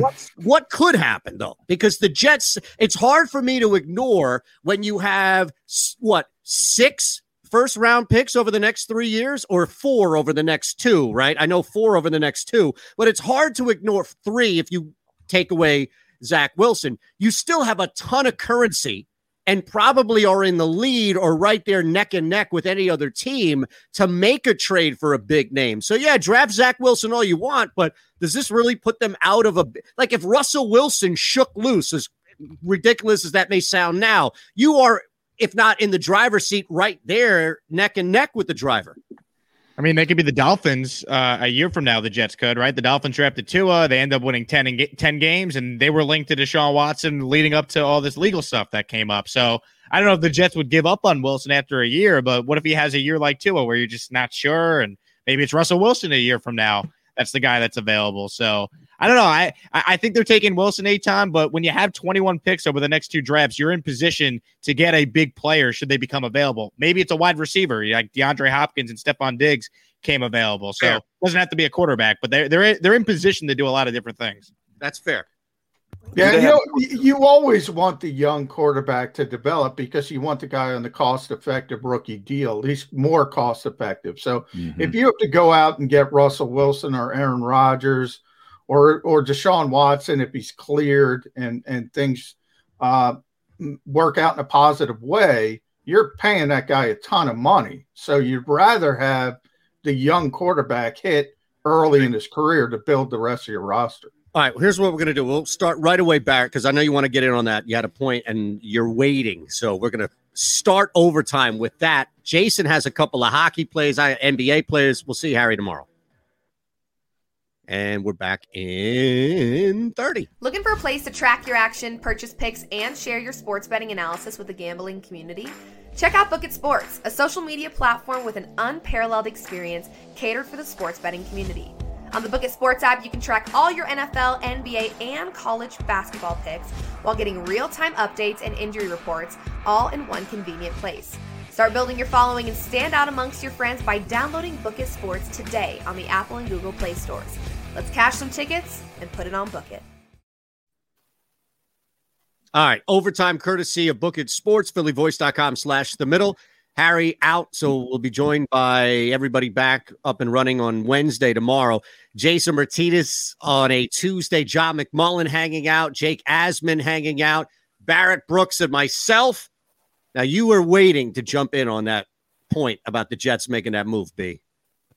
what what could happen though? Because the Jets, it's hard for me to ignore when you have s- what six first round picks over the next three years, or four over the next two. Right? I know four over the next two, but it's hard to ignore three if you take away Zach Wilson. You still have a ton of currency and probably are in the lead or right there neck and neck with any other team to make a trade for a big name. So yeah, draft Zach Wilson all you want, but does this really put them out of a like if Russell Wilson shook loose as ridiculous as that may sound now, you are if not in the driver's seat right there neck and neck with the driver. I mean, they could be the Dolphins uh, a year from now. The Jets could, right? The Dolphins drafted Tua. They end up winning ten and get ten games, and they were linked to Deshaun Watson, leading up to all this legal stuff that came up. So I don't know if the Jets would give up on Wilson after a year, but what if he has a year like Tua, where you're just not sure, and maybe it's Russell Wilson a year from now. That's the guy that's available. So I don't know. I I I think they're taking Wilson eight time, but when you have 21 picks over the next two drafts, you're in position to get a big player should they become available. Maybe it's a wide receiver like DeAndre Hopkins and Stephon Diggs came available, so it doesn't have to be a quarterback. But they're they're they're in position to do a lot of different things. That's fair. Yeah, They you, have- know, y- you always want the young quarterback to develop because you want the guy on the cost effective rookie deal, at least more cost effective. So if you have to go out and get Russell Wilson or Aaron Rodgers or or Deshaun Watson if he's cleared and and things uh, m- work out in a positive way, you're paying that guy a ton of money. So you'd rather have the young quarterback hit early in his career to build the rest of your roster. All right, well, here's what we're going to do. We'll start right away, Barrett, because I know you want to get in on that. You had a point and you're waiting. So we're going to start overtime with that. Jason has a couple of hockey plays, I NBA players. We'll see Harry tomorrow. And we're back in 30. Looking for a place to track your action, purchase picks, and share your sports betting analysis with the gambling community? Check out Book It Sports, a social media platform with an unparalleled experience catered for the sports betting community. On the Book It Sports app, you can track all your NFL, NBA, and college basketball picks while getting real time updates and injury reports all in one convenient place. Start building your following and stand out amongst your friends by downloading Book It Sports today on the Apple and Google Play stores. Let's cash some tickets and put it on Book It. All right, overtime courtesy of Book It Sports, phillyvoice.com slash the middle. Harry out, so we'll be joined by everybody back up and running on Wednesday tomorrow. Jason Martinez on a Tuesday, John McMullen hanging out, Jake Asman hanging out, Barrett Brooks and myself. Now you were waiting to jump in on that point about the Jets making that move, B.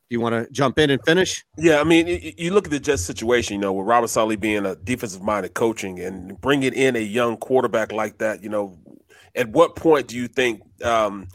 Do you want to jump in and finish? Yeah, I mean, y- y- you look at the Jets situation, you know, with Robert Saleh being a defensive minded coaching and bringing in a young quarterback like that, you know, at what point do you think um,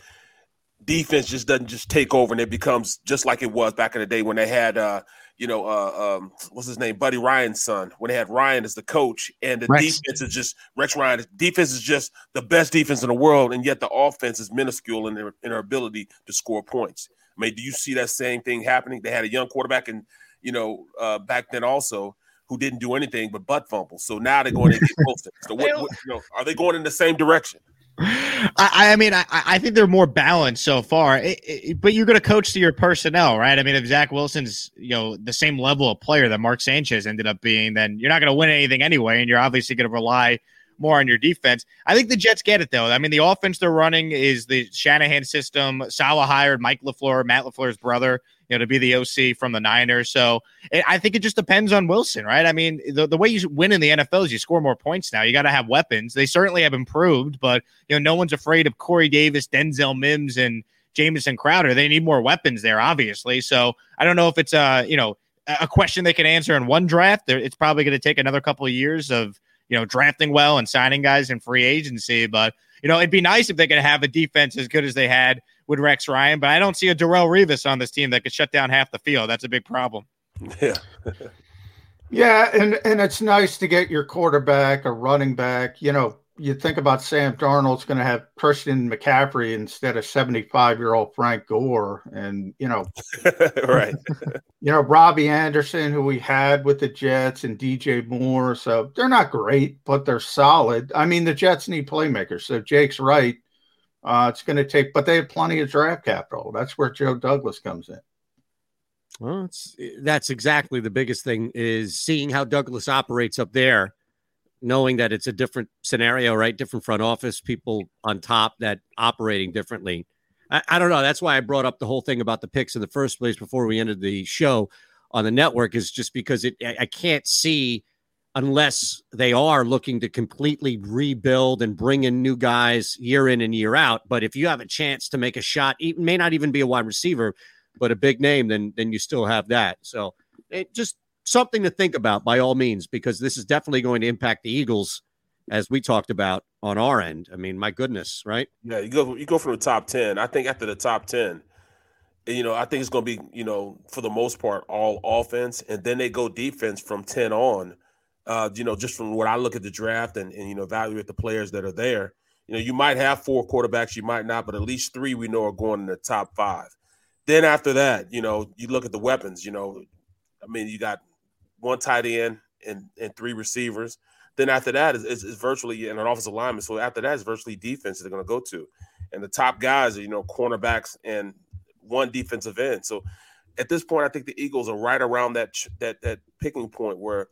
defense just doesn't just take over and it becomes just like it was back in the day when they had, uh, you know, uh, um, what's his name, Buddy Ryan's son, when they had Ryan as the coach and the Rex. defense is just Rex Ryan. Defense is just the best defense in the world, and yet the offense is minuscule in their in their ability to score points. I mean, do you see that same thing happening? They had a young quarterback, and you know, uh, back then also who didn't do anything but butt fumble. So now they're going to get Wilson. So what, what, you know, are they going in the same direction? I, I mean, I, I think they're more balanced so far. It- it- but you're going to coach to your personnel, right? I mean, if Zach Wilson's you know the same level of player that Mark Sanchez ended up being, then you're not going to win anything anyway, and you're obviously going to rely more on your defense. I think the Jets get it though. I mean, the offense they're running is the Shanahan system. Salah hired Mike Lefleur, Matt Lefleur's brother, you know, to be the OC from the Niners. So it, I think it just depends on Wilson, right? I mean, the, the way you win in the NFL is you score more points now. You got to have weapons. They certainly have improved, but you know, no one's afraid of Corey Davis, Denzel Mims, and Jamison Crowder. They need more weapons there, obviously. So I don't know if it's uh, you know, a a question they can answer in one draft. There- It's probably going to take another couple of years of you know drafting well and signing guys in free agency. But You know, it'd be nice if they could have a defense as good as they had with Rex Ryan, but I don't see a Darrell Revis on this team that could shut down half the field. That's a big problem. Yeah. Yeah, and and it's nice to get your quarterback, a running back. You know, you think about Sam Darnold's going to have Christian McCaffrey instead of seventy-five-year-old Frank Gore, and you know, right? you know Robbie Anderson, who we had with the Jets, and DJ Moore. So they're not great, but they're solid. I mean, the Jets need playmakers. So Jake's right. Uh, it's going to take, but they have plenty of draft capital. That's where Joe Douglas comes in. Well, it's, that's exactly the biggest thing is seeing how Douglas operates up there, knowing that it's a different scenario, right? Different front office, people on top that operating differently. I, I don't know. That's why I brought up the whole thing about the picks in the first place before we ended the show on the network is just because it I, I can't see unless they are looking to completely rebuild and bring in new guys year in and year out. But if you have a chance to make a shot, it may not even be a wide receiver, but a big name, then then you still have that. So it, just something to think about by all means, because this is definitely going to impact the Eagles, as we talked about on our end. I mean, my goodness, right? Yeah, you go you go from the top ten. I think after the top ten, you know, I think it's going to be you know for the most part all offense, and then they go defense from ten on. Uh, you know, just from what I look at the draft and, and you know evaluate the players that are there. You know, you might have four quarterbacks, you might not, but at least three we know are going in the top five then after that, you know, you look at the weapons. You know, I mean, you got one tight end and and three receivers. Then after that is, is, is virtually an offensive lineman. So after that is virtually defense they're going to go to, and the top guys are you know cornerbacks and one defensive end. So at this point, I think the Eagles are right around that that that picking point where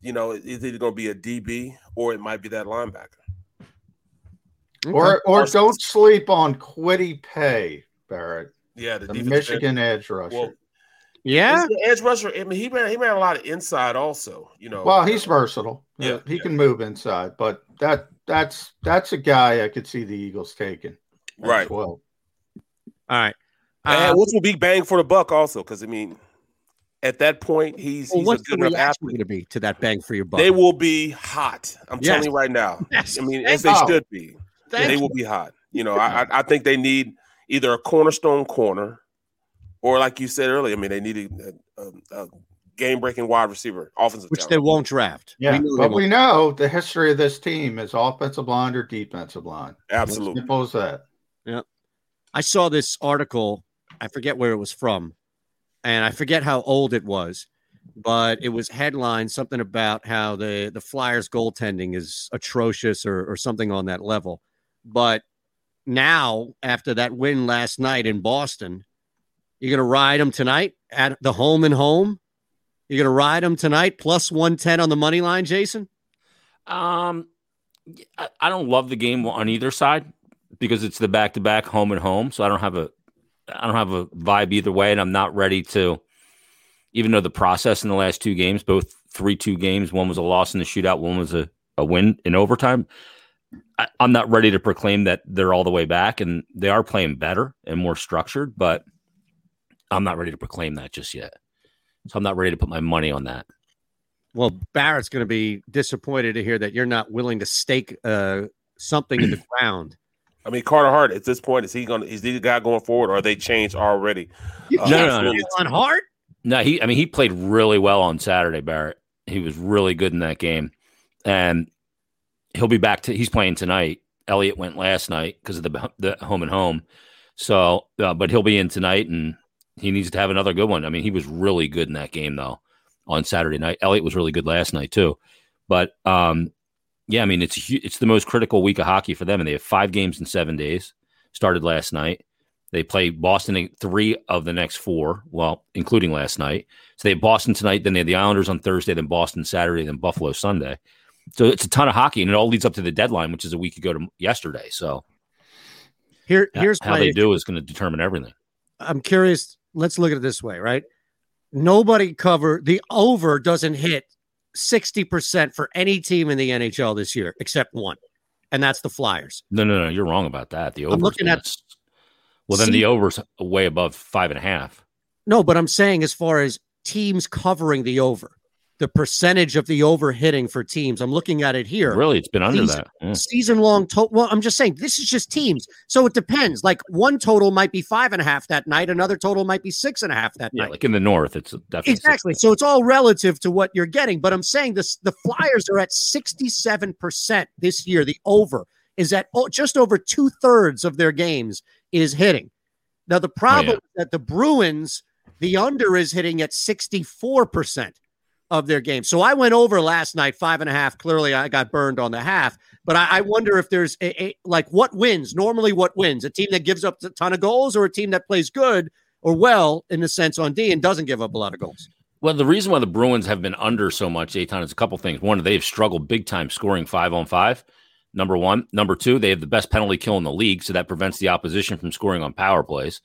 you know it's either going to be a DB or it might be that linebacker. Or or don't sleep on Quiddy Pay, Barrett. Yeah, the, the defensive Michigan edge rusher. Well, yeah, he's an edge rusher. I mean, he ran he ran a lot of inside also. You know, Well, he's versatile. Yeah, he can move inside, but that that's that's a guy I could see the Eagles taking. at Right. 12. All right. Uh, And what's a big bang for the buck also? Because I mean, at that point, he's, Well, he's what's the a good enough reaction athlete. going to be to that bang for your buck? They will be hot. I'm Yes. telling you right now. Yes. I mean, Thank as they you. should be. Thank they you. will be hot. You know, I, I I think they need either a cornerstone corner, or like you said earlier, I mean, they need a, a, a game breaking wide receiver, offensive. which talent. they won't draft. Yeah, know they but we won't. know the history of this team is offensive line or defensive line. Absolutely. simple as that. Yeah. I saw this article. I forget where it was from, and I forget how old it was, but it was headline something about how the the Flyers goaltending is atrocious or or something on that level. But now, after that win last night in Boston, you're going to ride them tonight at the home and home. You're going to ride them tonight plus one ten on the money line, Jason. Um, I, I don't love the game on either side because it's the back to back home and home. So I don't have a I don't have a vibe either way, and I'm not ready to. Even though the process in the last two games, both three two games, one was a loss in the shootout, one was a, a win in overtime. I, I'm not ready to proclaim that they're all the way back, and they are playing better and more structured, but I'm not ready to proclaim that just yet. So I'm not ready to put my money on that. Well, Barrett's going to be disappointed to hear that you're not willing to stake uh, something in the ground. I mean, Carter Hart at this point is he going? to Is he the guy going forward, or are they changed already? Uh, on Hart. No, he. I mean, he played really well on Saturday, Barrett. He was really good in that game, and he'll be back to. He's playing tonight. Elliott went last night because of the the home and home. So, uh, but he'll be in tonight, and he needs to have another good one. I mean, he was really good in that game though on Saturday night. Elliott was really good last night too, but um, yeah, I mean, it's hu- it's the most critical week of hockey for them, and they have five games in seven days. Started last night. They play Boston in three of the next four, well, including last night. So they have Boston tonight, then they have the Islanders on Thursday, then Boston Saturday, then Buffalo Sunday. So it's a ton of hockey, and it all leads up to the deadline, which is a week ago to yesterday. So Here, h- here's how my they issue. do is going to determine everything. I'm curious. Let's look at it this way, right? Nobody cover the over doesn't hit 60% for any team in the NHL this year except one, and that's the Flyers. No, no, no, you're wrong about that. The over. I'm looking at well, then See- the over's way above five and a half. no, but I'm saying as far as teams covering the over, the percentage of the over hitting for teams. I'm looking at it here. Really, it's been under These- that. Yeah. season long total. Well, I'm just saying this is just teams, so it depends. Like one total might be five and a half that night, another total might be six and a half that Yeah, night. like in the north, it's definitely exactly. So it's all relative to what you're getting. But I'm saying this: the Flyers are at 67 percent this year. The over is at oh, just over two thirds of their games is hitting. Now the problem is that the Bruins, the under is hitting at 64 percent of their game. So I went over last night, five and a half. Clearly, I got burned on the half, but I, I wonder if there's a, a- like what wins normally. What wins? A team that gives up a ton of goals, or a team that plays good or well in the sense on D and doesn't give up a lot of goals. Well, the reason why the Bruins have been under so much, Aton, is a couple things. One, they've struggled big time scoring five on five. Number one. Number two, they have the best penalty kill in the league, so that prevents the opposition from scoring on power plays.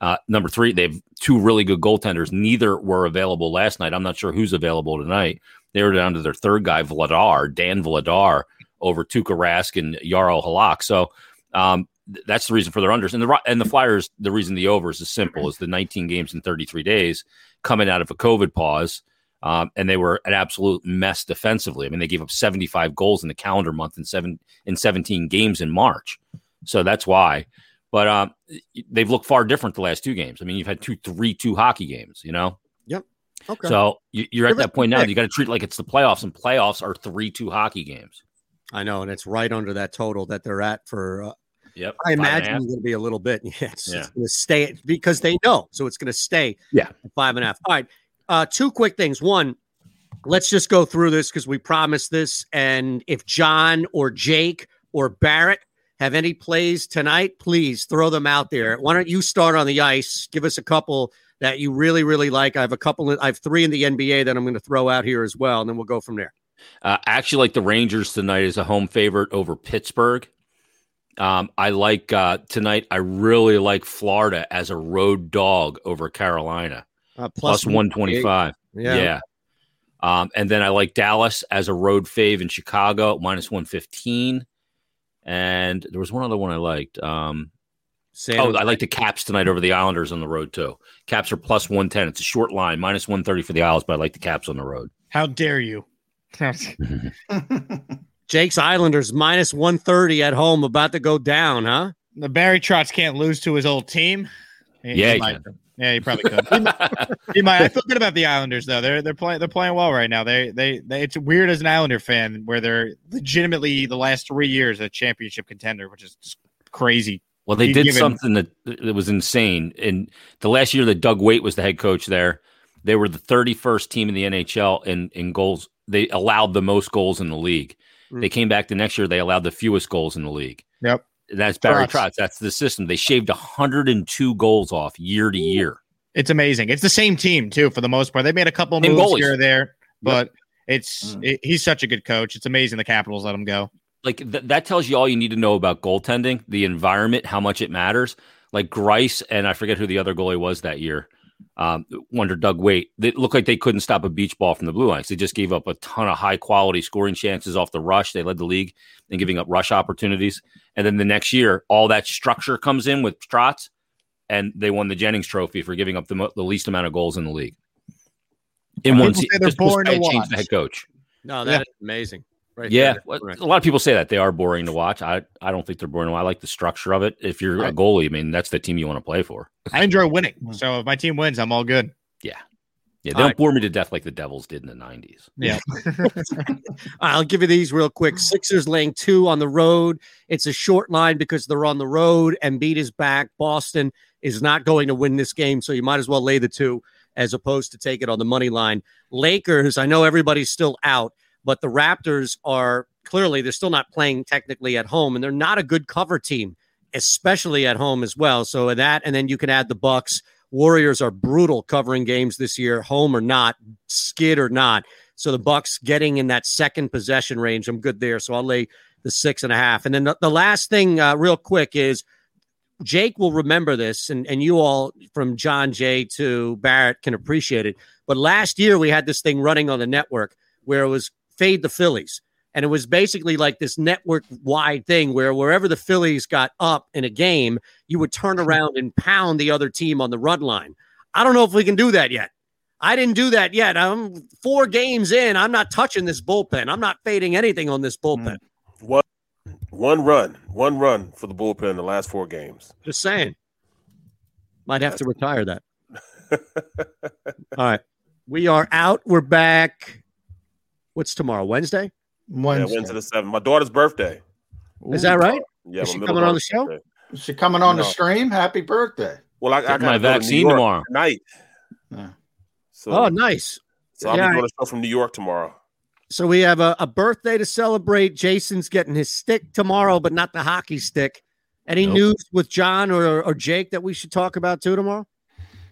Uh, number three, they have two really good goaltenders. Neither were available last night. I'm not sure who's available tonight. They were down to their third guy, Vladar, Dan Vladar, over Tuukka Rask and Jarl Halak. So um, th- that's the reason for their unders. And the Ro- and the Flyers, the reason the overs is simple is the 19 games in 33 days coming out of a COVID pause. Um, and they were an absolute mess defensively. I mean, they gave up 75 goals in the calendar month in seven in 17 games in March. So that's why. But um, they've looked far different the last two games. I mean, you've had two three two hockey games. You know, Yep. Okay. so you, you're at Give us that point now. the that You got to treat it like it's the playoffs, and playoffs are three two hockey games. I know, and it's right under that total that they're at for. Uh, Yep. I Five and a imagine half. it's going to be a little bit. Yes, it's Yeah. going to stay because they know, so it's going to stay. Yeah, at five and a half. All right, uh, two quick things. One, let's just go through this because we promised this, and if John or Jake or Barrett have any plays tonight, please throw them out there. Why don't you start on the ice? Give us a couple that you really, really like. I have a couple. I have three in the NBA that I'm going to throw out here as well, and then we'll go from there. Uh, I actually, like the Rangers tonight is a home favorite over Pittsburgh. Um, I like uh, tonight. I really like Florida as a road dog over Carolina, Uh, plus one twenty five. Yeah. yeah. Um, and then I like Dallas as a road fave in Chicago, minus one fifteen. And there was one other one I liked. Um, San oh, Jose. I like the Caps tonight over the Islanders on the road too. Caps are plus one ten. It's a short line, minus one thirty for the Isles, but I like the Caps on the road. How dare you? Jake's Islanders minus 130 at home, about to go down, huh? The Barry Trotz can't lose to his old team. He- Yeah, he he might. can. yeah, he probably could. He might, he might. I feel good about the Islanders though. They're they're playing they're playing well right now. They, they they it's weird as an Islander fan where they're legitimately the last three years a championship contender, which is just crazy. Well, they Gi- did given- something that that was insane. And the last year that Doug Waite was the head coach there, they were the 31st team in the NHL in in goals. They allowed the most goals in the league. They came back the next year, they allowed the fewest goals in the league. Mm. Yep. And that's Barry Trotz. Trotz. That's the system. They shaved 102 goals off year to year. It's amazing. It's the same team too for the most part. They made a couple Same moves goalies. Mm. here or there, but it's it, he's such a good coach. It's amazing the Capitals let him go. like th- that tells you all you need to know about goaltending, the environment, how much it matters. Like Grice and I forget who the other goalie was that year. Um, under Doug Waite, they it looked like they couldn't stop a beach ball from the blue lines. They just gave up a ton of high quality scoring chances off the rush. They led the league in giving up rush opportunities. And then the next year, all that structure comes in with Trotz, and they won the Jennings Trophy for giving up the, mo- the least amount of goals in the league. In People one, say se- they're just because boring to I changed watch. the head coach. No, Yeah. that is amazing. Right Yeah, there. well, a lot of people say that they are boring to watch. I, I don't think they're boring. I like the structure of it. If you're a Right. goalie, I mean, that's the team you want to play for. I enjoy winning, so if my team wins, I'm all good. Yeah, Yeah, they All don't right. bore me to death like the Devils did in the '90s. Yeah. I'll give you these real quick. Sixers laying two on the road. It's a short line because they're on the road. Embiid is back. Boston is not going to win this game, so you might as well lay the two as opposed to take it on the money line. Lakers, I know everybody's still out, but the Raptors are clearly they're still not playing technically at home, and they're not a good cover team, especially at home as well. So that, and then you can add the Bucks. Warriors are brutal covering games this year, home or not, skid or not. So the Bucks getting in that second possession range. I'm good there. So I'll lay the six and a half. And then the, the last thing, uh, real quick, is Jake will remember this, and, and you all from John Jay to Barrett can appreciate it. But last year we had this thing running on the network where it was fade the Phillies. And it was basically like this network wide thing where wherever the Phillies got up in a game, you would turn around and pound the other team on the run line. I don't know if we can do that yet. I didn't do that yet. I'm four games in. I'm not touching this bullpen. I'm not fading anything on this bullpen. One, one run, one run for the bullpen in the last four games. Just saying. Might have to retire that. All right. We are out. We're back. What's tomorrow? Wednesday? Yeah, Wednesday the seventh. My daughter's birthday. Is that right? Yeah, Is my she middle coming on the daughter's show? birthday. Is she coming on the No. stream? Happy birthday. Well, I, I got Getting my vaccine tomorrow. night. So, Oh, nice. So I'll Yeah, be I- doing a show from New York tomorrow. So we have a, a birthday to celebrate. Jason's getting his stick tomorrow, but not the hockey stick. Any Nope. news with John or, or Jake that we should talk about too tomorrow?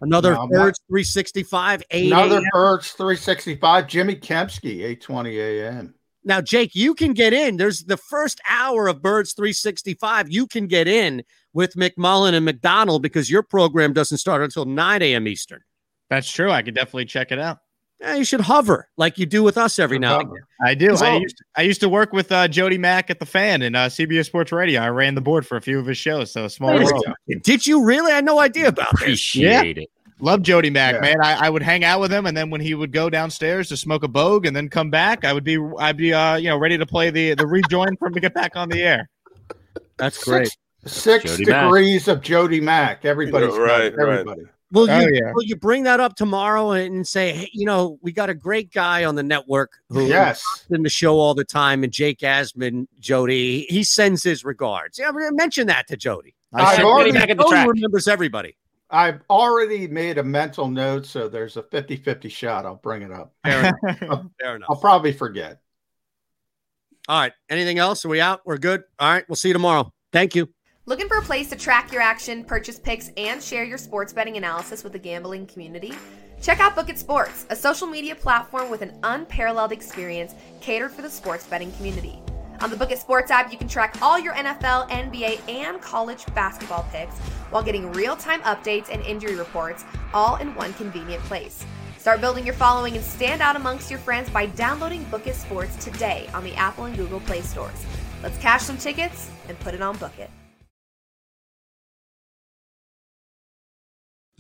Another No, I'm Birds 365, 8 Another a.m. Birds 365. Jimmy Kemsky, 820 a.m. Now, Jake, you can get in. There's the first hour of Birds 365. You can get in with McMullen and McDonald because your program doesn't start until 9 a.m. Eastern. That's true. I could definitely check it out. Yeah, you should hover like you do with us every now and again. I do. So- I used, I used to work with uh, Jody Mack at the Fan and uh, CBS Sports Radio. I ran the board for a few of his shows. So small Wait a world. second. Did you really? I had no idea about this. Appreciate it. Love Jody Mack, Yeah. man. I, I would hang out with him, and then when he would go downstairs to smoke a bogue and then come back, I would be I'd be uh, you know ready to play the the rejoin for him to get back on the air. That's Six, six Jody Mack. degrees of Jody Mack. Everybody's right, right. everybody. Will Oh, you will you bring that up tomorrow and say, hey, you know, we got a great guy on the network who Yes. is in the show all the time, and Jake Asman, Jody, he sends his regards. Yeah, mention that to Jody. I I've sent already- Jody back at the Jody track. remembers everybody. I've already made a mental note, so there's a 50 50 shot. I'll bring it up. Fair enough. I'll probably forget. All right. Anything else? Are we out? We're good. All right. We'll see you tomorrow. Thank you. Looking for a place to track your action, purchase picks, and share your sports betting analysis with the gambling community? Check out Book It Sports, a social media platform with an unparalleled experience catered for the sports betting community. On the Book It Sports app, you can track all your NFL, NBA, and college basketball picks while getting real time updates and injury reports all in one convenient place. Start building your following and stand out amongst your friends by downloading Book It Sports today on the Apple and Google Play stores. Let's cash some tickets and put it on Book It.